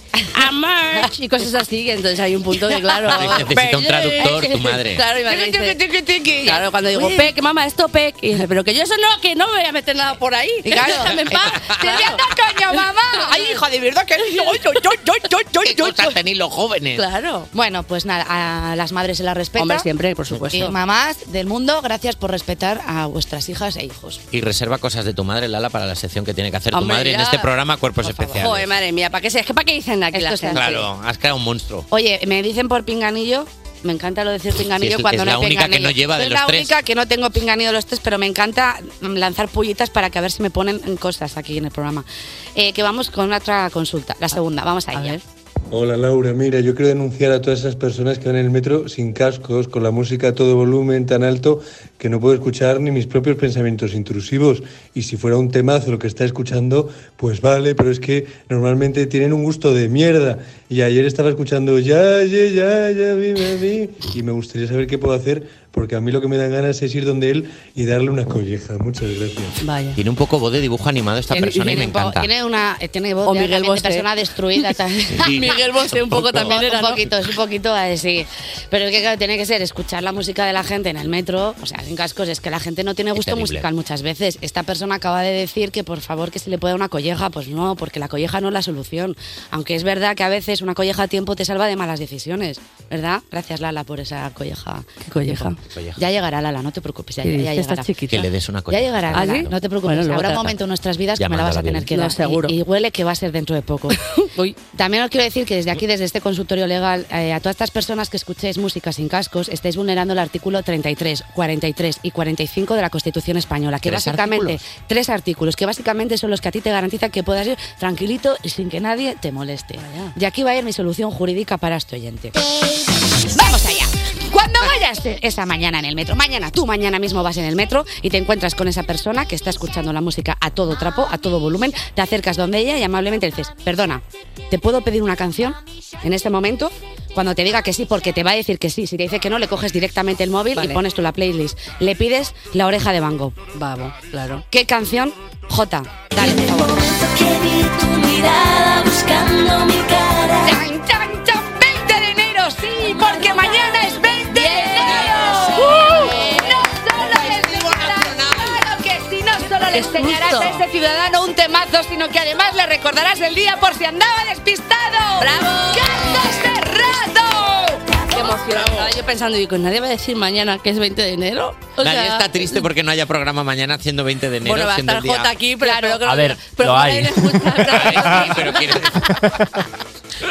Speaker 4: ¡A March", Y cosas así, que entonces hay un punto que, claro.
Speaker 3: Necesita un traductor, tu madre.
Speaker 4: "Eh, Claro, y mi madre dice, claro, cuando digo
Speaker 18: Uy.
Speaker 4: Peck, mamá, esto Peck. Y dice, pero que yo eso no, que no me voy a meter nada por ahí.
Speaker 18: Y claro.
Speaker 4: déjame en paz. Te voy a dar caña, mamá.
Speaker 18: Ay, hija, de verdad que yo, yo, yo, yo, yo, yo, yo,
Speaker 3: tenéis los jóvenes?
Speaker 18: Claro. Bueno, pues nada, a las madres se las respeta.
Speaker 4: Hombre, siempre, por supuesto.
Speaker 18: Y mamás del mundo, gracias por respetar a vuestras hijas e hijos.
Speaker 3: Y reserva cosas de tu madre, Lala, para la sección que tiene que hacer
Speaker 18: Hombre,
Speaker 3: tu madre en
Speaker 18: ya.
Speaker 3: este programa Cuerpos Especiales.
Speaker 4: Joder, madre mía, ¿para qué, se- es que ¿para qué dicen aquí la
Speaker 18: Esto
Speaker 4: gente?
Speaker 3: Claro, has creado un monstruo.
Speaker 18: Oye, me dicen por pinganillo. Me encanta lo de decir pinganillo
Speaker 3: Sí, es-
Speaker 18: cuando
Speaker 3: es
Speaker 18: no
Speaker 3: la
Speaker 18: hay
Speaker 3: única que
Speaker 18: pinganillo.
Speaker 3: no lleva de
Speaker 18: Soy
Speaker 3: los
Speaker 18: la
Speaker 3: tres.
Speaker 18: única que no tengo pinganillo de los tres, pero me encanta mm, lanzar pullitas para que a ver si me ponen cosas aquí en el programa. Eh, que vamos con otra consulta, la segunda, vamos a ella.
Speaker 21: Hola Laura, mira, yo quiero denunciar a todas esas personas que van en el metro sin cascos, con la música a todo volumen tan alto que no puedo escuchar ni mis propios pensamientos intrusivos. Y si fuera un temazo lo que está escuchando, pues vale, pero es que normalmente tienen un gusto de mierda. Y ayer estaba escuchando ya, ya, ya, ya, vi, me vi. Y me gustaría saber qué puedo hacer, porque a mí lo que me dan ganas es ir donde él y darle una colleja. Muchas gracias.
Speaker 4: Vaya.
Speaker 3: Tiene un poco voz de dibujo animado esta persona y me
Speaker 18: Tiene,
Speaker 3: encanta.
Speaker 18: tiene una eh, tiene voz
Speaker 4: O
Speaker 18: de, también
Speaker 4: Miguel
Speaker 18: de
Speaker 4: Bosé.
Speaker 18: persona destruida. también.
Speaker 3: Y-
Speaker 18: Miguel Bosé un poco
Speaker 4: también era,
Speaker 18: Un
Speaker 4: ¿no?
Speaker 18: poquito, es un poquito así. Pero es que claro, tiene que ser escuchar la música de la gente en el metro, o sea, sin cascos, es que la gente no tiene gusto
Speaker 4: terrible.
Speaker 18: musical muchas veces. Esta persona acaba de decir que por favor que se le pueda una colleja, pues no, porque la colleja no es la solución. Aunque es verdad que a veces una colleja a tiempo te salva de malas decisiones, ¿verdad? Gracias Lala por esa colleja. ¿Qué
Speaker 4: colleja?
Speaker 18: Ya llegará Lala, no te preocupes, ya,
Speaker 4: ¿Qué
Speaker 18: ya
Speaker 4: dices?
Speaker 18: llegará.
Speaker 4: Estás chiquita. Que le des una
Speaker 18: Ya
Speaker 4: colleja.
Speaker 18: llegará,
Speaker 4: ¿Ah,
Speaker 18: Lala,
Speaker 4: sí?
Speaker 18: no te preocupes.
Speaker 4: Bueno, luego
Speaker 18: Habrá
Speaker 4: te
Speaker 18: un
Speaker 4: la-
Speaker 18: momento en nuestras vidas que
Speaker 4: Ya
Speaker 18: me la vas a
Speaker 4: mándala
Speaker 18: tener
Speaker 4: bien.
Speaker 18: que
Speaker 4: Lo
Speaker 18: dar. Y-
Speaker 4: aseguro.
Speaker 18: y huele que va a ser dentro de poco. También os quiero decir que desde aquí, desde este consultorio legal, eh, a todas estas personas que escuchéis música sin cascos, estáis vulnerando el artículo 33, 43 y 45 de la Constitución Española, que
Speaker 4: ¿Tres
Speaker 18: básicamente, tres artículos, que básicamente son los que a ti te garantizan que puedas ir tranquilito y sin que nadie te moleste. Y aquí va a ir mi solución jurídica para este oyente. ¡Vamos allá! Cuando vayas esa mañana en el metro, mañana, tú mañana mismo vas en el metro y te encuentras con esa persona que está escuchando la música a todo trapo, a todo volumen, te acercas donde ella y amablemente le dices, perdona, ¿te puedo pedir una canción en este momento? Cuando te diga que sí, porque te va a decir que sí. Si te dice que no, le coges directamente el móvil
Speaker 4: Vale.
Speaker 18: y pones tú la playlist. Le pides La oreja de Van Gogh.
Speaker 4: Vamos, claro.
Speaker 18: ¿Qué canción? J.
Speaker 12: mirada buscando mi cara.
Speaker 18: ¡Chan, chan, chan! ¡20 de enero! ¡Sí! ¡Porque mañana es 20 de enero!
Speaker 12: ¡Uh!
Speaker 18: ¡No solo les recordarás, claro que sí, no solo le
Speaker 4: Es justo.
Speaker 18: enseñarás a este ciudadano un temazo, sino que además le recordarás el día por si andaba despistado. ¡Bravo! ¡Carlos Cerrado!
Speaker 4: Qué emoción. Estaba yo pensando, digo, nadie va a decir mañana que es 20 de enero. O
Speaker 3: Nadie
Speaker 4: sea,
Speaker 3: está triste porque no haya programa mañana siendo 20 de enero.
Speaker 4: Bueno, va a
Speaker 3: siendo
Speaker 4: estar
Speaker 3: el día-
Speaker 4: Jota aquí, pero espero que
Speaker 3: A ver, lo hay. Pero quiero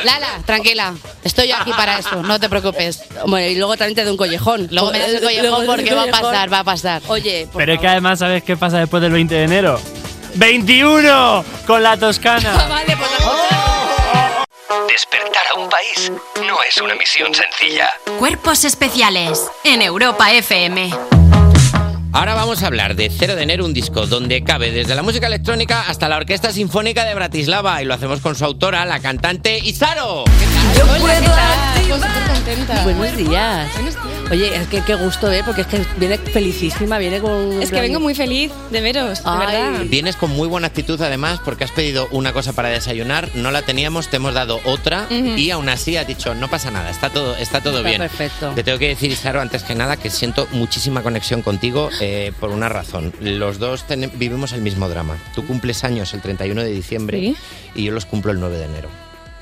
Speaker 18: Lala, tranquila. Estoy yo aquí para esto, no te preocupes.
Speaker 4: Bueno, y luego también te doy un collejón.
Speaker 18: Luego me das el collejón
Speaker 4: Luego
Speaker 18: porque va a
Speaker 4: collejón.
Speaker 18: pasar, va a pasar.
Speaker 4: Oye, por
Speaker 5: Pero es que además, ¿sabes qué pasa después del 20 de enero? ¡21! Con la Toscana.
Speaker 1: Despertar a un país no es una misión sencilla.
Speaker 2: Cuerpos especiales en Europa FM.
Speaker 3: Ahora vamos a hablar de Cero de Enero, un disco donde cabe desde la música electrónica hasta la Orquesta Sinfónica de Bratislava y lo hacemos con su autora, la cantante Isaro.
Speaker 4: Yo puedo contenta. Buenos días. Oye, es que qué gusto, ¿eh? Porque es que viene felicísima, viene con...
Speaker 11: Es que vengo muy feliz de veros, de verdad.
Speaker 3: Vienes con muy buena actitud además porque has pedido una cosa para desayunar, no la teníamos, te hemos dado otra
Speaker 11: Ujú.
Speaker 3: y aún así has dicho, no pasa nada, está todo, está todo
Speaker 4: Está
Speaker 3: bien.
Speaker 4: perfecto.
Speaker 3: Te tengo que decir, Isaro, antes que nada, que siento muchísima conexión contigo eh, por una razón. Los dos tenem- vivimos el mismo drama. Tú cumples años el 31 de diciembre
Speaker 11: Sí.
Speaker 3: y yo los cumplo el 9 de enero.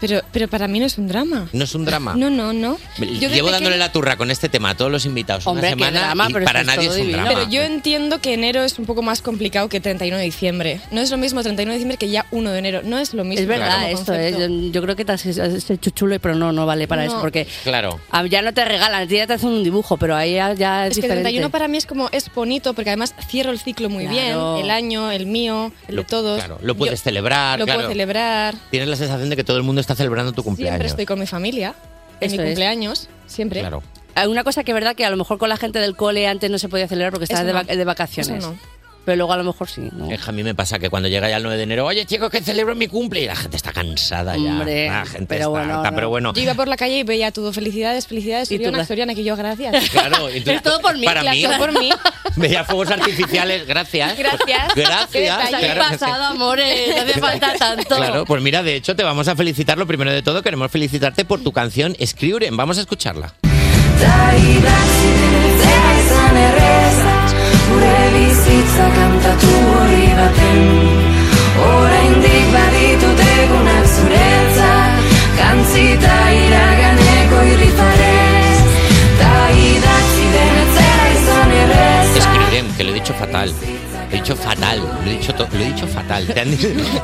Speaker 11: Pero, pero para mí no es un drama.
Speaker 3: No es un drama.
Speaker 11: No, no, no. Yo
Speaker 3: Llevo
Speaker 11: desde
Speaker 3: dándole
Speaker 11: que-
Speaker 3: la turra con este tema a todos los invitados
Speaker 4: Hombre, qué
Speaker 3: una semana
Speaker 4: drama,
Speaker 3: y
Speaker 4: pero
Speaker 3: para
Speaker 4: esto es
Speaker 3: nadie es
Speaker 4: todo
Speaker 3: un
Speaker 4: divino.
Speaker 3: drama.
Speaker 11: Pero yo entiendo que enero es un poco más complicado que 31 de diciembre. No es lo mismo 31 de diciembre que ya 1 de enero. No es lo mismo.
Speaker 4: Es verdad
Speaker 11: como
Speaker 4: esto, ¿eh?
Speaker 11: concepto.
Speaker 4: yo, yo creo que te has, has hecho chulo, pero no, no vale para
Speaker 11: No.
Speaker 4: eso, porque
Speaker 3: Claro.
Speaker 4: ah, ya no te regalan, a ti ya te hacen un dibujo, pero ahí ya, ya es,
Speaker 11: Es que el
Speaker 4: diferente.
Speaker 11: 31 para mí es como, es bonito, porque además cierro el ciclo muy
Speaker 4: Claro.
Speaker 11: bien, el año, el mío, el
Speaker 3: Lo-
Speaker 11: de todos.
Speaker 3: claro, lo puedes
Speaker 11: Yo-
Speaker 3: celebrar,
Speaker 11: Lo
Speaker 3: claro.
Speaker 11: puedo celebrar.
Speaker 3: Tienes la sensación de que todo el mundo está celebrando tu
Speaker 11: Siempre
Speaker 3: cumpleaños.
Speaker 11: estoy con mi familia, en
Speaker 4: Eso
Speaker 11: mi
Speaker 4: es.
Speaker 11: cumpleaños, siempre.
Speaker 3: Claro.
Speaker 4: Hay Una cosa que es verdad que a lo mejor con la gente del cole antes no se podía celebrar porque estabas
Speaker 11: Eso
Speaker 4: de,
Speaker 11: no.
Speaker 4: vac- de vacaciones.
Speaker 11: Eso no.
Speaker 4: Pero luego a lo mejor sí. ¿no?
Speaker 3: Es que a mí me pasa que cuando llega ya el 9 de enero, oye chicos, que celebro mi cumple y la gente está cansada ya.
Speaker 11: Hombre,
Speaker 3: la gente
Speaker 11: pero
Speaker 3: está,
Speaker 11: bueno,
Speaker 3: está-
Speaker 11: no.
Speaker 3: pero bueno.
Speaker 11: Yo iba por la calle y veía todo, felicidades, felicidades,
Speaker 4: Y tú,
Speaker 11: Soriana,
Speaker 4: gra-
Speaker 11: Soriana, que yo, gracias.
Speaker 3: Claro, y tú-
Speaker 11: Es todo por mí,
Speaker 3: para
Speaker 11: claro,
Speaker 3: mí,
Speaker 11: todo por mí.
Speaker 3: veía fuegos artificiales, gracias.
Speaker 4: Gracias.
Speaker 3: Gracias.
Speaker 4: Está
Speaker 3: claro que sí.
Speaker 4: pasado, amores. No hace falta tanto.
Speaker 3: Claro, pues mira, de hecho te vamos a felicitar. Lo primero de todo, queremos felicitarte por tu canción Scriuren. Vamos a escucharla.
Speaker 12: Zezan erreza, gure bizitza kantatu horri baten Oraindik baditut egunak zuretzat Kantzita iraganeko irrifarez Ta idatzi den etzera izan erreza
Speaker 3: Escriuren, que lo he dicho fatal. Lo he dicho fatal, lo he dicho, to- lo he dicho fatal. ¿Te han,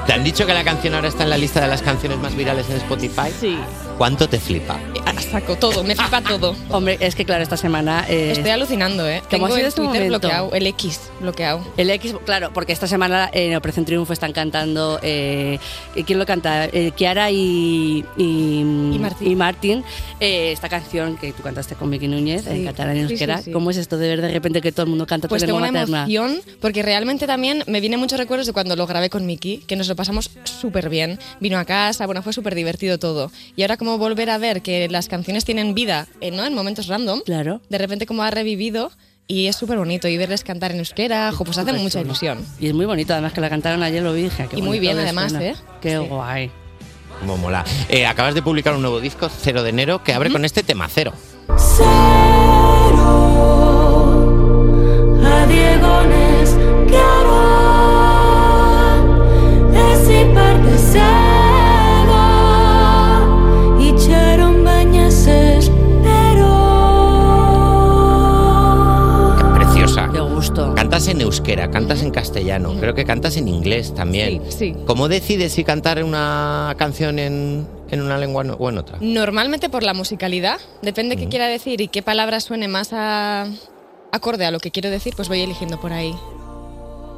Speaker 3: te han dicho que la canción ahora está en la lista de las canciones más virales en Spotify?
Speaker 4: Sí.
Speaker 3: ¿Cuánto te flipa?
Speaker 11: Ah, Saco todo, me flipa todo.
Speaker 4: Hombre, es que claro, esta semana. eh,
Speaker 11: Estoy alucinando, ¿eh?
Speaker 4: ¿Cómo
Speaker 11: Tengo
Speaker 4: ha sido
Speaker 11: el
Speaker 4: este
Speaker 11: Twitter
Speaker 4: momento?
Speaker 11: bloqueado, el X bloqueado.
Speaker 4: El X, claro, porque esta semana eh, en Operación Triunfo están cantando. eh, ¿Quién lo canta? Eh, Kiara y. Y, mm,
Speaker 11: Martín.
Speaker 4: y Martín, eh, esta canción que tú cantaste con Miki Núñez, en
Speaker 11: Sí.
Speaker 4: catalán y
Speaker 11: Sí, sí,
Speaker 4: euskera.
Speaker 11: sí.
Speaker 4: ¿Cómo es esto de ver de repente que todo el mundo canta
Speaker 11: Pues
Speaker 4: tu
Speaker 11: tengo
Speaker 4: lengua
Speaker 11: una
Speaker 4: materna?
Speaker 11: emoción, porque realmente también me vienen muchos recuerdos de cuando lo grabé con Miki, que nos lo pasamos súper bien. Vino a casa, bueno, fue súper divertido todo. Y ahora como volver a ver que las canciones tienen vida, eh, ¿no? En momentos random.
Speaker 4: Claro.
Speaker 11: De repente como ha revivido y es súper bonito. Y verles cantar en euskera, jo, pues hace
Speaker 4: Súper
Speaker 11: mucha
Speaker 4: chulo.
Speaker 11: ilusión.
Speaker 4: Y es muy bonito, además que la cantaron ayer, lo vi. dije, "Ah, qué
Speaker 11: Y muy
Speaker 4: bonito
Speaker 11: bien, ¿eh?
Speaker 4: que
Speaker 11: además,
Speaker 4: suena.
Speaker 11: ¿eh?
Speaker 4: Qué guay.
Speaker 3: cómo mola. Eh, acabas de publicar un nuevo disco, Cero de Enero, que abre con este tema, Cero.
Speaker 12: A Diegones que ahora es hiperdeseado y Charon Bañas espero.
Speaker 3: Preciosa. Qué
Speaker 4: gusto.
Speaker 3: Cantas en euskera, cantas en castellano, creo que cantas en inglés también.
Speaker 6: Sí, sí.
Speaker 3: ¿Cómo decides si cantar una canción en, en una lengua no- o en otra?
Speaker 6: Normalmente por la musicalidad, depende qué quiera decir y qué palabra suene más a- acorde a lo que quiero decir, pues voy eligiendo por ahí.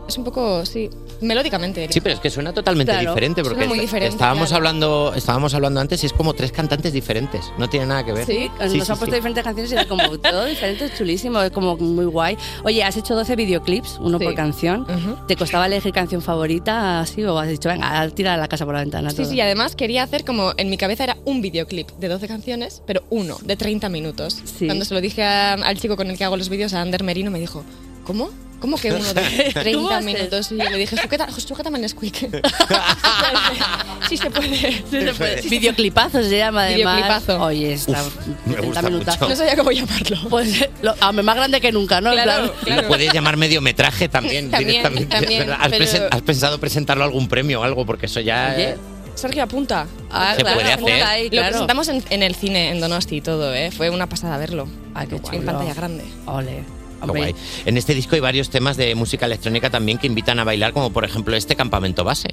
Speaker 6: Es un poco, sí, melódicamente.
Speaker 3: Sí, pero es que suena totalmente
Speaker 6: Claro,
Speaker 3: diferente porque
Speaker 6: suena muy
Speaker 3: est-
Speaker 6: diferente,
Speaker 3: estábamos
Speaker 6: claro.
Speaker 3: hablando estábamos hablando antes y es como tres cantantes diferentes, no tiene nada que ver.
Speaker 4: Sí, nos
Speaker 3: Sí,
Speaker 4: han
Speaker 3: sí,
Speaker 4: puesto
Speaker 3: sí.
Speaker 4: diferentes canciones y era como todo diferente, es chulísimo, es como muy guay. Oye, has hecho 12 videoclips, uno por canción. ¿Te costaba elegir canción favorita así o has dicho, venga, tira la casa por la ventana?
Speaker 6: Sí,
Speaker 4: todo?
Speaker 6: sí, además quería hacer como en mi cabeza era un videoclip de 12 canciones, pero uno, de 30 minutos. Cuando se lo dije a- al chico con el que hago los vídeos, a Ander Merino, me dijo, ¿cómo? ¿Cómo que uno de
Speaker 4: ¿Cómo
Speaker 6: 30
Speaker 4: haces?
Speaker 6: minutos? Y yo le dije, sujeta, sujétame en Squeak. sí se puede. Sí
Speaker 4: se puede. Videoclipazo se llama además.
Speaker 6: Videoclipazo.
Speaker 4: Oye, está
Speaker 3: Uf, me
Speaker 4: 30
Speaker 3: gusta
Speaker 4: minutos.
Speaker 3: mucho. No sabía
Speaker 6: cómo llamarlo.
Speaker 4: Pues eh, lo- a- más grande que nunca, ¿no? En
Speaker 6: Claro.
Speaker 4: plan-
Speaker 3: Lo puedes llamar mediometraje también,
Speaker 6: También,
Speaker 3: directamente. es
Speaker 6: también,
Speaker 3: verdad. ¿Has,
Speaker 6: pero-
Speaker 3: presen- has pensado presentarlo a algún premio o algo? Porque eso ya.
Speaker 6: Oye. Sergio, apunta.
Speaker 4: Eh, Ah,
Speaker 3: Se claro, puede apunta hacer. ahí,
Speaker 6: Lo
Speaker 3: claro.
Speaker 6: presentamos en, en el cine, en Donosti y todo, ¿eh? Fue una pasada verlo.
Speaker 4: Ah, qué
Speaker 6: En
Speaker 4: chulo.
Speaker 6: pantalla grande.
Speaker 4: Ole.
Speaker 3: Qué guay. En este disco hay varios temas de música electrónica también que invitan a bailar, como por ejemplo este campamento base.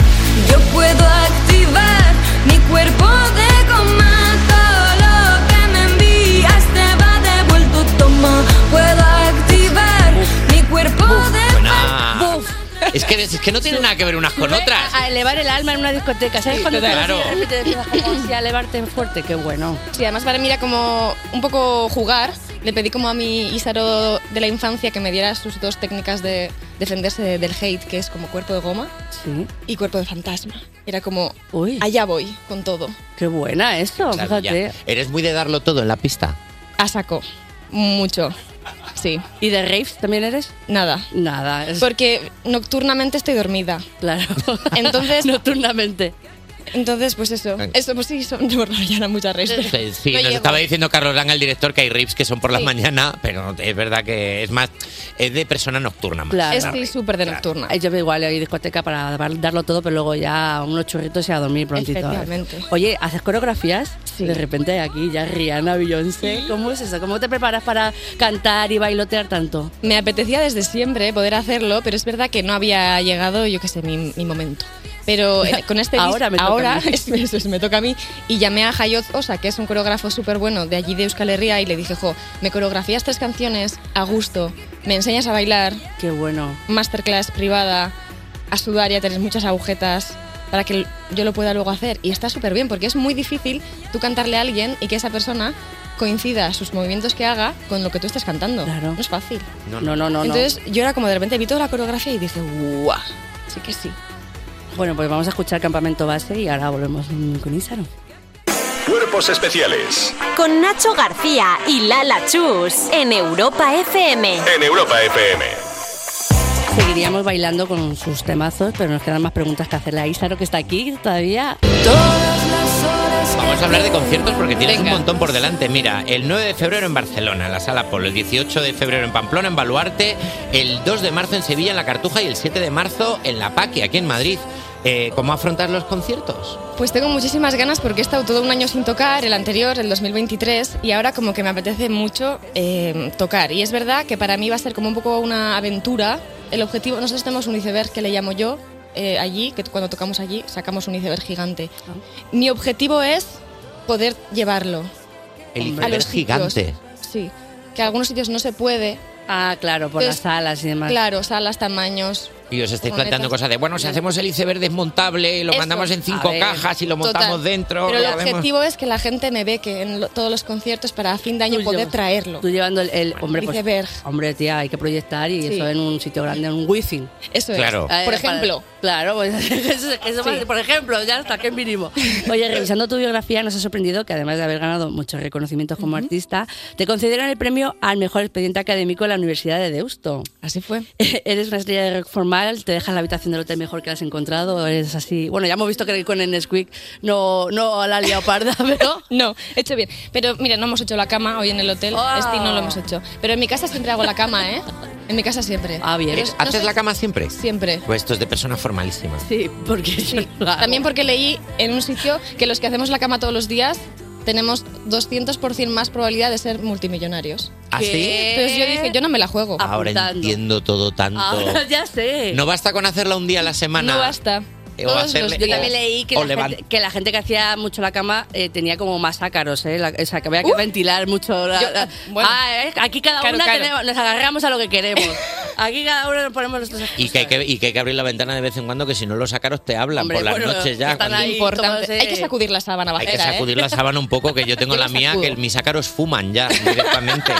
Speaker 12: Yo puedo activar mi cuerpo de coma. Todo lo que me envías te va devuelto. Toma, puedo activar mi cuerpo de
Speaker 3: Buena.
Speaker 4: Buf.
Speaker 3: Es que, es que no tienen nada que ver unas con otras.
Speaker 4: A elevar el alma en una discoteca, ¿sabes? Cuando te
Speaker 3: total.
Speaker 4: vas y te empiezas como así a elevarte fuerte, qué bueno.
Speaker 6: Sí, además para mí era como un poco jugar. Le pedí como a mi Isaro de la infancia que me diera sus dos técnicas de defenderse del hate, que es como cuerpo de goma
Speaker 4: Sí.
Speaker 6: y cuerpo de fantasma. Era como,
Speaker 4: Uy.
Speaker 6: allá voy con todo.
Speaker 4: Qué buena esto,
Speaker 3: Claro, ya.
Speaker 4: fíjate.
Speaker 3: Eres muy de darlo todo en la pista.
Speaker 6: A saco. Mucho. Sí.
Speaker 4: ¿Y de raves también eres?
Speaker 6: Nada.
Speaker 4: Nada. es-
Speaker 6: Porque nocturnamente estoy dormida.
Speaker 4: Claro.
Speaker 6: Entonces.
Speaker 4: nocturnamente.
Speaker 6: Entonces, pues eso. Eso, pues sí, son por la mañana muchas redes.
Speaker 3: Sí, sí,
Speaker 6: No
Speaker 3: nos
Speaker 6: llego.
Speaker 3: estaba diciendo Carlos Langa, el director, que hay rips que son por la
Speaker 6: Sí.
Speaker 3: mañana, pero es verdad que es más, es de persona nocturna más.
Speaker 4: Claro.
Speaker 3: Claro.
Speaker 6: súper de nocturna.
Speaker 4: Yo igual hay discoteca para dar- darlo todo, pero luego ya unos churritos y a dormir prontito.
Speaker 6: Efectivamente.
Speaker 4: Oye, ¿haces coreografías? De repente aquí ya Rihanna, Beyoncé. ¿Cómo es eso? ¿Cómo te preparas para cantar y bailotear tanto?
Speaker 6: Me apetecía desde siempre poder hacerlo, pero es verdad que no había llegado, yo qué sé, mi, mi momento. Pero eh, con este dis-
Speaker 4: Ahora me toca
Speaker 6: ahora
Speaker 4: a mí.
Speaker 6: es- eso es, me toca a mí y llamé a Jayot Osa, que es un coreógrafo súper bueno de allí de Euskal Herria y le dije, "Jo, me coreografías tres canciones a gusto, me enseñas a bailar,
Speaker 4: qué bueno,
Speaker 6: masterclass privada, a sudar y a tener muchas agujetas." para que l- yo lo pueda luego hacer. Y está súper bien, porque es muy difícil tú cantarle a alguien y que esa persona coincida sus movimientos que haga con lo que tú estás cantando. No es fácil.
Speaker 4: No, no, no, no.
Speaker 6: Entonces yo era como de repente vi toda la coreografía y dije, ¡guau! Sí que sí.
Speaker 4: Bueno, pues vamos a escuchar Campamento Base y ahora volvemos mm, con Isaro.
Speaker 8: Cuerpos especiales
Speaker 2: Con Nacho García y Lala Chus en Europa FM.
Speaker 8: en Europa FM.
Speaker 4: Seguiríamos bailando con sus temazos, pero nos quedan más preguntas que hacerle a Isaro, que está aquí todavía.
Speaker 3: Vamos a hablar de conciertos porque tienes un montón por delante. Mira, el 9 de febrero en Barcelona, en la Sala Polo, el 18 de febrero en Pamplona, en Baluarte, el 2 de marzo en Sevilla, en La Cartuja y el 7 de marzo en La Paque, aquí en Madrid. Eh, ¿Cómo afrontar los conciertos?
Speaker 6: Pues tengo muchísimas ganas porque he estado todo un año sin tocar, el anterior, el 2023, y ahora como que me apetece mucho eh, tocar. Y es verdad que para mí va a ser como un poco una aventura. El objetivo, nosotros tenemos un iceberg que le llamo yo eh, allí, que cuando tocamos allí sacamos un iceberg gigante.
Speaker 4: Ah.
Speaker 6: Mi objetivo es poder llevarlo.
Speaker 3: El
Speaker 6: a
Speaker 3: iceberg
Speaker 6: los sitios.
Speaker 3: gigante.
Speaker 6: Sí, que a algunos sitios no se puede.
Speaker 4: Ah, claro, por las
Speaker 6: Entonces,
Speaker 4: salas y demás.
Speaker 6: Claro, salas, tamaños.
Speaker 3: Y os estáis
Speaker 6: Con
Speaker 3: planteando
Speaker 6: letras.
Speaker 3: cosas de, bueno, si hacemos el iceberg desmontable, lo
Speaker 6: Eso.
Speaker 3: mandamos en cinco
Speaker 6: A ver,
Speaker 3: cajas y lo
Speaker 6: total.
Speaker 3: montamos dentro.
Speaker 6: Pero
Speaker 3: lo
Speaker 6: el
Speaker 3: hacemos-
Speaker 6: objetivo es que la gente me ve que en lo- todos los conciertos para a fin de año poder traerlo.
Speaker 4: Tú llevando el, el- hombre, pues,
Speaker 6: Iceberg.
Speaker 4: hombre, tía, hay que proyectar y
Speaker 6: Sí.
Speaker 4: eso en un sitio grande, en un wifi. Ah,
Speaker 6: Eso es. Claro. Por ejemplo.
Speaker 4: claro, pues, eso, eso va-
Speaker 6: Sí.
Speaker 4: por ejemplo, ya hasta qué mínimo. Oye, revisando tu biografía, nos ha sorprendido que además de haber ganado muchos reconocimientos como artista, te concedieron el premio al mejor expediente académico de la Universidad de Deusto.
Speaker 6: Así fue.
Speaker 4: Eres una estrella de rock formal mal, te dejas la habitación del hotel mejor que la has encontrado, eres así. Bueno, ya hemos visto que con el Nesquik no, no la ha liado parda, pero.
Speaker 6: no, he hecho bien. Pero mira, no hemos hecho la cama hoy en el hotel.
Speaker 4: Ah.
Speaker 6: Este no lo hemos hecho. Pero en mi casa siempre hago la cama, ¿eh? En mi casa siempre.
Speaker 4: Ah, bien.
Speaker 6: Pero no
Speaker 3: ¿Haces
Speaker 6: soy-
Speaker 3: la cama siempre?
Speaker 6: Siempre.
Speaker 3: Pues esto es de persona formalísima.
Speaker 4: Sí, porque sí.
Speaker 6: También porque leí en un sitio que los que hacemos la cama todos los días tenemos 200% más probabilidad de ser multimillonarios.
Speaker 3: ¿Ah, sí? ¿Qué?
Speaker 6: Entonces yo dije, yo no me la juego.
Speaker 3: Ahora entiendo todo tanto.
Speaker 4: Ah,
Speaker 6: Ahora ya sé.
Speaker 3: No basta con hacerla un día a la semana.
Speaker 6: No basta.
Speaker 3: Eh, o
Speaker 4: Todos los-
Speaker 3: hacerle-
Speaker 4: yo también
Speaker 3: o-
Speaker 4: leí que
Speaker 3: o
Speaker 4: la, gente,
Speaker 3: levant-
Speaker 4: que la gente que hacía mucho la cama eh, tenía como más ácaros, ¿eh? La- o sea, que había que ventilar mucho. la- la- Ah, eh, aquí cada
Speaker 6: Claro,
Speaker 4: una
Speaker 6: claro.
Speaker 4: tenemos- nos agarramos a lo que queremos. Aquí cada uno nos ponemos nuestros...
Speaker 3: Y que, hay que, y que hay que abrir la ventana de vez en cuando, que si no los ácaros te hablan
Speaker 4: Hombre,
Speaker 3: por las
Speaker 4: bueno,
Speaker 3: noches ya. cuando-
Speaker 6: Importante. Hay que sacudir la sábana
Speaker 3: Hay
Speaker 6: bajera,
Speaker 3: que sacudir la
Speaker 6: ¿eh?
Speaker 3: sábana un poco, que yo tengo la mía, que mis ácaros fuman ya directamente.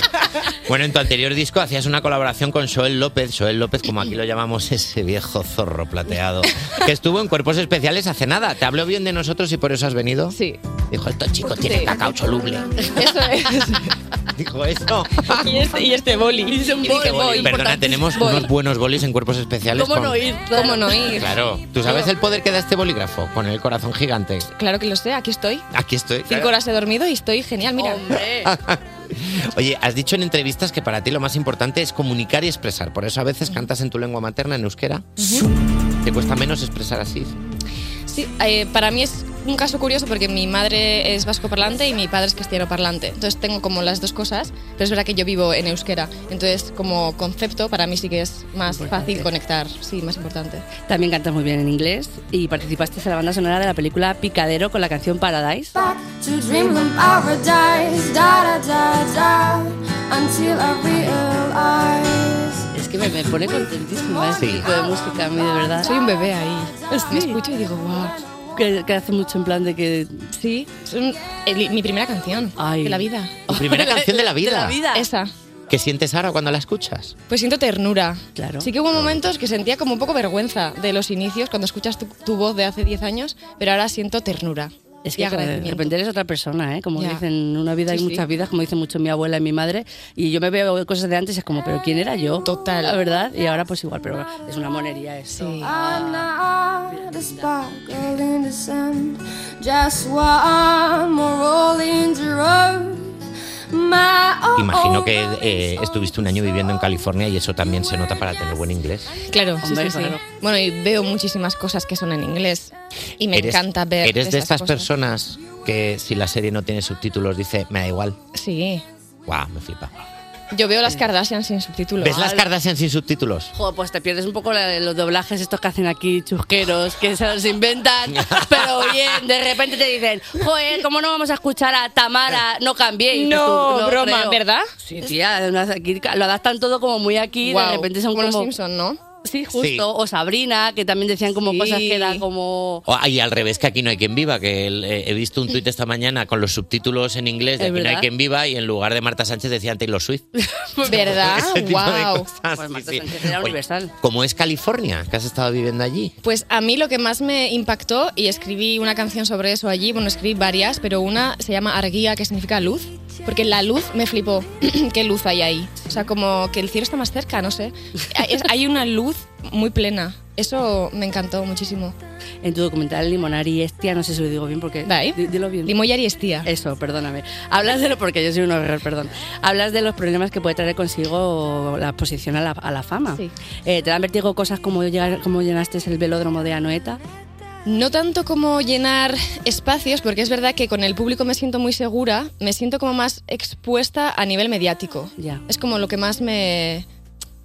Speaker 3: bueno, en tu anterior disco hacías una colaboración con Joel López, Joel López, como aquí lo llamamos, ese viejo zorro plateado, que estuvo en Cuerpos Especiales hace nada. ¿Te habló bien de nosotros y por eso has venido?
Speaker 6: Sí.
Speaker 3: Dijo, estos chicos tienen
Speaker 6: Sí.
Speaker 3: cacao soluble.
Speaker 6: Eso es.
Speaker 3: Dijo eso.
Speaker 6: y, este, y este boli. Y dije, voy.
Speaker 3: Perdona, tenemos unos buenos bolis en Cuerpos Especiales.
Speaker 6: ¿Cómo
Speaker 3: con-
Speaker 6: no ir? ¿Cómo no ir?
Speaker 3: Claro. ¿Tú sabes el poder que da este bolígrafo? Con el corazón gigante.
Speaker 6: Claro que lo sé, aquí estoy.
Speaker 3: Aquí estoy.
Speaker 6: Cinco horas he dormido y estoy genial, mira.
Speaker 3: Oye, has dicho en entrevistas que para ti lo más importante es comunicar y expresar. Por eso a veces cantas en tu lengua materna, en euskera. ¿Te cuesta menos expresar así?
Speaker 6: Sí, eh, para mí es un caso curioso porque mi madre es vasco parlante y mi padre es castellano parlante. Entonces tengo como las dos cosas, pero es verdad que yo vivo en euskera. Entonces, como concepto, para mí sí que es más fácil conectar. Sí, más importante.
Speaker 4: También cantas muy bien en inglés y participaste en la banda sonora de la película Picadero con la canción Paradise.
Speaker 12: to dreamland paradise, da da da da, until I realize.
Speaker 4: Es que me, me pone contentísima este
Speaker 12: Sí.
Speaker 4: tipo de música, a mí de verdad.
Speaker 6: Soy un bebé ahí. Me escucho y digo, wow.
Speaker 4: Que, que hace mucho en plan de que...
Speaker 6: Sí, es un- el- mi primera canción de la vida.
Speaker 3: Tu primera canción de la vida.
Speaker 6: Esa.
Speaker 3: ¿Qué sientes ahora cuando la escuchas?
Speaker 6: Pues siento ternura.
Speaker 3: Claro.
Speaker 6: Sí que hubo momentos que sentía como un poco vergüenza de los inicios cuando escuchas tu, tu voz de hace 10 años, pero ahora siento ternura.
Speaker 4: Es
Speaker 6: y
Speaker 4: que de
Speaker 6: agradecimiento.
Speaker 4: repente eres otra persona, ¿eh? Como
Speaker 6: Ya.
Speaker 4: dicen, en una vida hay
Speaker 6: Sí, sí.
Speaker 4: muchas vidas, como dicen mucho mi abuela y mi madre, y yo me veo cosas de antes y es como, pero ¿quién era yo? Total. La verdad, y ahora pues igual, pero es una monería eso.
Speaker 12: I'm not a sparkle in the sun, just one more rolling the road. My own.
Speaker 6: Oh,
Speaker 3: Imagino que eh, estuviste un año viviendo en California y eso también se nota para tener buen inglés.
Speaker 6: Claro, sí,
Speaker 3: Hombre,
Speaker 6: sí, sí.
Speaker 3: claro.
Speaker 6: Bueno, y veo muchísimas cosas que son en inglés y me
Speaker 3: Eres-
Speaker 6: encanta ver.
Speaker 3: Eres de
Speaker 6: esas
Speaker 3: estas
Speaker 6: cosas.
Speaker 3: personas que si la serie no tiene subtítulos dice, me da igual.
Speaker 6: Sí.
Speaker 3: Guau, me flipa.
Speaker 6: Yo veo las Kardashian sin subtítulos.
Speaker 3: ¿Ves las Kardashian sin subtítulos?
Speaker 4: Joder, pues te pierdes un poco la- los doblajes estos que hacen aquí, chusqueros, que se los inventan, pero bien, de repente te dicen, joder, ¿cómo no vamos a escuchar a Tamara? No cambié. Y dices
Speaker 6: No,
Speaker 4: tú,
Speaker 6: broma,
Speaker 4: creo".
Speaker 6: ¿verdad?
Speaker 4: Sí, tía, además aquí lo adaptan todo como muy aquí, de
Speaker 6: Guau,
Speaker 4: repente son
Speaker 6: como los
Speaker 4: como...
Speaker 6: Simpson, ¿no?
Speaker 4: Sí, justo.
Speaker 3: Sí.
Speaker 4: O Sabrina, que también decían como cosas que eran como...
Speaker 3: O- Oh, y al revés, que aquí no hay quien viva, que el- eh, he visto un tuit esta mañana con los subtítulos en inglés de
Speaker 4: Es
Speaker 3: aquí no hay
Speaker 4: verdad.
Speaker 3: quien viva y en lugar de Marta Sánchez decían Taylor Swift.
Speaker 6: ¿Verdad?
Speaker 3: Ese tipo de
Speaker 6: wow.
Speaker 3: cosas,
Speaker 4: Pues
Speaker 3: sí, sí.
Speaker 4: Era
Speaker 3: Oye,
Speaker 4: universal.
Speaker 3: ¿Cómo es California? Que has estado viviendo allí.
Speaker 6: Pues a mí lo que más me impactó, y escribí una canción sobre eso allí, bueno, escribí varias, pero una se llama Arguía, que significa luz, porque la luz me flipó. ¿Qué luz hay ahí? O sea, como que el cielo está más cerca, no sé. Hay- es- Hay una luz muy plena. Eso me encantó muchísimo.
Speaker 4: En tu documental Limonari Estia, no sé si lo digo bien porque... Di- Dilo bien.
Speaker 6: Limonari Estia.
Speaker 4: Eso, perdóname. Hablas de lo... Porque yo soy un horror, perdón. Hablas de los problemas que puede traer consigo la exposición a la, a la fama. Eh, ¿Te dan vertigo cosas como, llegar, como llenaste el velódromo de Anoeta?
Speaker 6: No tanto como llenar espacios, porque es verdad que con el público me siento muy segura, me siento como más expuesta a nivel mediático.
Speaker 4: Ya.
Speaker 6: Es como lo que más me,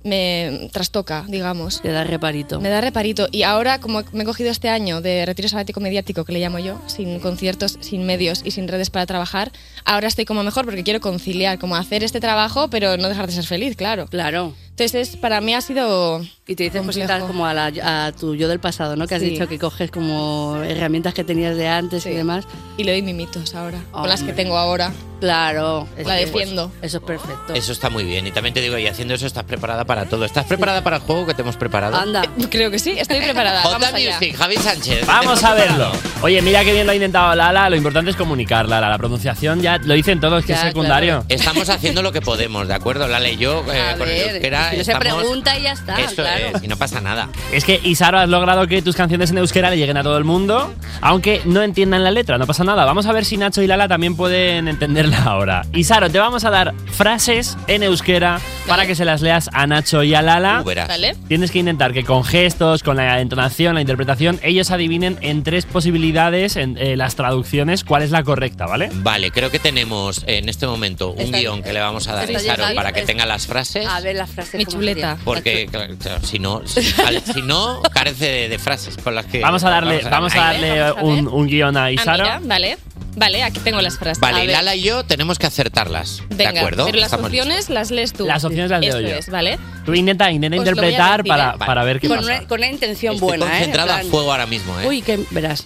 Speaker 6: me trastoca, digamos.
Speaker 4: Te da reparito.
Speaker 6: Me da reparito. Y ahora, como me he cogido este año de retiro sabático mediático, que le llamo yo, sin conciertos, sin medios y sin redes para trabajar, ahora estoy como mejor porque quiero conciliar, como hacer este trabajo, pero no dejar de ser feliz, claro.
Speaker 4: Claro.
Speaker 6: Entonces, es- para mí ha sido.
Speaker 4: Y te dices cositas como a, la- a tu yo del pasado, ¿no? Que has
Speaker 6: Sí.
Speaker 4: dicho que coges como herramientas que tenías de antes y demás.
Speaker 6: Y le doy mimitos ahora, con las que tengo ahora.
Speaker 4: Claro.
Speaker 6: La
Speaker 4: que-
Speaker 6: defiendo.
Speaker 4: Eso es perfecto.
Speaker 3: Eso está muy bien. Y también te digo, y haciendo eso estás preparada para todo. ¿Estás preparada para el juego que te hemos preparado?
Speaker 6: Eh, Creo que sí, estoy preparada.
Speaker 3: Jota
Speaker 6: Vamos allá.
Speaker 3: Music, Javi Sánchez.
Speaker 5: Vamos a verlo. Oye, mira qué bien lo ha intentado Lala. Lo importante es comunicar, Lala. La pronunciación ya lo dicen todos, que es secundario.
Speaker 3: Estamos haciendo lo que podemos, ¿de acuerdo? Lala y yo, eh,
Speaker 5: A
Speaker 3: con el
Speaker 5: ver.
Speaker 3: euskera nada.
Speaker 4: No se
Speaker 3: estamos-
Speaker 4: pregunta y ya está,
Speaker 3: Eso
Speaker 4: claro.
Speaker 3: es, y Eh, no pasa nada.
Speaker 5: Es que, Isaro, has logrado que tus canciones en euskera le lleguen a todo el mundo, aunque no entiendan la letra, no pasa nada. Vamos a ver si Nacho y Lala también pueden entenderla ahora. Isaro, te vamos a dar frases en euskera para que se las leas a Nacho y a Lala.
Speaker 3: Tú verás. Vale.
Speaker 5: Tienes que intentar que con gestos, con la entonación, la interpretación, ellos adivinen en tres posibilidades, en eh, las traducciones, cuál es la correcta, ¿vale?
Speaker 3: Vale, creo que tenemos en este momento un
Speaker 4: Está-
Speaker 3: guión que le vamos a dar a
Speaker 4: está
Speaker 3: Isaro
Speaker 4: llegando-
Speaker 3: para que
Speaker 4: es- Ah,
Speaker 3: tenga las frases.
Speaker 4: A ver las frases.
Speaker 6: Mi
Speaker 4: ¿cómo
Speaker 6: chuleta.
Speaker 4: serían?
Speaker 3: Porque claro, claro, si no, si, al- si no carece de, de frases con las que
Speaker 5: Vamos a darle, vamos a
Speaker 3: Ahí.
Speaker 5: darle un, un guión a
Speaker 6: Ah,
Speaker 5: Isaro.
Speaker 6: mira, vale. Vale, aquí tengo las frases. A
Speaker 3: Vale, y
Speaker 6: ver.
Speaker 3: Lala y yo tenemos que acertarlas. ¿De
Speaker 6: Venga,
Speaker 3: acuerdo?
Speaker 6: pero las
Speaker 3: Estamos
Speaker 6: opciones las lees tú.
Speaker 5: Las opciones las leo
Speaker 6: Eso
Speaker 5: yo.
Speaker 6: es, ¿vale?
Speaker 5: Tú intenta, intenta
Speaker 4: Pues
Speaker 6: Os lo voy a
Speaker 5: interpretar
Speaker 6: decir,
Speaker 5: para,
Speaker 6: ¿eh?
Speaker 5: para ver qué
Speaker 4: con,
Speaker 5: pasa.
Speaker 4: Una, con una intención
Speaker 3: Estoy
Speaker 4: buena, ¿eh?
Speaker 3: concentrado a
Speaker 4: En plan-
Speaker 3: fuego ahora mismo, ¿eh?
Speaker 4: Uy, que verás.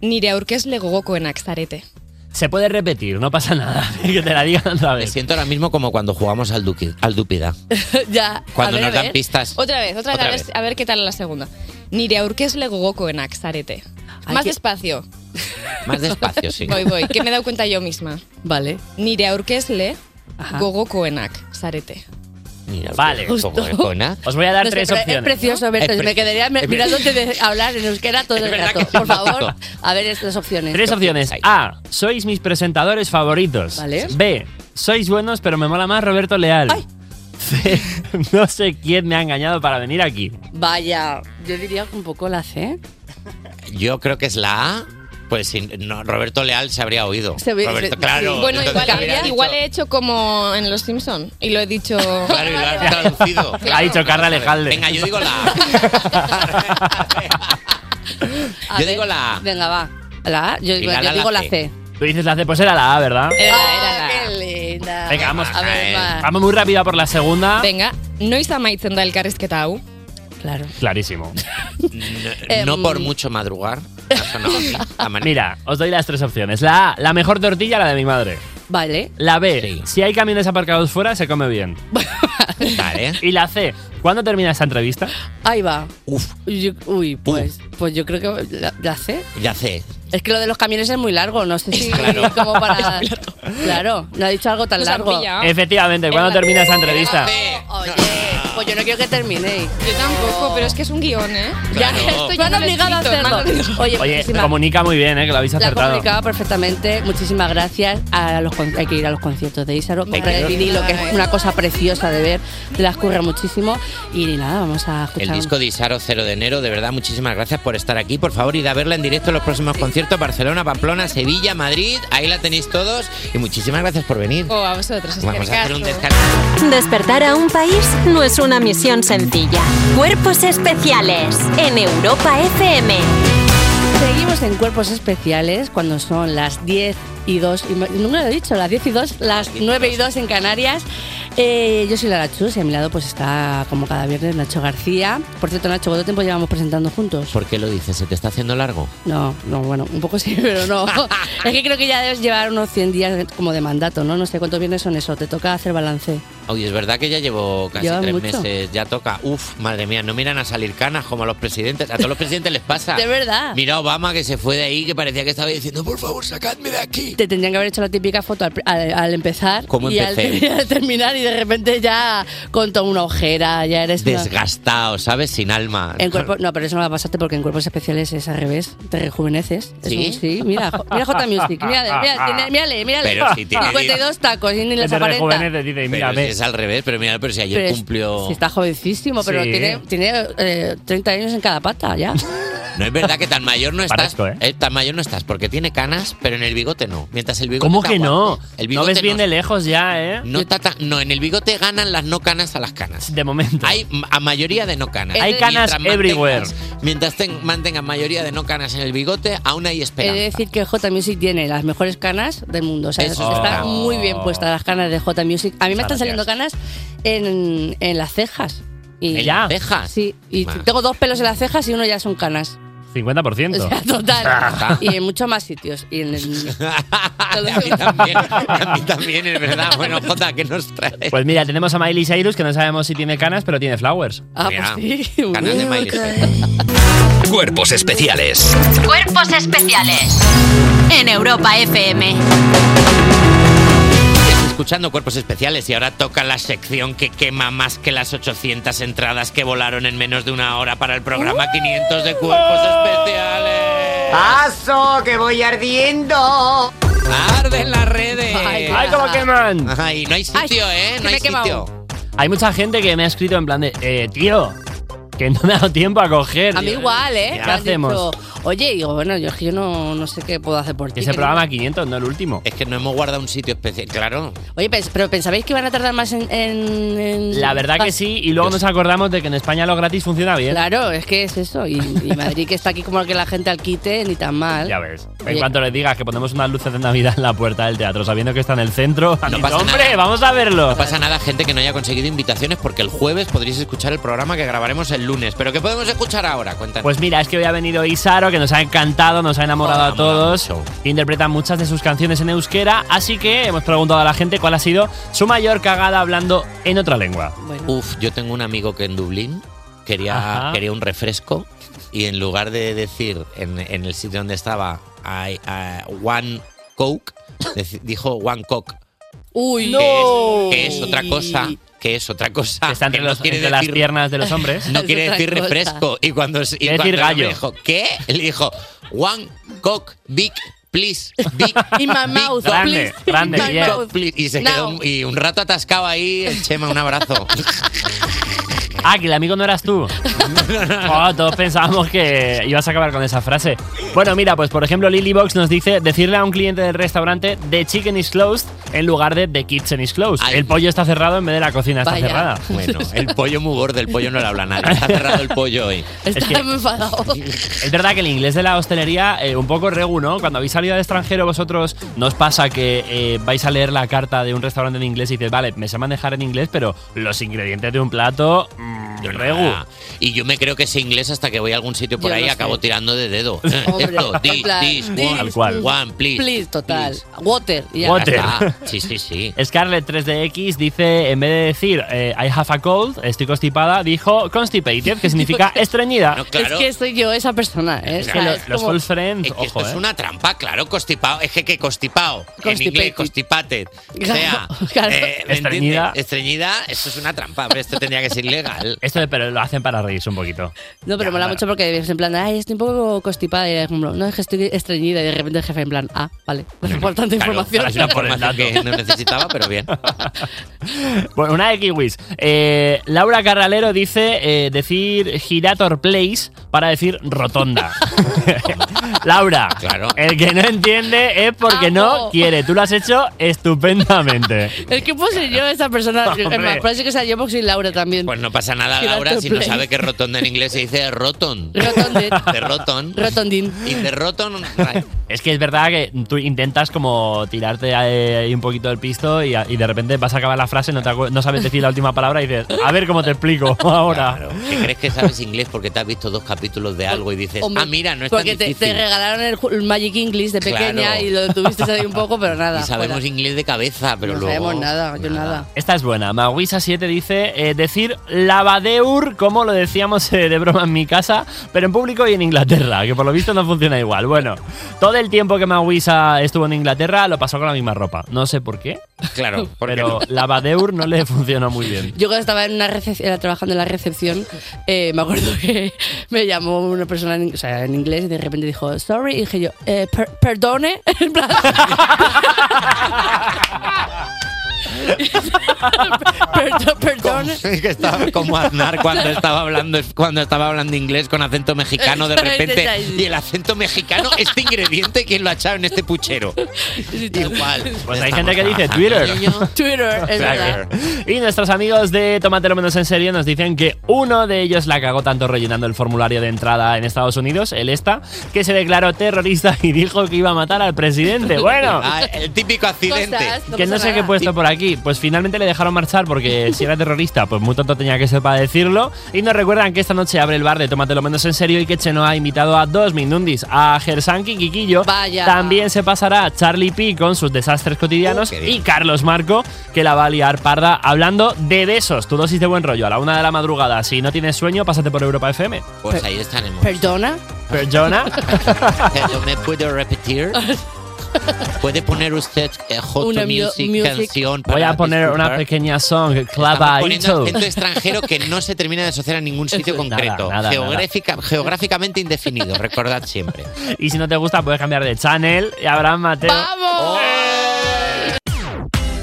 Speaker 6: Nire aurkezle gogokoenak zarete.
Speaker 5: Se puede repetir, no pasa nada. que te la digan otra
Speaker 3: vez. Me siento ahora mismo como cuando jugamos al, Duki- al Dúpida.
Speaker 6: ya.
Speaker 3: Cuando nos dan pistas.
Speaker 6: Otra vez, otra,
Speaker 3: Otra
Speaker 6: vez, a ver-
Speaker 3: vez.
Speaker 6: a ver qué tal la segunda. Nire aurkezle gogokoenak zarete. Más
Speaker 3: que-
Speaker 6: despacio.
Speaker 3: Más despacio, sí.
Speaker 6: Voy, voy, que me he dado cuenta yo misma.
Speaker 4: Vale.
Speaker 6: Nire aurkezle gogokoenak zarete.
Speaker 3: Mira,
Speaker 5: Vale.
Speaker 3: como el Kona.
Speaker 5: Os voy a dar
Speaker 4: No sé,
Speaker 5: tres
Speaker 4: pero
Speaker 5: opciones.
Speaker 4: Es precioso, Berto.
Speaker 5: Es
Speaker 4: yo me
Speaker 5: pre-
Speaker 4: quedaría
Speaker 5: es pre-
Speaker 4: mirándote de hablar en euskera todo el rato. Por favor, a ver estas opciones.
Speaker 5: Tres opciones. A. Sois mis presentadores favoritos.
Speaker 4: Vale.
Speaker 5: B. Sois buenos, pero me mola más Roberto Leal. C. No sé quién me ha engañado para venir aquí.
Speaker 4: Vaya, yo diría que un poco la C.
Speaker 3: Yo creo que es la A. Pues si no, Roberto Leal se habría oído.
Speaker 6: Se hubiera-
Speaker 3: Roberto,
Speaker 6: se-
Speaker 3: claro.
Speaker 6: sí. Bueno,
Speaker 3: entonces
Speaker 6: igual,
Speaker 3: habría dicho-
Speaker 6: igual he hecho como en Los Simpson y lo he dicho.
Speaker 3: Claro, y lo has traducido.
Speaker 5: Ha dicho Carla Lejalde.
Speaker 3: Venga, yo digo la A.
Speaker 4: A ver,
Speaker 3: Yo digo la A.
Speaker 4: Venga, va. La A. Yo,
Speaker 5: Y
Speaker 4: digo-
Speaker 5: la
Speaker 4: yo
Speaker 5: la, la
Speaker 4: digo la
Speaker 5: C.
Speaker 4: C.
Speaker 5: Tú dices la C, pues era la A, ¿verdad?
Speaker 4: Ah, qué linda.
Speaker 5: Venga, vamos.
Speaker 4: A ver, va.
Speaker 5: Vamos muy rápida por la segunda.
Speaker 6: Venga, noiz amaitzen da elkarrizketa hau?
Speaker 4: Claro. Em.
Speaker 5: Clarísimo.
Speaker 3: No por mucho madrugar. me ha sonado a mí.
Speaker 5: Mira, os doy las tres opciones. La A, la mejor tortilla, la de mi madre.
Speaker 4: Vale.
Speaker 5: La B, si hay camiones aparcados fuera, se come bien.
Speaker 3: Vale.
Speaker 5: Y la C, ¿cuándo termina esta entrevista?
Speaker 4: Ahí va.
Speaker 3: Uf.
Speaker 4: uy, pues, pues yo creo que la, la C.
Speaker 3: Ya sé.
Speaker 4: Es que lo de los camiones es muy largo, no sé si como para. claro, no Pues ha dicho algo tan
Speaker 6: Nos han
Speaker 4: largo.
Speaker 6: pillado.
Speaker 5: Efectivamente, ¿cuándo
Speaker 4: Es Ah. la-
Speaker 5: termina esta entrevista?
Speaker 4: Oye, pues yo no quiero que terminéis.
Speaker 6: Yo tampoco, pero es que es un guión, ¿eh?
Speaker 5: Claro.
Speaker 6: Ya, esto
Speaker 4: Me
Speaker 6: yo
Speaker 4: han
Speaker 6: no lo he
Speaker 4: obligado a
Speaker 6: escrito, me han
Speaker 4: hacerlo. Oye,
Speaker 5: Oye,
Speaker 4: muchísimas-
Speaker 5: comunica muy bien, ¿eh? que lo habéis
Speaker 4: La
Speaker 5: acertado.
Speaker 4: comunicaba perfectamente. Muchísimas gracias. A los, con- hay que ir a los conciertos de Isaro. Comprar el
Speaker 3: quiero.
Speaker 4: vinilo, que es una cosa preciosa de ver. Te las curra muchísimo. Y nada, vamos a escuchar.
Speaker 3: El disco de Isaro 0 de enero, de verdad, muchísimas gracias por estar aquí. Por favor, id a verla en directo en los próximos conciertos: Barcelona, Pamplona, Sevilla, Madrid. Ahí la tenéis todos. Y muchísimas gracias por venir.
Speaker 6: O a vosotros,
Speaker 3: Vamos a hacer un descanso.
Speaker 2: Despertar a un país no es una misión sencilla. Cuerpos especiales en Europa FM.
Speaker 4: Seguimos en cuerpos especiales cuando son las 10 y 2. Y, me- nunca lo he dicho, las 10 y 2, las 9 y 2 en Canarias. Eh, yo soy Lara Chus y a mi lado pues está como cada viernes Nacho García. Por cierto, Nacho, ¿cuánto tiempo llevamos presentando juntos?
Speaker 3: ¿Por qué lo dices? ¿Se te está haciendo largo?
Speaker 4: No, no, bueno, un poco sí, pero no. es que creo que ya debes llevar unos 100 días como de mandato, ¿no? No sé cuántos viernes son eso, te toca hacer balance.
Speaker 3: Oye, es verdad que ya llevo casi
Speaker 4: Lleva
Speaker 3: tres
Speaker 4: mucho.
Speaker 3: meses, ya toca. Uf, madre mía, no miran a salir canas como a los presidentes. A todos los presidentes les pasa.
Speaker 4: De verdad.
Speaker 3: Mira a Obama que se fue de ahí, que parecía que estaba diciendo, por favor, sacadme de aquí.
Speaker 4: Te tendrían que haber hecho la típica foto al, al- al empezar
Speaker 3: ¿Cómo
Speaker 4: y al,
Speaker 3: empecé?
Speaker 4: y al terminar y de repente ya con toda una ojera, ya eres una-
Speaker 3: Desgastado, ¿sabes? Sin alma.
Speaker 4: En cuerpo, no, pero eso no va a pasarte porque en cuerpos especiales es al revés, te rejuveneces. Es
Speaker 3: ¿Sí?
Speaker 4: un- sí, mira, jo- mira J Music, mira, mira, tiene- mírale, mírale.
Speaker 3: Pero si tiene
Speaker 4: 52 tacos y ni las aparenta.
Speaker 3: Pero si es al revés, pero mira, pero si ayer
Speaker 4: Pero es-
Speaker 3: cumplió.
Speaker 4: Si está jovencísimo, pero
Speaker 3: Sí.
Speaker 4: tiene, tiene eh, 30 años en cada pata ya.
Speaker 3: No es verdad que tan mayor no estás.
Speaker 5: Parezco, ¿eh?
Speaker 3: eh, tan mayor no estás, porque tiene canas, pero en el bigote no. Mientras el bigote.
Speaker 5: ¿Cómo
Speaker 3: está
Speaker 5: que no?
Speaker 3: guapo. El
Speaker 5: No
Speaker 3: bigote
Speaker 5: ves bien de lejos ya, ¿eh?
Speaker 3: No, está tan- no, en el bigote ganan las no canas a las canas.
Speaker 5: De momento.
Speaker 3: Hay m- a mayoría de no canas.
Speaker 5: Hay
Speaker 3: Mientras
Speaker 5: canas
Speaker 3: mantengas-
Speaker 5: everywhere.
Speaker 3: Mientras ten- mantengan mayoría de no canas en el bigote, aún hay
Speaker 4: He de
Speaker 3: esperanza.
Speaker 4: decir que J Music tiene las mejores canas del mundo. O sea,
Speaker 3: Eso es verdad.
Speaker 4: están muy bien puestas las canas de J Music. A mí me
Speaker 3: Muchas
Speaker 4: están saliendo canas en, en las cejas. Y,
Speaker 5: ¿En las cejas?
Speaker 4: Sí, y
Speaker 5: Bueno.
Speaker 4: tengo dos pelos en las cejas y uno ya son canas.
Speaker 5: 50%.
Speaker 4: O sea,
Speaker 5: Ah.
Speaker 3: Ah.
Speaker 4: total. y en muchos más sitios. Y en el-
Speaker 3: Y también es verdad. Bueno, Jota, ¿qué nos trae?
Speaker 5: Pues mira, tenemos a Miley Cyrus, que no sabemos si tiene canas, pero tiene flowers.
Speaker 4: Ah,
Speaker 3: pues sí. Canas de Miley
Speaker 1: Cuerpos especiales.
Speaker 2: Cuerpos especiales en Europa FM.
Speaker 3: escuchando Cuerpos Especiales y ahora toca la sección que quema más que las 800 entradas que volaron en menos de una hora para el programa 500 de Cuerpos Especiales.
Speaker 7: ¡Paso, que voy ardiendo!
Speaker 3: ¡Arden las redes!
Speaker 5: ¡Ay, cómo queman!
Speaker 3: ¡Ay, no hay sitio, eh! No
Speaker 5: me
Speaker 3: hay
Speaker 5: he quemado.
Speaker 3: sitio.
Speaker 5: Hay mucha gente que me ha escrito en plan de, eh, tío, que no me ha dado tiempo a coger.
Speaker 4: A mí
Speaker 5: Digo,
Speaker 4: igual, ¿eh?
Speaker 5: ¿Qué
Speaker 4: Me han
Speaker 5: hacemos?
Speaker 4: dicho, Oye, digo, bueno, yo, es que yo no, no sé qué puedo hacer por ti.
Speaker 5: Ese
Speaker 4: que-
Speaker 5: programa 500, no el último.
Speaker 3: Es que no hemos guardado un sitio especial, claro.
Speaker 4: Oye, pens- pero ¿pensabais que iban a tardar más en...? en- en- Ah,
Speaker 5: La verdad que sí, y luego nos acordamos de que en España lo gratis funciona bien.
Speaker 4: Claro, es que es eso. Y, y Madrid que está aquí como que la gente al quite, ni tan mal.
Speaker 5: Ya ves. En
Speaker 4: Oye.
Speaker 5: cuanto les digas que ponemos unas luces de Navidad en la puerta del teatro, sabiendo que está en el centro, han dicho,
Speaker 3: pasa
Speaker 5: hombre, vamos a verlo.
Speaker 3: No pasa nada, gente que no haya conseguido invitaciones, porque el jueves podréis escuchar el programa que grabaremos el lunes. ¿Pero qué podemos escuchar ahora? Cuéntanos.
Speaker 5: Pues mira, es que hoy ha venido Isaro, que nos ha encantado, nos ha enamorado a todos. Interpreta muchas de sus canciones en euskera, así que hemos preguntado a la gente cuál ha sido su mayor cagada hablando en otra lengua.
Speaker 3: Uf, yo tengo un amigo que en Dublín quería,
Speaker 5: Ajá.
Speaker 3: quería un refresco y en lugar de decir en, en el sitio donde estaba I- I- One Coke, deci- dijo One Coke.
Speaker 4: Uy,
Speaker 3: que, es, que es otra cosa. Que es otra cosa. Está entre,
Speaker 5: los- entre las piernas de los hombres.
Speaker 3: No
Speaker 5: Es
Speaker 3: quiere
Speaker 5: otra
Speaker 3: decir
Speaker 5: cosa.
Speaker 3: refresco. Y cuando, y
Speaker 5: Quiere
Speaker 3: cuando
Speaker 5: decir
Speaker 3: le
Speaker 5: gallo.
Speaker 3: dijo, ¿qué? Le dijo, One Coke, Big, please. Big,
Speaker 4: In my mouth,
Speaker 3: Coke,
Speaker 4: please.
Speaker 5: grande,
Speaker 3: Big
Speaker 5: yeah.
Speaker 3: Coke, please. Y se quedó
Speaker 4: Now.
Speaker 3: un- y un rato atascado ahí. el Chema, un abrazo.
Speaker 5: Ah, que el amigo no eras tú. Oh, todos pensábamos que ibas a acabar con esa frase. Bueno, mira, pues por ejemplo, Lilybox nos dice decirle a un cliente del restaurante The Chicken is closed en lugar de The Kitchen is closed. El pollo está cerrado en vez de la cocina está
Speaker 4: Vaya.
Speaker 5: cerrada.
Speaker 4: Bueno,
Speaker 3: el pollo muy gordo, el pollo no le habla nadie. Está cerrado el pollo hoy.
Speaker 4: Está
Speaker 5: Es que-
Speaker 4: muy enfadado.
Speaker 5: Es verdad que el inglés de la hostelería eh, un poco regu, ¿no? Cuando habéis salido al extranjero vosotros, ¿nos pasa que eh, vais a leer la carta de un restaurante en inglés y dices, vale, me sé manejar en inglés, pero los ingredientes de un plato, mm, regu.
Speaker 3: Ah, y yo me creo que sé inglés hasta que voy a algún sitio por
Speaker 5: Yo
Speaker 3: ahí y
Speaker 5: lo
Speaker 3: acabo
Speaker 5: sé.
Speaker 3: tirando de dedo.
Speaker 5: Hombre,
Speaker 3: Esto,
Speaker 5: en
Speaker 3: this,
Speaker 5: plan,
Speaker 3: this,
Speaker 5: this,
Speaker 3: one,
Speaker 5: Tal cual.
Speaker 3: one, please.
Speaker 4: Please, total. Water. y ya
Speaker 5: Water.
Speaker 4: está.
Speaker 3: Sí, sí, sí.
Speaker 5: Scarlett 3DX dice, en vez de decir eh, I have a cold, estoy constipada, dijo constipated, que significa estreñida.
Speaker 4: Es que soy yo esa persona, ¿eh?
Speaker 5: Es
Speaker 4: O
Speaker 5: que
Speaker 4: sea,
Speaker 5: lo-
Speaker 4: es
Speaker 5: los
Speaker 4: como-
Speaker 5: false friends,
Speaker 3: Es que
Speaker 5: ojo,
Speaker 3: esto es
Speaker 5: eh.
Speaker 3: una trampa, claro, constipado. Es que, que constipado. En
Speaker 4: Constipated.
Speaker 3: inglés, constipated. O sea,
Speaker 4: Claro.
Speaker 3: eh, ¿me
Speaker 5: Estreñida.
Speaker 3: entiendes? Estreñida, esto es una trampa. Hombre, esto tendría que ser ilegal.
Speaker 5: Esto de- pero lo hacen para reírse un poquito.
Speaker 4: No, pero mola mucho porque es en plan, ay, estoy un poco constipada. Y es como, no, es que estoy estreñida. Y de repente el jefe en plan, ah, vale. Importante información.
Speaker 3: Es una información que no necesitaba, pero bien.
Speaker 5: Bueno, una de Kiwis. Eh, Laura Carralero dice eh, decir girator place para decir rotonda. Laura, el que no entiende es porque no
Speaker 4: Amo.
Speaker 5: quiere. Tú lo has hecho estupendamente.
Speaker 4: Es que puedo ser yo esa persona. Es más, parece que sea yo porque soy Laura también.
Speaker 3: Pues no pasa nada,
Speaker 4: Girator
Speaker 3: Laura, si no
Speaker 4: place.
Speaker 3: sabe que rotonda en inglés se dice roton. De roton.
Speaker 4: Rotondín.
Speaker 3: Y de roton,
Speaker 5: Es que es verdad que tú intentas como tirarte ahí un poquito del pisto y, y de repente vas a acabar la frase, no, te acu- no sabes decir la última palabra y dices, a ver cómo te explico ahora.
Speaker 3: que crees que sabes inglés porque te has visto dos capítulos de algo y dices,
Speaker 4: Hombre,
Speaker 3: ah, mira, no es tan
Speaker 4: Porque te,
Speaker 3: difícil.
Speaker 4: te regalaron el, ju- el Magic English de pequeña
Speaker 3: Claro.
Speaker 4: y lo tuviste ahí un poco, pero nada.
Speaker 3: y sabemos
Speaker 4: fuera.
Speaker 3: inglés de cabeza, pero
Speaker 4: no
Speaker 3: luego...
Speaker 4: sabemos nada, yo nada.
Speaker 5: Esta es buena. Maguisa7 dice eh, decir lavadeur, como lo decíamos eh, de broma en mi casa, pero en público y en Inglaterra, que por lo visto no funciona igual. Bueno, todo el tiempo que Maguisa estuvo en Inglaterra lo pasó con la misma ropa. No sé por qué.
Speaker 3: Claro,
Speaker 5: pero lavadeur no le funcionó muy bien.
Speaker 4: Yo cuando estaba en una recepción, trabajando en la recepción, eh, me acuerdo que me llamó una persona en, o sea, en inglés y de repente dijo, sorry, y dije yo, "Eh, per- perdone. En plan- Perdo- perdone.
Speaker 3: Es que estaba como Aznar cuando estaba hablando cuando estaba hablando inglés con acento mexicano de repente y el acento mexicano este ingrediente quién lo ha echado en este puchero igual
Speaker 5: Pues hay gente que dice Twitter.
Speaker 4: Twitter, es verdad.
Speaker 5: Y nuestros amigos de Tómatelo Menos en Serio nos dicen que uno de ellos la cagó tanto rellenando el formulario de entrada en Estados Unidos, el esta, que se declaró terrorista y dijo que iba a matar al presidente. Bueno,
Speaker 3: Ah, el típico accidente
Speaker 4: Cosas, no
Speaker 5: que no
Speaker 4: pasa
Speaker 5: sé qué he
Speaker 4: nada.
Speaker 5: puesto por aquí. Pues finalmente le dejaron marchar porque si era terrorista, pues muy tonto tenía que ser para decirlo. Y nos recuerdan que esta noche abre el bar de Tómatelo Menos en Serio y que Chenoa ha invitado a dos Mindundis, a Gersanki Quiquillo.
Speaker 4: Vaya.
Speaker 5: También se pasará Charlie P con sus desastres
Speaker 3: Oh,
Speaker 5: cotidianos
Speaker 4: qué bien.
Speaker 5: y Carlos Marco, que la va a liar parda hablando de besos. Tu dosis de buen rollo a la una de la madrugada. Si no tienes sueño, pásate por Europa FM.
Speaker 3: pues ahí estaremos
Speaker 4: Perdona.
Speaker 5: Perdona.
Speaker 3: Hello, me puedo repetir Puede poner usted eh, Hot
Speaker 5: Una mu-
Speaker 3: music,
Speaker 5: music.
Speaker 3: canción
Speaker 5: Voy
Speaker 3: para
Speaker 5: a poner
Speaker 3: disfrutar?
Speaker 5: una pequeña song,
Speaker 3: Estamos
Speaker 5: clava
Speaker 3: poniendo acento extranjero que no se termina de asociar a ningún sitio concreto.
Speaker 5: nada, nada.
Speaker 3: Geográfica- Geográficamente indefinido, recordad siempre.
Speaker 5: Y si no te gusta, puedes cambiar de channel. Y Abraham Mateo.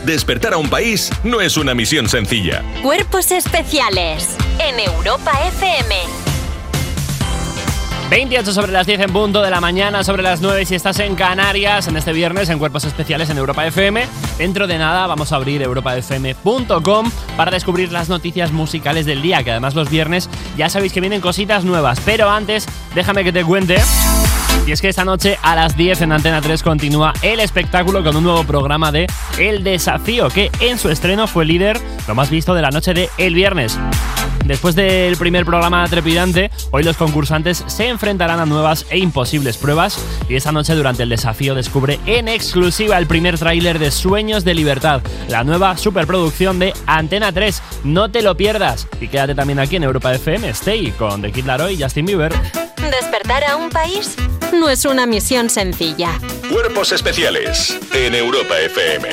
Speaker 8: Despertar a un país no es una misión sencilla.
Speaker 2: Cuerpos especiales en Europa FM.
Speaker 5: 28 sobre las 10 en punto de la mañana, sobre las 9 si estás en Canarias, en este viernes en Cuerpos Especiales en Europa FM. Dentro de nada vamos a abrir europafm.com para descubrir las noticias musicales del día, que además los viernes ya sabéis que vienen cositas nuevas. Pero antes, déjame que te cuente. Y es que esta noche a las 10 en Antena 3 continúa el espectáculo con un nuevo programa de El Desafío, que en su estreno fue líder, lo más visto de la noche de el viernes. Después del primer programa trepidante, hoy los concursantes se enfrentarán a nuevas e imposibles pruebas y esta noche durante el desafío descubre en exclusiva el primer tráiler de Sueños de Libertad, la nueva superproducción de Antena 3. No te lo pierdas y quédate también aquí en Europa FM, Stay con The Kid Laroi y Justin Bieber.
Speaker 2: Despertar a un país no es una misión sencilla.
Speaker 8: Cuerpos especiales en Europa FM.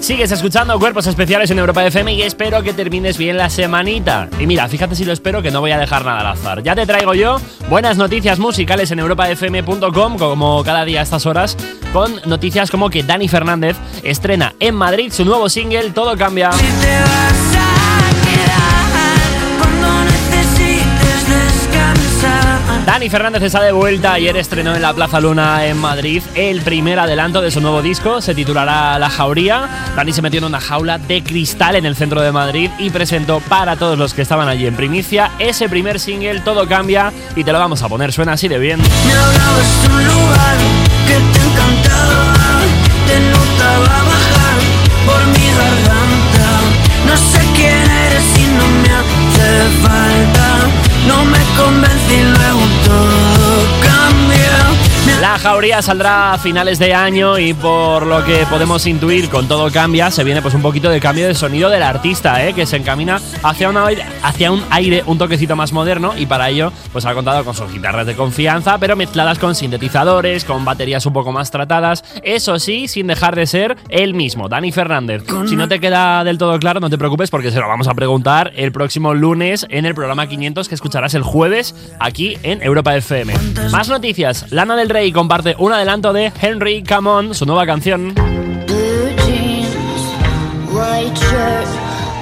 Speaker 5: Sigues escuchando Cuerpos Especiales en Europa FM y espero que termines bien la semanita. Y mira, fíjate si lo espero que no voy a dejar nada al azar. Ya te traigo yo buenas noticias musicales en europafm.com como cada día a estas horas con noticias como que Dani Fernández estrena en Madrid su nuevo single Todo cambia. Dani Fernández está de vuelta. Ayer estrenó en la Plaza Luna en Madrid el primer adelanto de su nuevo disco. Se titulará La Jauría. Dani se metió en una jaula de cristal en el centro de Madrid y presentó para todos los que estaban allí en primicia ese primer single Todo Cambia y te lo vamos a poner. Suena así de bien.
Speaker 12: Te notaba bajar por mi garganta. No sé quién eres y no me hace falta. No me convencí y luego todo cambió.
Speaker 5: La jauría saldrá a finales de año y por lo que podemos intuir con todo cambia, se viene pues un poquito de cambio de sonido del artista, ¿eh? que se encamina hacia un, aire, hacia un aire, un toquecito más moderno y para ello pues ha contado con sus guitarras de confianza, pero mezcladas con sintetizadores, con baterías un poco más tratadas, eso sí, sin dejar de ser él mismo, Dani Fernández. Si no te queda del todo claro, no te preocupes porque se lo vamos a preguntar el próximo lunes en el programa 500 que escucharás el jueves aquí en Europa FM. Más noticias, Lana del Rey comparte un adelanto de Henry Come On, su nueva canción.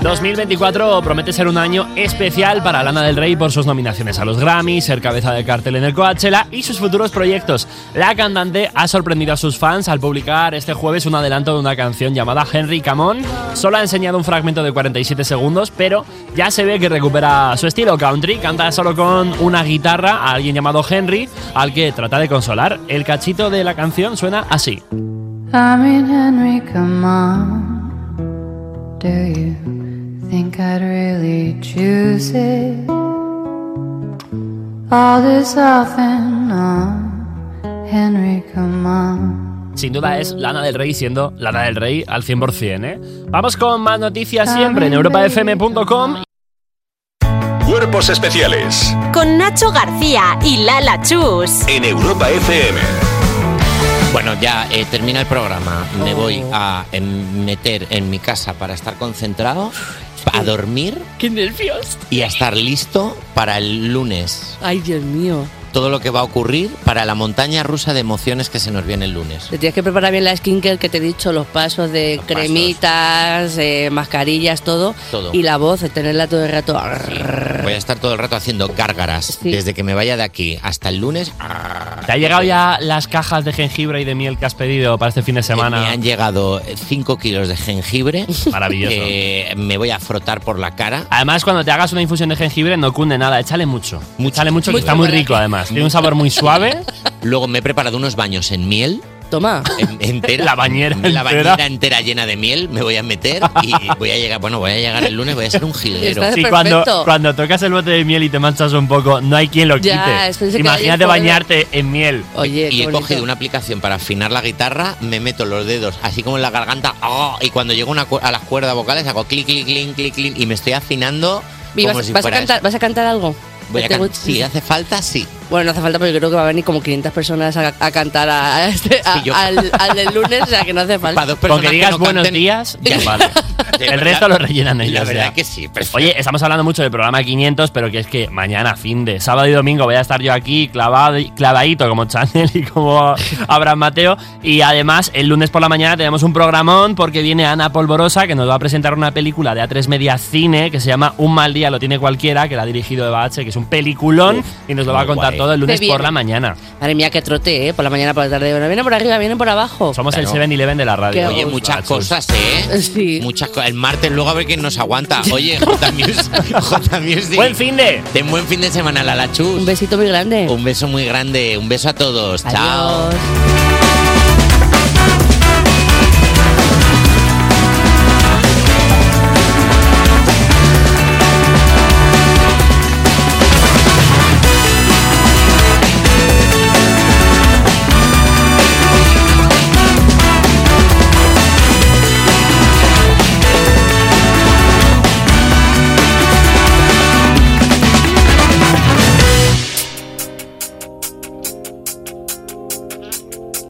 Speaker 5: 2024 promete ser un año especial para Lana del Rey por sus nominaciones a los Grammy, ser cabeza de cartel en el Coachella y sus futuros proyectos. La cantante ha sorprendido a sus fans al publicar este jueves un adelanto de una canción llamada Henry Camón. Solo ha enseñado un fragmento de 47 segundos, pero ya se ve que recupera su estilo country. Canta solo con una guitarra a alguien llamado Henry, al que trata de consolar. El cachito de la canción suena así.
Speaker 14: I mean, Henry, come on. Do you think I'd really choose it? All this uh, off and on. Henry, come on.
Speaker 5: Sin duda es Lana del Rey siendo Lana del Rey al 100%, ¿eh? Vamos con más noticias siempre en europafm.com.
Speaker 8: Cuerpos especiales
Speaker 2: Con Nacho García y Lala Chus.
Speaker 8: en Europa FM.
Speaker 3: Bueno, ya eh, termina el programa. Me voy a em, meter en mi casa para estar concentrado, a dormir
Speaker 4: ¡Qué nervios!
Speaker 3: y a estar listo para el lunes.
Speaker 4: Ay, Dios mío.
Speaker 3: Todo lo que va a ocurrir para la montaña rusa de emociones que se nos viene el lunes.
Speaker 4: Te tienes que preparar bien la skincare que te he dicho, los pasos de cremitas, eh, mascarillas, todo,
Speaker 3: Todo.
Speaker 4: Y la voz, tenerla todo el rato.
Speaker 3: Voy a estar todo el rato haciendo gárgaras. Desde que me vaya de aquí hasta el lunes.
Speaker 5: ¿Te ha llegado ya las cajas de jengibre y de miel que has pedido para este fin de semana?
Speaker 3: Eh, Me han llegado 5 kilos de jengibre.
Speaker 5: Maravilloso.
Speaker 3: Eh, me voy a frotar por la cara.
Speaker 5: Además, cuando te hagas una infusión de jengibre no cunde nada, échale mucho. Échale mucho, que
Speaker 3: Mucho.
Speaker 5: está muy rico además. Tiene un sabor muy suave.
Speaker 3: Luego me he preparado unos baños en miel.
Speaker 4: Toma.
Speaker 3: entera.
Speaker 5: La bañera
Speaker 3: La
Speaker 5: entera.
Speaker 3: bañera entera llena de miel. Me voy a meter y voy a llegar. Bueno, voy a llegar el lunes, voy a ser un jilguero.
Speaker 5: Sí, cuando, cuando tocas el bote de miel y te manchas un poco, no hay quien lo quite.
Speaker 3: Ya, esto se queda ahí
Speaker 5: Imagínate
Speaker 3: fuera.
Speaker 5: bañarte en miel.
Speaker 3: y he cogido una aplicación para afinar la guitarra, me meto los dedos así como en la garganta, ¡ah! y cuando llego una cu- a las cuerdas vocales hago clic, clic, clic, clic, clic, y me estoy afinando
Speaker 4: Y
Speaker 3: como
Speaker 4: vas,
Speaker 3: si
Speaker 4: vas a
Speaker 3: fuera
Speaker 4: cantar, ¿Vas a cantar algo?
Speaker 3: eso. Voy a
Speaker 4: Te
Speaker 3: can-
Speaker 4: gusta-
Speaker 3: si hace falta, sí.
Speaker 4: Bueno, no hace falta porque creo que va a venir como 500 personas a, a cantar a- a este- a-
Speaker 3: Sí, yo-
Speaker 4: al, al del lunes, o sea que no hace falta.
Speaker 3: Para dos
Speaker 5: Con que
Speaker 3: personas
Speaker 5: digas
Speaker 3: no
Speaker 5: buenos
Speaker 3: canten-
Speaker 5: días, ya
Speaker 3: Ya.
Speaker 5: vale.
Speaker 3: De
Speaker 5: El
Speaker 3: verdad.
Speaker 5: resto lo rellenan ellos.
Speaker 3: La verdad
Speaker 5: ya.
Speaker 3: que sí, perfecto.
Speaker 5: Oye, estamos hablando mucho del programa 500, pero que es que mañana, fin de sábado y domingo, voy a estar yo aquí clavado, clavadito como Chanel y como Abraham Mateo. Y además, el lunes por la mañana tenemos un programón porque viene Ana Polvorosa que nos va a presentar una película de A3 Media Cine que se llama Un mal día lo tiene cualquiera, que la ha dirigido Eva H, que es un peliculón y nos lo va a
Speaker 4: muy
Speaker 5: contar
Speaker 4: guay.
Speaker 5: todo el lunes
Speaker 4: Se
Speaker 5: por
Speaker 4: viene.
Speaker 5: la mañana.
Speaker 4: Madre mía, qué trote, ¿eh? Por la mañana, por la tarde. Bueno, vienen por arriba, vienen por abajo.
Speaker 5: Somos
Speaker 3: Claro.
Speaker 5: el 7-Eleven de la radio.
Speaker 3: Oye, muchas cosas, ¿eh? Muchas cosas. El martes luego a ver quién nos aguanta. Oye, J Music. J Music. Buen
Speaker 5: fin de.
Speaker 3: Ten buen fin de semana, Lalachus. Un
Speaker 4: besito muy grande.
Speaker 3: Un beso muy grande. Un beso a todos.
Speaker 4: Adiós.
Speaker 3: Chao.